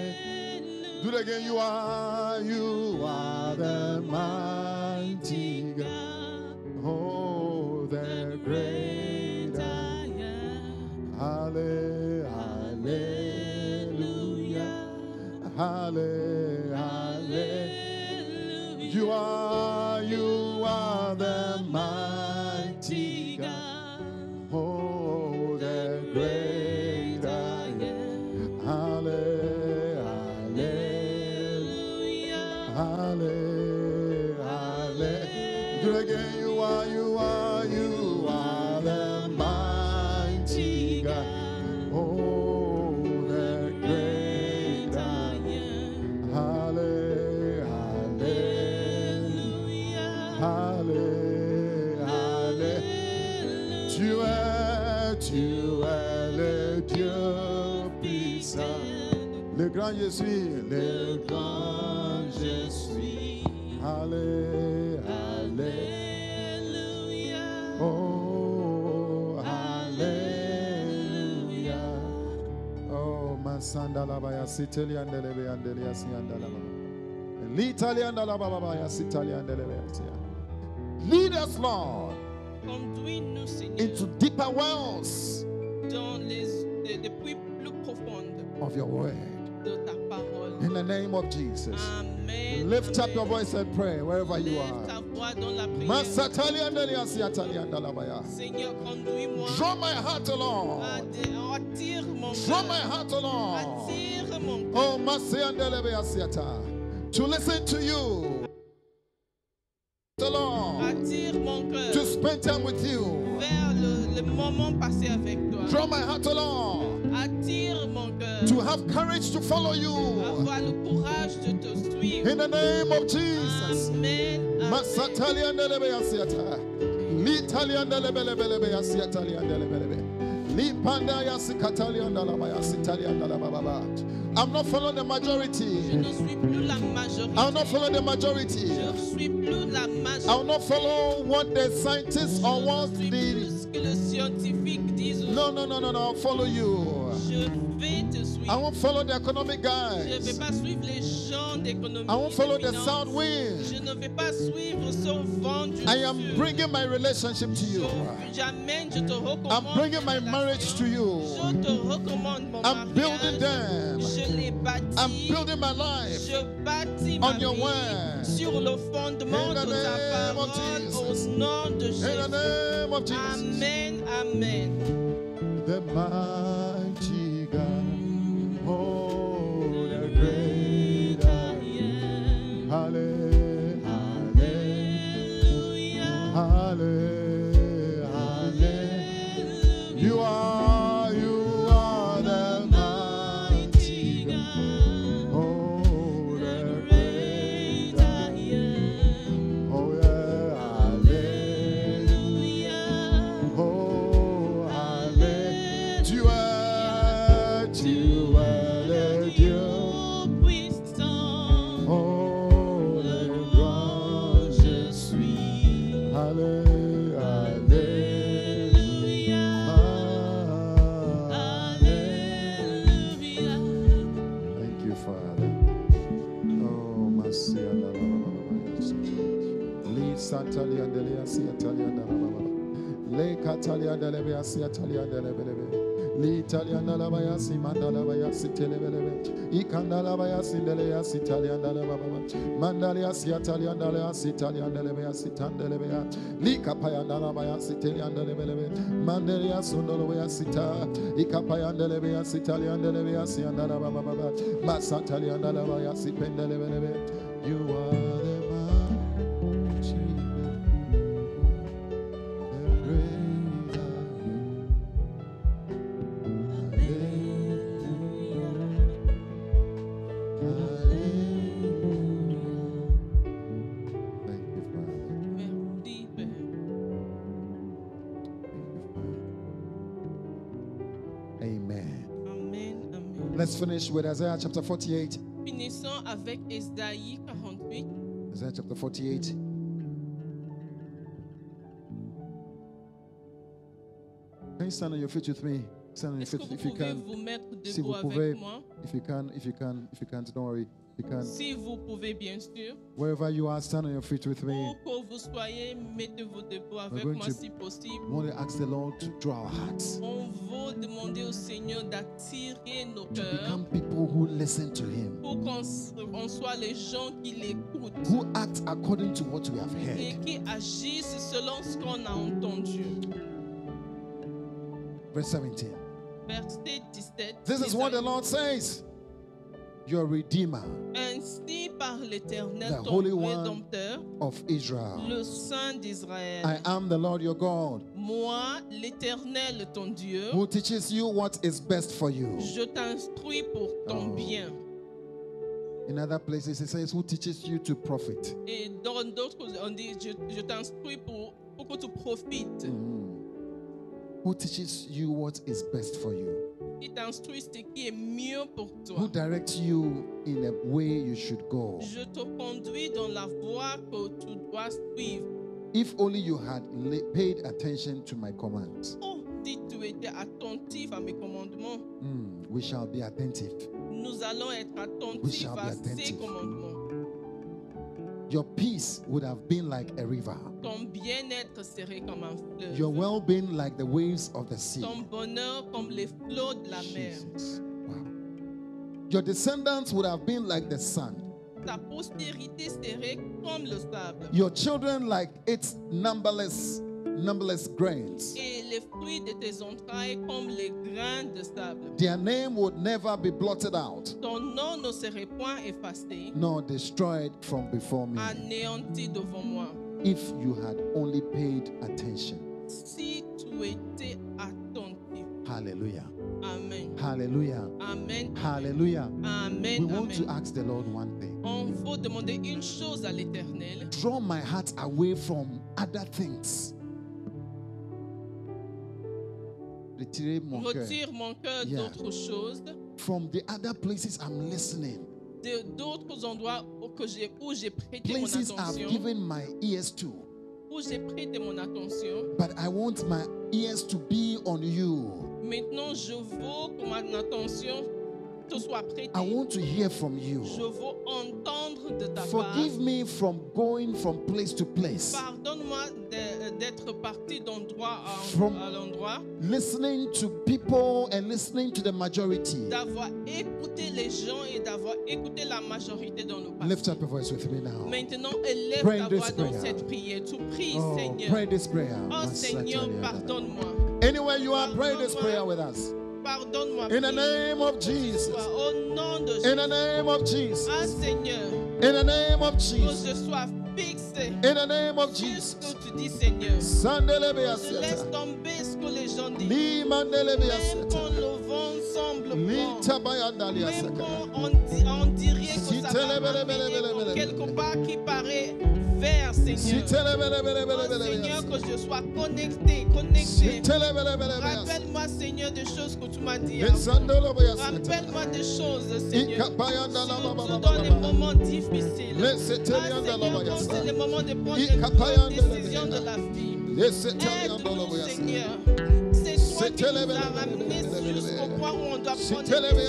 [SPEAKER 1] Do it again. You are, you are the mighty God. Oh, the great I Halle, hallelujah. Halle, halle. You are, you are the mighty God. Oh, the great I am. Halle, halle, halle, halle. Do it again. You are, you are, you are the mighty God. Oh, the great I am. Halle, halle, halle, halle. Tu es, tu es le Dieu puissant. Le grand je suis, le grand je suis. Allez, allez, oh, alléluia. Oh, masanda la baya, siteli andelebe andeli asi andalaba. Litali andalaba baba ya sitali andelebe asi. Lead us, Lord,
[SPEAKER 2] Conduis-nous,
[SPEAKER 1] into
[SPEAKER 2] Seigneur,
[SPEAKER 1] deeper wells
[SPEAKER 2] dans les, les, les puits plus profondes
[SPEAKER 1] of your word.
[SPEAKER 2] de ta parole.
[SPEAKER 1] In the name of Jesus.
[SPEAKER 2] Amen.
[SPEAKER 1] Lift up your
[SPEAKER 2] Amen.
[SPEAKER 1] voice and pray wherever you
[SPEAKER 2] Lève
[SPEAKER 1] are.
[SPEAKER 2] ta voix dans la prière.
[SPEAKER 1] Masatali andeli asiatali andalabaya.
[SPEAKER 2] Seigneur, conduis-moi.
[SPEAKER 1] Draw my heart
[SPEAKER 2] à
[SPEAKER 1] along.
[SPEAKER 2] des- Attire mon
[SPEAKER 1] Draw my
[SPEAKER 2] cœur.
[SPEAKER 1] heart along.
[SPEAKER 2] Attire mon cœur
[SPEAKER 1] Oh, mercy andelebe asiata. To listen to you. Along.
[SPEAKER 2] Attire mon cœur
[SPEAKER 1] To spend time with you.
[SPEAKER 2] vers le, le moment passé avec toi.
[SPEAKER 1] Draw my heart along.
[SPEAKER 2] attire mon cœur.
[SPEAKER 1] to have courage to follow you.
[SPEAKER 2] Avoir le courage de te suivre.
[SPEAKER 1] In the name of Jesus.
[SPEAKER 2] Amen. Amen.
[SPEAKER 1] Masataliandelebeyasiata. Litaliandelebelebelebeyasiataliandelebelebe. Lipandayasikataliyandalabayasitaliyandelebababa. I'm not following the
[SPEAKER 2] Je
[SPEAKER 1] majority.
[SPEAKER 2] ne suis plus la majorité.
[SPEAKER 1] I'll not follow the majority.
[SPEAKER 2] Je ne suis plus la
[SPEAKER 1] I'll
[SPEAKER 2] majorité.
[SPEAKER 1] not follow what the scientists or what
[SPEAKER 2] Je ne suis plus
[SPEAKER 1] the.
[SPEAKER 2] ce que le scientifique disent.
[SPEAKER 1] No, no, no, no, no. I'll follow you.
[SPEAKER 2] Je vais te
[SPEAKER 1] I
[SPEAKER 2] suivre.
[SPEAKER 1] won't follow the economic
[SPEAKER 2] Je ne vais
[SPEAKER 1] guys.
[SPEAKER 2] pas suivre les gens d'économie.
[SPEAKER 1] I won't
[SPEAKER 2] de
[SPEAKER 1] follow the
[SPEAKER 2] finance.
[SPEAKER 1] sound
[SPEAKER 2] Je
[SPEAKER 1] wind.
[SPEAKER 2] ne vais pas suivre son vent du
[SPEAKER 1] I
[SPEAKER 2] sud.
[SPEAKER 1] am bringing my relationship to you.
[SPEAKER 2] Je- J'amène, je te recommande.
[SPEAKER 1] I'm bringing my
[SPEAKER 2] mes
[SPEAKER 1] marriage to
[SPEAKER 2] relations.
[SPEAKER 1] you.
[SPEAKER 2] Je te recommande mon
[SPEAKER 1] I'm building
[SPEAKER 2] mariage.
[SPEAKER 1] them.
[SPEAKER 2] Je les bâtis.
[SPEAKER 1] I'm building my life.
[SPEAKER 2] Je bâtis ma
[SPEAKER 1] on your
[SPEAKER 2] vie
[SPEAKER 1] word.
[SPEAKER 2] sur le fondement
[SPEAKER 1] In the
[SPEAKER 2] de ta
[SPEAKER 1] name of
[SPEAKER 2] parole
[SPEAKER 1] Jesus.
[SPEAKER 2] au nom de
[SPEAKER 1] In the
[SPEAKER 2] Jésus.
[SPEAKER 1] name of Jesus.
[SPEAKER 2] Amen, amen.
[SPEAKER 1] The mighty God. Oh, the great I am. Halle-
[SPEAKER 2] Alléluia.
[SPEAKER 1] halle- halle. You are, you are the mighty God. Oh, the great I am. Oh yeah, hallelujah. Oh, hallelujah. Tu es, tu es le Dieu. Oh, le grand je suis. Allez, allez. Thank you, Father. Oh, mercy. Lead Santalia Delia Siatalia Dalababa. Le Catalia Delebea Siatalia Delebelebe. Le Italian Dalabayasi Mandalabayasi Telebelebe. Ikandalabayasi Deleas Italian Dalababa. Mandalias Yatalian Daleas Italian Delebea Sitan Delebea. Likapayan Dalabayasi Telian Delebelebe. Mandelia Sundalabaya Sita. Ikapayan Delebea Sitalian Delebea Siandalababa. Masantalian Dalabayasi Pendelebelebe. You are the man.
[SPEAKER 2] Merci, Père.
[SPEAKER 1] Amen.
[SPEAKER 2] Amen, amen.
[SPEAKER 1] Let's finish with Isaiah chapter 48.
[SPEAKER 2] Finissons avec Esaïe 48,
[SPEAKER 1] Isaiah chapter 48. Can you stand on your feet with me? Stand on your
[SPEAKER 2] Est-ce
[SPEAKER 1] feet
[SPEAKER 2] que vous
[SPEAKER 1] if you
[SPEAKER 2] pouvez
[SPEAKER 1] can.
[SPEAKER 2] vous mettre
[SPEAKER 1] Si
[SPEAKER 2] debout
[SPEAKER 1] vous
[SPEAKER 2] avec
[SPEAKER 1] pouvez,
[SPEAKER 2] moi?
[SPEAKER 1] if you can, if you can, if you can't, don't worry. If you can,
[SPEAKER 2] Si vous pouvez, bien sûr.
[SPEAKER 1] wherever you are, stand on your feet with me.
[SPEAKER 2] Pour que vous soyez, mettez-vous debout avec
[SPEAKER 1] going
[SPEAKER 2] moi
[SPEAKER 1] to-
[SPEAKER 2] si possible.
[SPEAKER 1] We want to ask the Lord to draw our hearts,
[SPEAKER 2] On veut demander au Seigneur d'attirer nos
[SPEAKER 1] to
[SPEAKER 2] cœurs
[SPEAKER 1] become people who listen to Him,
[SPEAKER 2] pour qu'on s- on soit les gens qui l'écoutent
[SPEAKER 1] who act according to what we have
[SPEAKER 2] et
[SPEAKER 1] heard.
[SPEAKER 2] qui agissent selon ce qu'on a entendu.
[SPEAKER 1] Verse 17.
[SPEAKER 2] Verset 17.
[SPEAKER 1] This is what the
[SPEAKER 2] Isaïe.
[SPEAKER 1] Lord says. Your Redeemer
[SPEAKER 2] Ainsi par l'Éternel,
[SPEAKER 1] The
[SPEAKER 2] ton
[SPEAKER 1] Holy One.
[SPEAKER 2] Rédempteur,
[SPEAKER 1] of Israel.
[SPEAKER 2] le Saint d'Israël.
[SPEAKER 1] I am the Lord your God.
[SPEAKER 2] Moi, l'Éternel, ton Dieu,
[SPEAKER 1] who teaches you what is best for you.
[SPEAKER 2] je t'instruis pour ton
[SPEAKER 1] Oh.
[SPEAKER 2] bien.
[SPEAKER 1] In other places, it says, who teaches you to profit.
[SPEAKER 2] Et dans d'autres, on dit, je, je t'instruis pour, pour que tu profites.
[SPEAKER 1] Hmm. Who teaches you what is best for you.
[SPEAKER 2] Il t'instruit ce qui est mieux pour
[SPEAKER 1] Who
[SPEAKER 2] toi.
[SPEAKER 1] directs you in a way you should go.
[SPEAKER 2] Je te conduis dans la voie que tu dois suivre.
[SPEAKER 1] If only you had la- paid attention to my commands.
[SPEAKER 2] Oh, si tu étais attentif à mes commandements,
[SPEAKER 1] Mm, We shall be attentive.
[SPEAKER 2] nous allons être
[SPEAKER 1] We
[SPEAKER 2] attentifs
[SPEAKER 1] shall be
[SPEAKER 2] à ces
[SPEAKER 1] attentive.
[SPEAKER 2] commandements.
[SPEAKER 1] Your peace would have been like a river.
[SPEAKER 2] Ton bien-être serait comme un fleuve.
[SPEAKER 1] Your well-being like the waves of the sea.
[SPEAKER 2] Ton bonheur comme les flots de la mer.
[SPEAKER 1] Jesus. Wow. Your descendants would have been like the sun.
[SPEAKER 2] Ta postérité serait comme le sable.
[SPEAKER 1] your children like its numberless numberless grains
[SPEAKER 2] Et les fruits de tes entrailles comme les grains de sable.
[SPEAKER 1] their name would never be blotted out
[SPEAKER 2] Ton nom ne serait point effacé,
[SPEAKER 1] nor destroyed from before me
[SPEAKER 2] anéanti devant moi.
[SPEAKER 1] if you had only paid attention
[SPEAKER 2] Si tu étais attentif.
[SPEAKER 1] hallelujah
[SPEAKER 2] Amen.
[SPEAKER 1] Hallelujah.
[SPEAKER 2] Amen.
[SPEAKER 1] Hallelujah. We
[SPEAKER 2] Amen.
[SPEAKER 1] want to
[SPEAKER 2] Amen.
[SPEAKER 1] ask the Lord one thing.
[SPEAKER 2] On faut demander une chose à l'Éternel.
[SPEAKER 1] Draw my heart away from other things. Retirez mon cœur
[SPEAKER 2] Retire mon cœur
[SPEAKER 1] Yeah.
[SPEAKER 2] d'autres choses,
[SPEAKER 1] from the other places I'm listening,
[SPEAKER 2] de- d'autres endroits où que j'ai- où j'ai prêté mon
[SPEAKER 1] places I've
[SPEAKER 2] attention,
[SPEAKER 1] given my ears to.
[SPEAKER 2] où j'ai prêté mon attention.
[SPEAKER 1] But I want my ears to be on you.
[SPEAKER 2] Maintenant, je veux que mon attention te soit prêtée.
[SPEAKER 1] I want to hear from
[SPEAKER 2] Je
[SPEAKER 1] you.
[SPEAKER 2] veux entendre de ta part.
[SPEAKER 1] Forgive me from going from place to place,
[SPEAKER 2] Pardonne-moi de- euh, d'être parti d'endroit à,
[SPEAKER 1] From-
[SPEAKER 2] à l'endroit,
[SPEAKER 1] listening to people and listening to the majority.
[SPEAKER 2] d'avoir écouté les gens et d'avoir écouté la majorité dans le passé.
[SPEAKER 1] Lift up your voice with me now.
[SPEAKER 2] Maintenant, élève
[SPEAKER 1] Pray
[SPEAKER 2] ta
[SPEAKER 1] this
[SPEAKER 2] voix dans
[SPEAKER 1] prayer.
[SPEAKER 2] cette prière. Tu pries,
[SPEAKER 1] Oh,
[SPEAKER 2] Seigneur.
[SPEAKER 1] pray this prayer.
[SPEAKER 2] oh Seigneur,
[SPEAKER 1] Masatariadada.
[SPEAKER 2] pardonne-moi.
[SPEAKER 1] Anywhere you are, pray this prayer with us.
[SPEAKER 2] Pardonne-moi.
[SPEAKER 1] In the
[SPEAKER 2] prie.
[SPEAKER 1] name of Jesus.
[SPEAKER 2] Au nom de
[SPEAKER 1] In the
[SPEAKER 2] Jésus.
[SPEAKER 1] name of Jesus.
[SPEAKER 2] Ah Seigneur,
[SPEAKER 1] In the name of
[SPEAKER 2] que
[SPEAKER 1] Jesus.
[SPEAKER 2] je sois fixé.
[SPEAKER 1] In the name of
[SPEAKER 2] Sur ce
[SPEAKER 1] Jesus.
[SPEAKER 2] que tu dis, Seigneur. Je laisse
[SPEAKER 1] Sandelebeaseta.
[SPEAKER 2] tomber ce que les gens disent. Même quand
[SPEAKER 1] Limandelebeaseta.
[SPEAKER 2] le vent semble bon, même
[SPEAKER 1] Litabayandaliasaka.
[SPEAKER 2] quand on, di- on dirait que ça va
[SPEAKER 1] Sitelebelebelebelebele.
[SPEAKER 2] m'amener quelque part qui paraît vert, Seigneur. Oh, Seigneur,
[SPEAKER 1] Sitelebelebelebelebelebele.
[SPEAKER 2] que je sois connecté, connecté.
[SPEAKER 1] Sitelebelebelebelebele.
[SPEAKER 2] Rappelle-moi, Seigneur, des choses que tu m'as dit. avant.
[SPEAKER 1] Lesandolobeaseta.
[SPEAKER 2] Rappelle-moi des choses, Seigneur. Surtout dans les
[SPEAKER 1] Ikabayandalabababababa.
[SPEAKER 2] moments difficiles. Ah, Seigneur, quand
[SPEAKER 1] Leseteliandalabayasa.
[SPEAKER 2] c'est le moment de prendre les
[SPEAKER 1] Ikapayan
[SPEAKER 2] grandes décisions de la vie. Aide-nous,
[SPEAKER 1] Leseteliandalabayasa.
[SPEAKER 2] Seigneur. C'est toi qui nous as ramenés jusqu'au point où on doit prendre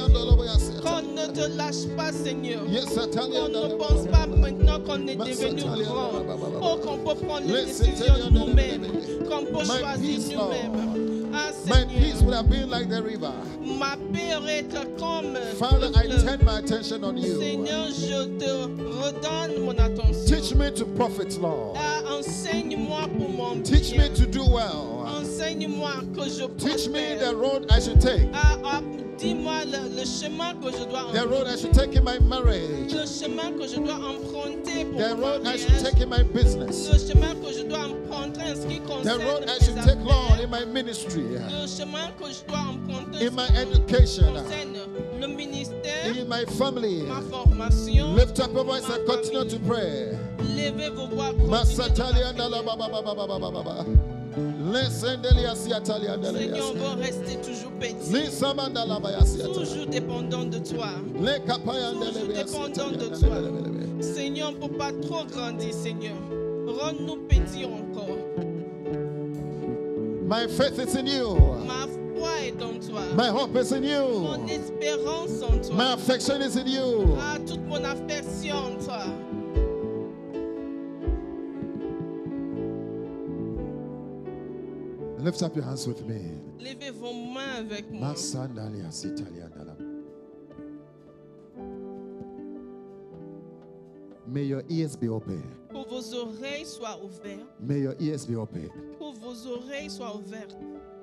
[SPEAKER 2] des décisions. Qu'on ne te lâche pas, Seigneur. On ne pense pas maintenant qu'on est devenu grand. Oh, qu'on peut prendre les décisions nous-mêmes. Qu'on peut choisir nous-mêmes. Ah,
[SPEAKER 1] My
[SPEAKER 2] Seigneur.
[SPEAKER 1] peace would have been like the river.
[SPEAKER 2] Ma peur est comme
[SPEAKER 1] Father, I
[SPEAKER 2] le fleuve.
[SPEAKER 1] turn my attention on you.
[SPEAKER 2] Seigneur, je te redonne mon attention.
[SPEAKER 1] Teach me to profit, Lord.
[SPEAKER 2] Ah, Enseigne-moi pour mon bien.
[SPEAKER 1] Teach me to do well.
[SPEAKER 2] Enseigne-moi que je
[SPEAKER 1] Teach me the
[SPEAKER 2] prospère.
[SPEAKER 1] road I should take.
[SPEAKER 2] Ah, ah, Dis-moi le, le chemin que je dois
[SPEAKER 1] The road I
[SPEAKER 2] emprunter.
[SPEAKER 1] should take in my marriage.
[SPEAKER 2] Le chemin que je dois emprunter pour
[SPEAKER 1] The
[SPEAKER 2] mon
[SPEAKER 1] road I
[SPEAKER 2] mariage.
[SPEAKER 1] should take in my business.
[SPEAKER 2] Le chemin que je dois emprunter en ce qui
[SPEAKER 1] The
[SPEAKER 2] concerne
[SPEAKER 1] road I
[SPEAKER 2] mes
[SPEAKER 1] should take, Lord,
[SPEAKER 2] affaires.
[SPEAKER 1] in my ministry.
[SPEAKER 2] Le chemin que je dois emprunter
[SPEAKER 1] In
[SPEAKER 2] en
[SPEAKER 1] my
[SPEAKER 2] ce qui
[SPEAKER 1] education.
[SPEAKER 2] concerne le ministère,
[SPEAKER 1] In my family.
[SPEAKER 2] ma formation.
[SPEAKER 1] Lift up your voice and continue to pray.
[SPEAKER 2] Levez vos voix.
[SPEAKER 1] Masatali
[SPEAKER 2] continuez de
[SPEAKER 1] andala
[SPEAKER 2] la
[SPEAKER 1] ba ba ba ba ba ba ba ba ba. Lesendeli asiatali
[SPEAKER 2] prière.
[SPEAKER 1] andala
[SPEAKER 2] Seigneur, on
[SPEAKER 1] yasi.
[SPEAKER 2] va rester toujours petit,
[SPEAKER 1] Lisamandala ba yasiata.
[SPEAKER 2] toujours dépendant de toi.
[SPEAKER 1] Lekapaya andele be
[SPEAKER 2] Toujours dépendant
[SPEAKER 1] yasiatali
[SPEAKER 2] de
[SPEAKER 1] andele
[SPEAKER 2] toi.
[SPEAKER 1] bele bele be.
[SPEAKER 2] Seigneur, on ne peut pas trop grandir, Seigneur. Rends-nous petits encore.
[SPEAKER 1] My faith is in you.
[SPEAKER 2] Ma foi est en toi.
[SPEAKER 1] My hope is in
[SPEAKER 2] Mon
[SPEAKER 1] you.
[SPEAKER 2] espérance en
[SPEAKER 1] My
[SPEAKER 2] toi.
[SPEAKER 1] affection is in you.
[SPEAKER 2] Ah, toute mon affection en toi.
[SPEAKER 1] Lift up your hands with me.
[SPEAKER 2] Levez vos mains avec moi.
[SPEAKER 1] Masandali asitali andala. May your ears be open.
[SPEAKER 2] Que vos oreilles soient ouvertes.
[SPEAKER 1] May your ears be open.
[SPEAKER 2] Que vos oreilles soient ouvertes.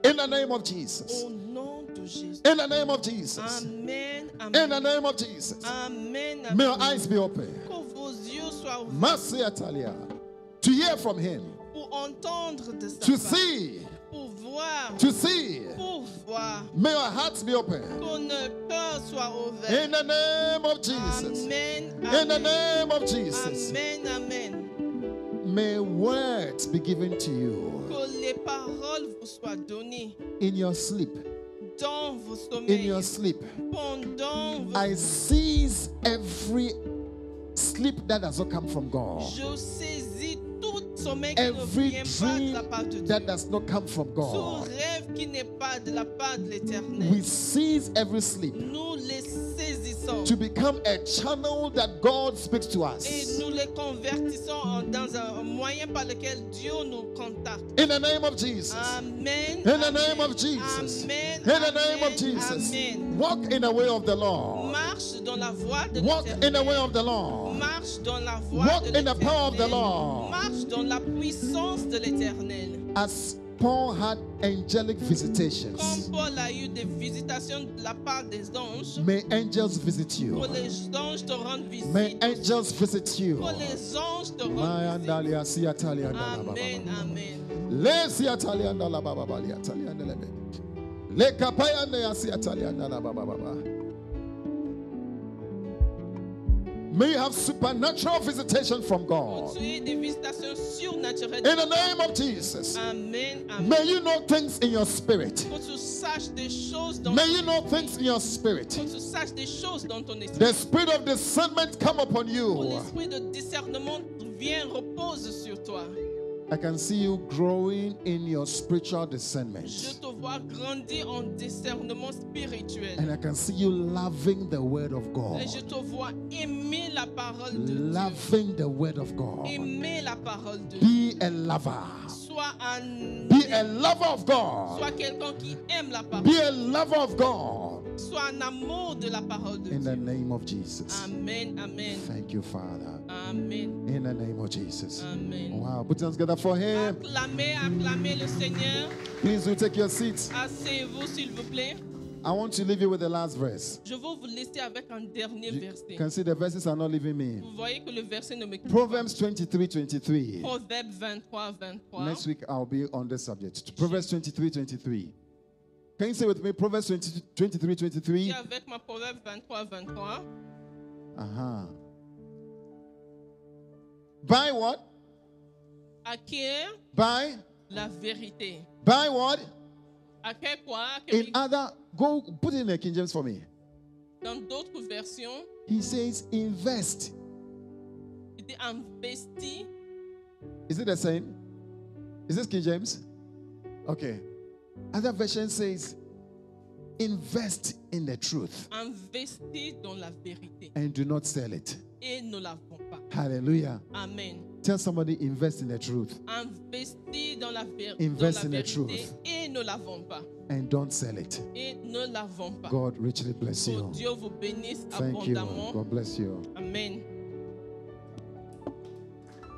[SPEAKER 1] In the name of Jesus.
[SPEAKER 2] Au nom de Jésus.
[SPEAKER 1] In the name of Jesus.
[SPEAKER 2] Amen.
[SPEAKER 1] In the
[SPEAKER 2] Amen.
[SPEAKER 1] name of Jesus.
[SPEAKER 2] Amen.
[SPEAKER 1] May
[SPEAKER 2] amen.
[SPEAKER 1] your eyes be open.
[SPEAKER 2] Que vos yeux soient ouverts.
[SPEAKER 1] Mercy Atalia. To hear from him.
[SPEAKER 2] pour entendre de sa
[SPEAKER 1] To
[SPEAKER 2] part,
[SPEAKER 1] see.
[SPEAKER 2] pour voir,
[SPEAKER 1] To see.
[SPEAKER 2] pour voir,
[SPEAKER 1] May your hearts be open.
[SPEAKER 2] que notre cœur soit ouvert.
[SPEAKER 1] In the name of Jesus.
[SPEAKER 2] Amen,
[SPEAKER 1] In the
[SPEAKER 2] amen,
[SPEAKER 1] name of Jesus.
[SPEAKER 2] amen, amen.
[SPEAKER 1] May words be given to you
[SPEAKER 2] Que les paroles vous soient données
[SPEAKER 1] in your sleep.
[SPEAKER 2] dans vos
[SPEAKER 1] In
[SPEAKER 2] sommeils,
[SPEAKER 1] your sleep.
[SPEAKER 2] pendant vos...
[SPEAKER 1] I seize every sleep that does not come from God.
[SPEAKER 2] Je saisis tout sommeil qui
[SPEAKER 1] Every
[SPEAKER 2] ne vient pas de
[SPEAKER 1] dream
[SPEAKER 2] la part de Dieu.
[SPEAKER 1] that does not come from
[SPEAKER 2] Tout
[SPEAKER 1] God.
[SPEAKER 2] rêve qui n'est pas de la part de
[SPEAKER 1] We
[SPEAKER 2] l'Éternel.
[SPEAKER 1] seize every sleep.
[SPEAKER 2] Nous les saisissons
[SPEAKER 1] to become a channel that God speaks to
[SPEAKER 2] et
[SPEAKER 1] us.
[SPEAKER 2] nous les convertissons en- dans un moyen par lequel Dieu nous contacte.
[SPEAKER 1] In the name of Jesus.
[SPEAKER 2] Amen.
[SPEAKER 1] In the
[SPEAKER 2] amen,
[SPEAKER 1] name of Jesus.
[SPEAKER 2] Amen.
[SPEAKER 1] In the name
[SPEAKER 2] amen,
[SPEAKER 1] of Jesus.
[SPEAKER 2] Amen.
[SPEAKER 1] Walk in the way of the Lord.
[SPEAKER 2] Marche dans la voie de
[SPEAKER 1] Walk in the way
[SPEAKER 2] l'Éternel.
[SPEAKER 1] of the Lord.
[SPEAKER 2] Marche dans la voie
[SPEAKER 1] Walk
[SPEAKER 2] de
[SPEAKER 1] in the power of the
[SPEAKER 2] l'Éternel.
[SPEAKER 1] Lord.
[SPEAKER 2] Marche dans la puissance de l'Éternel.
[SPEAKER 1] As Paul had angelic
[SPEAKER 2] Comme
[SPEAKER 1] visitations,
[SPEAKER 2] Paul a eu des visitations de la part des anges,
[SPEAKER 1] may angels visit you.
[SPEAKER 2] que les anges te rendent visite.
[SPEAKER 1] May angels visit you.
[SPEAKER 2] Que les anges te
[SPEAKER 1] My
[SPEAKER 2] rendent visite.
[SPEAKER 1] andalia, si atalia, andala, ba, ba, ba,
[SPEAKER 2] Amen,
[SPEAKER 1] ba, ba.
[SPEAKER 2] amen.
[SPEAKER 1] Lesi atalia, andala, ba, ba, ba, li, atalia, andele, be. Lekapaya ne yasi atalia na na ba ba ba ba. May you have supernatural visitation from God.
[SPEAKER 2] Tu aies des visitations surnaturelles.
[SPEAKER 1] In the name of Jesus.
[SPEAKER 2] Amen. Amen.
[SPEAKER 1] May you know things in your spirit.
[SPEAKER 2] Que tu saches des choses dans
[SPEAKER 1] May you know things in your spirit.
[SPEAKER 2] que tu saches des choses dans ton esprit.
[SPEAKER 1] The spirit of discernment come upon
[SPEAKER 2] Ton
[SPEAKER 1] you.
[SPEAKER 2] esprit de discernement vient repose sur toi.
[SPEAKER 1] I can see you growing in your spiritual
[SPEAKER 2] Je
[SPEAKER 1] discernment.
[SPEAKER 2] te vois grandir en discernement spirituel.
[SPEAKER 1] And I can see you loving the word of God.
[SPEAKER 2] Et je te vois aimer la parole de Dieu.
[SPEAKER 1] Loving the word of God.
[SPEAKER 2] Aimer la parole de Dieu.
[SPEAKER 1] Be a lover.
[SPEAKER 2] Sois un
[SPEAKER 1] Be a lover of
[SPEAKER 2] Sois
[SPEAKER 1] God.
[SPEAKER 2] quelqu'un qui aime la
[SPEAKER 1] Be
[SPEAKER 2] parole.
[SPEAKER 1] a lover of God.
[SPEAKER 2] Sois un amour de la parole de
[SPEAKER 1] In the
[SPEAKER 2] Dieu.
[SPEAKER 1] name of Jesus.
[SPEAKER 2] Amen, amen,
[SPEAKER 1] Thank you, Father.
[SPEAKER 2] amen,
[SPEAKER 1] In the name of Jesus.
[SPEAKER 2] amen.
[SPEAKER 1] Wow. Put your hands together for him.
[SPEAKER 2] Acclamez, acclamez le Seigneur.
[SPEAKER 1] Please do take your seats.
[SPEAKER 2] Asseyez-vous, s'il vous plaît.
[SPEAKER 1] I want to leave you with the last verse.
[SPEAKER 2] Je veux vous laisser avec un dernier
[SPEAKER 1] You
[SPEAKER 2] verset.
[SPEAKER 1] can see the verses are not leaving me.
[SPEAKER 2] Vous voyez que le verset ne me quitte pas.
[SPEAKER 1] Proverbs 23 23.
[SPEAKER 2] Proverbe 23, 23.
[SPEAKER 1] Next week I'll be on this subject. Proverbs 23 23. Can you say with me Proverbs 20, 23
[SPEAKER 2] Et
[SPEAKER 1] 23?
[SPEAKER 2] avec ma proverbe 23, 23.
[SPEAKER 1] Uh-huh. By what?
[SPEAKER 2] Acquérir
[SPEAKER 1] By
[SPEAKER 2] la vérité.
[SPEAKER 1] by what?
[SPEAKER 2] Acquérir quoi?
[SPEAKER 1] In
[SPEAKER 2] Acquérir-
[SPEAKER 1] other go put it in the King James for me.
[SPEAKER 2] Dans d'autres versions,
[SPEAKER 1] He says invest.
[SPEAKER 2] il dit investi.
[SPEAKER 1] Is it the same? Is this King James? Okay. Other version says invest in the truth
[SPEAKER 2] Investi dans la vérité.
[SPEAKER 1] and do not sell it.
[SPEAKER 2] Et ne la vends pas.
[SPEAKER 1] Hallelujah.
[SPEAKER 2] Amen.
[SPEAKER 1] Tell somebody invest in the truth
[SPEAKER 2] Investis dans la, ver-
[SPEAKER 1] Invest
[SPEAKER 2] dans
[SPEAKER 1] in
[SPEAKER 2] la
[SPEAKER 1] the
[SPEAKER 2] vérité
[SPEAKER 1] truth.
[SPEAKER 2] et ne l'avons pas.
[SPEAKER 1] and don't sell it.
[SPEAKER 2] Et ne l'avons pas.
[SPEAKER 1] God richly bless
[SPEAKER 2] Que
[SPEAKER 1] you.
[SPEAKER 2] Dieu vous bénisse
[SPEAKER 1] Thank you.
[SPEAKER 2] abondamment.
[SPEAKER 1] God bless you.
[SPEAKER 2] Amen.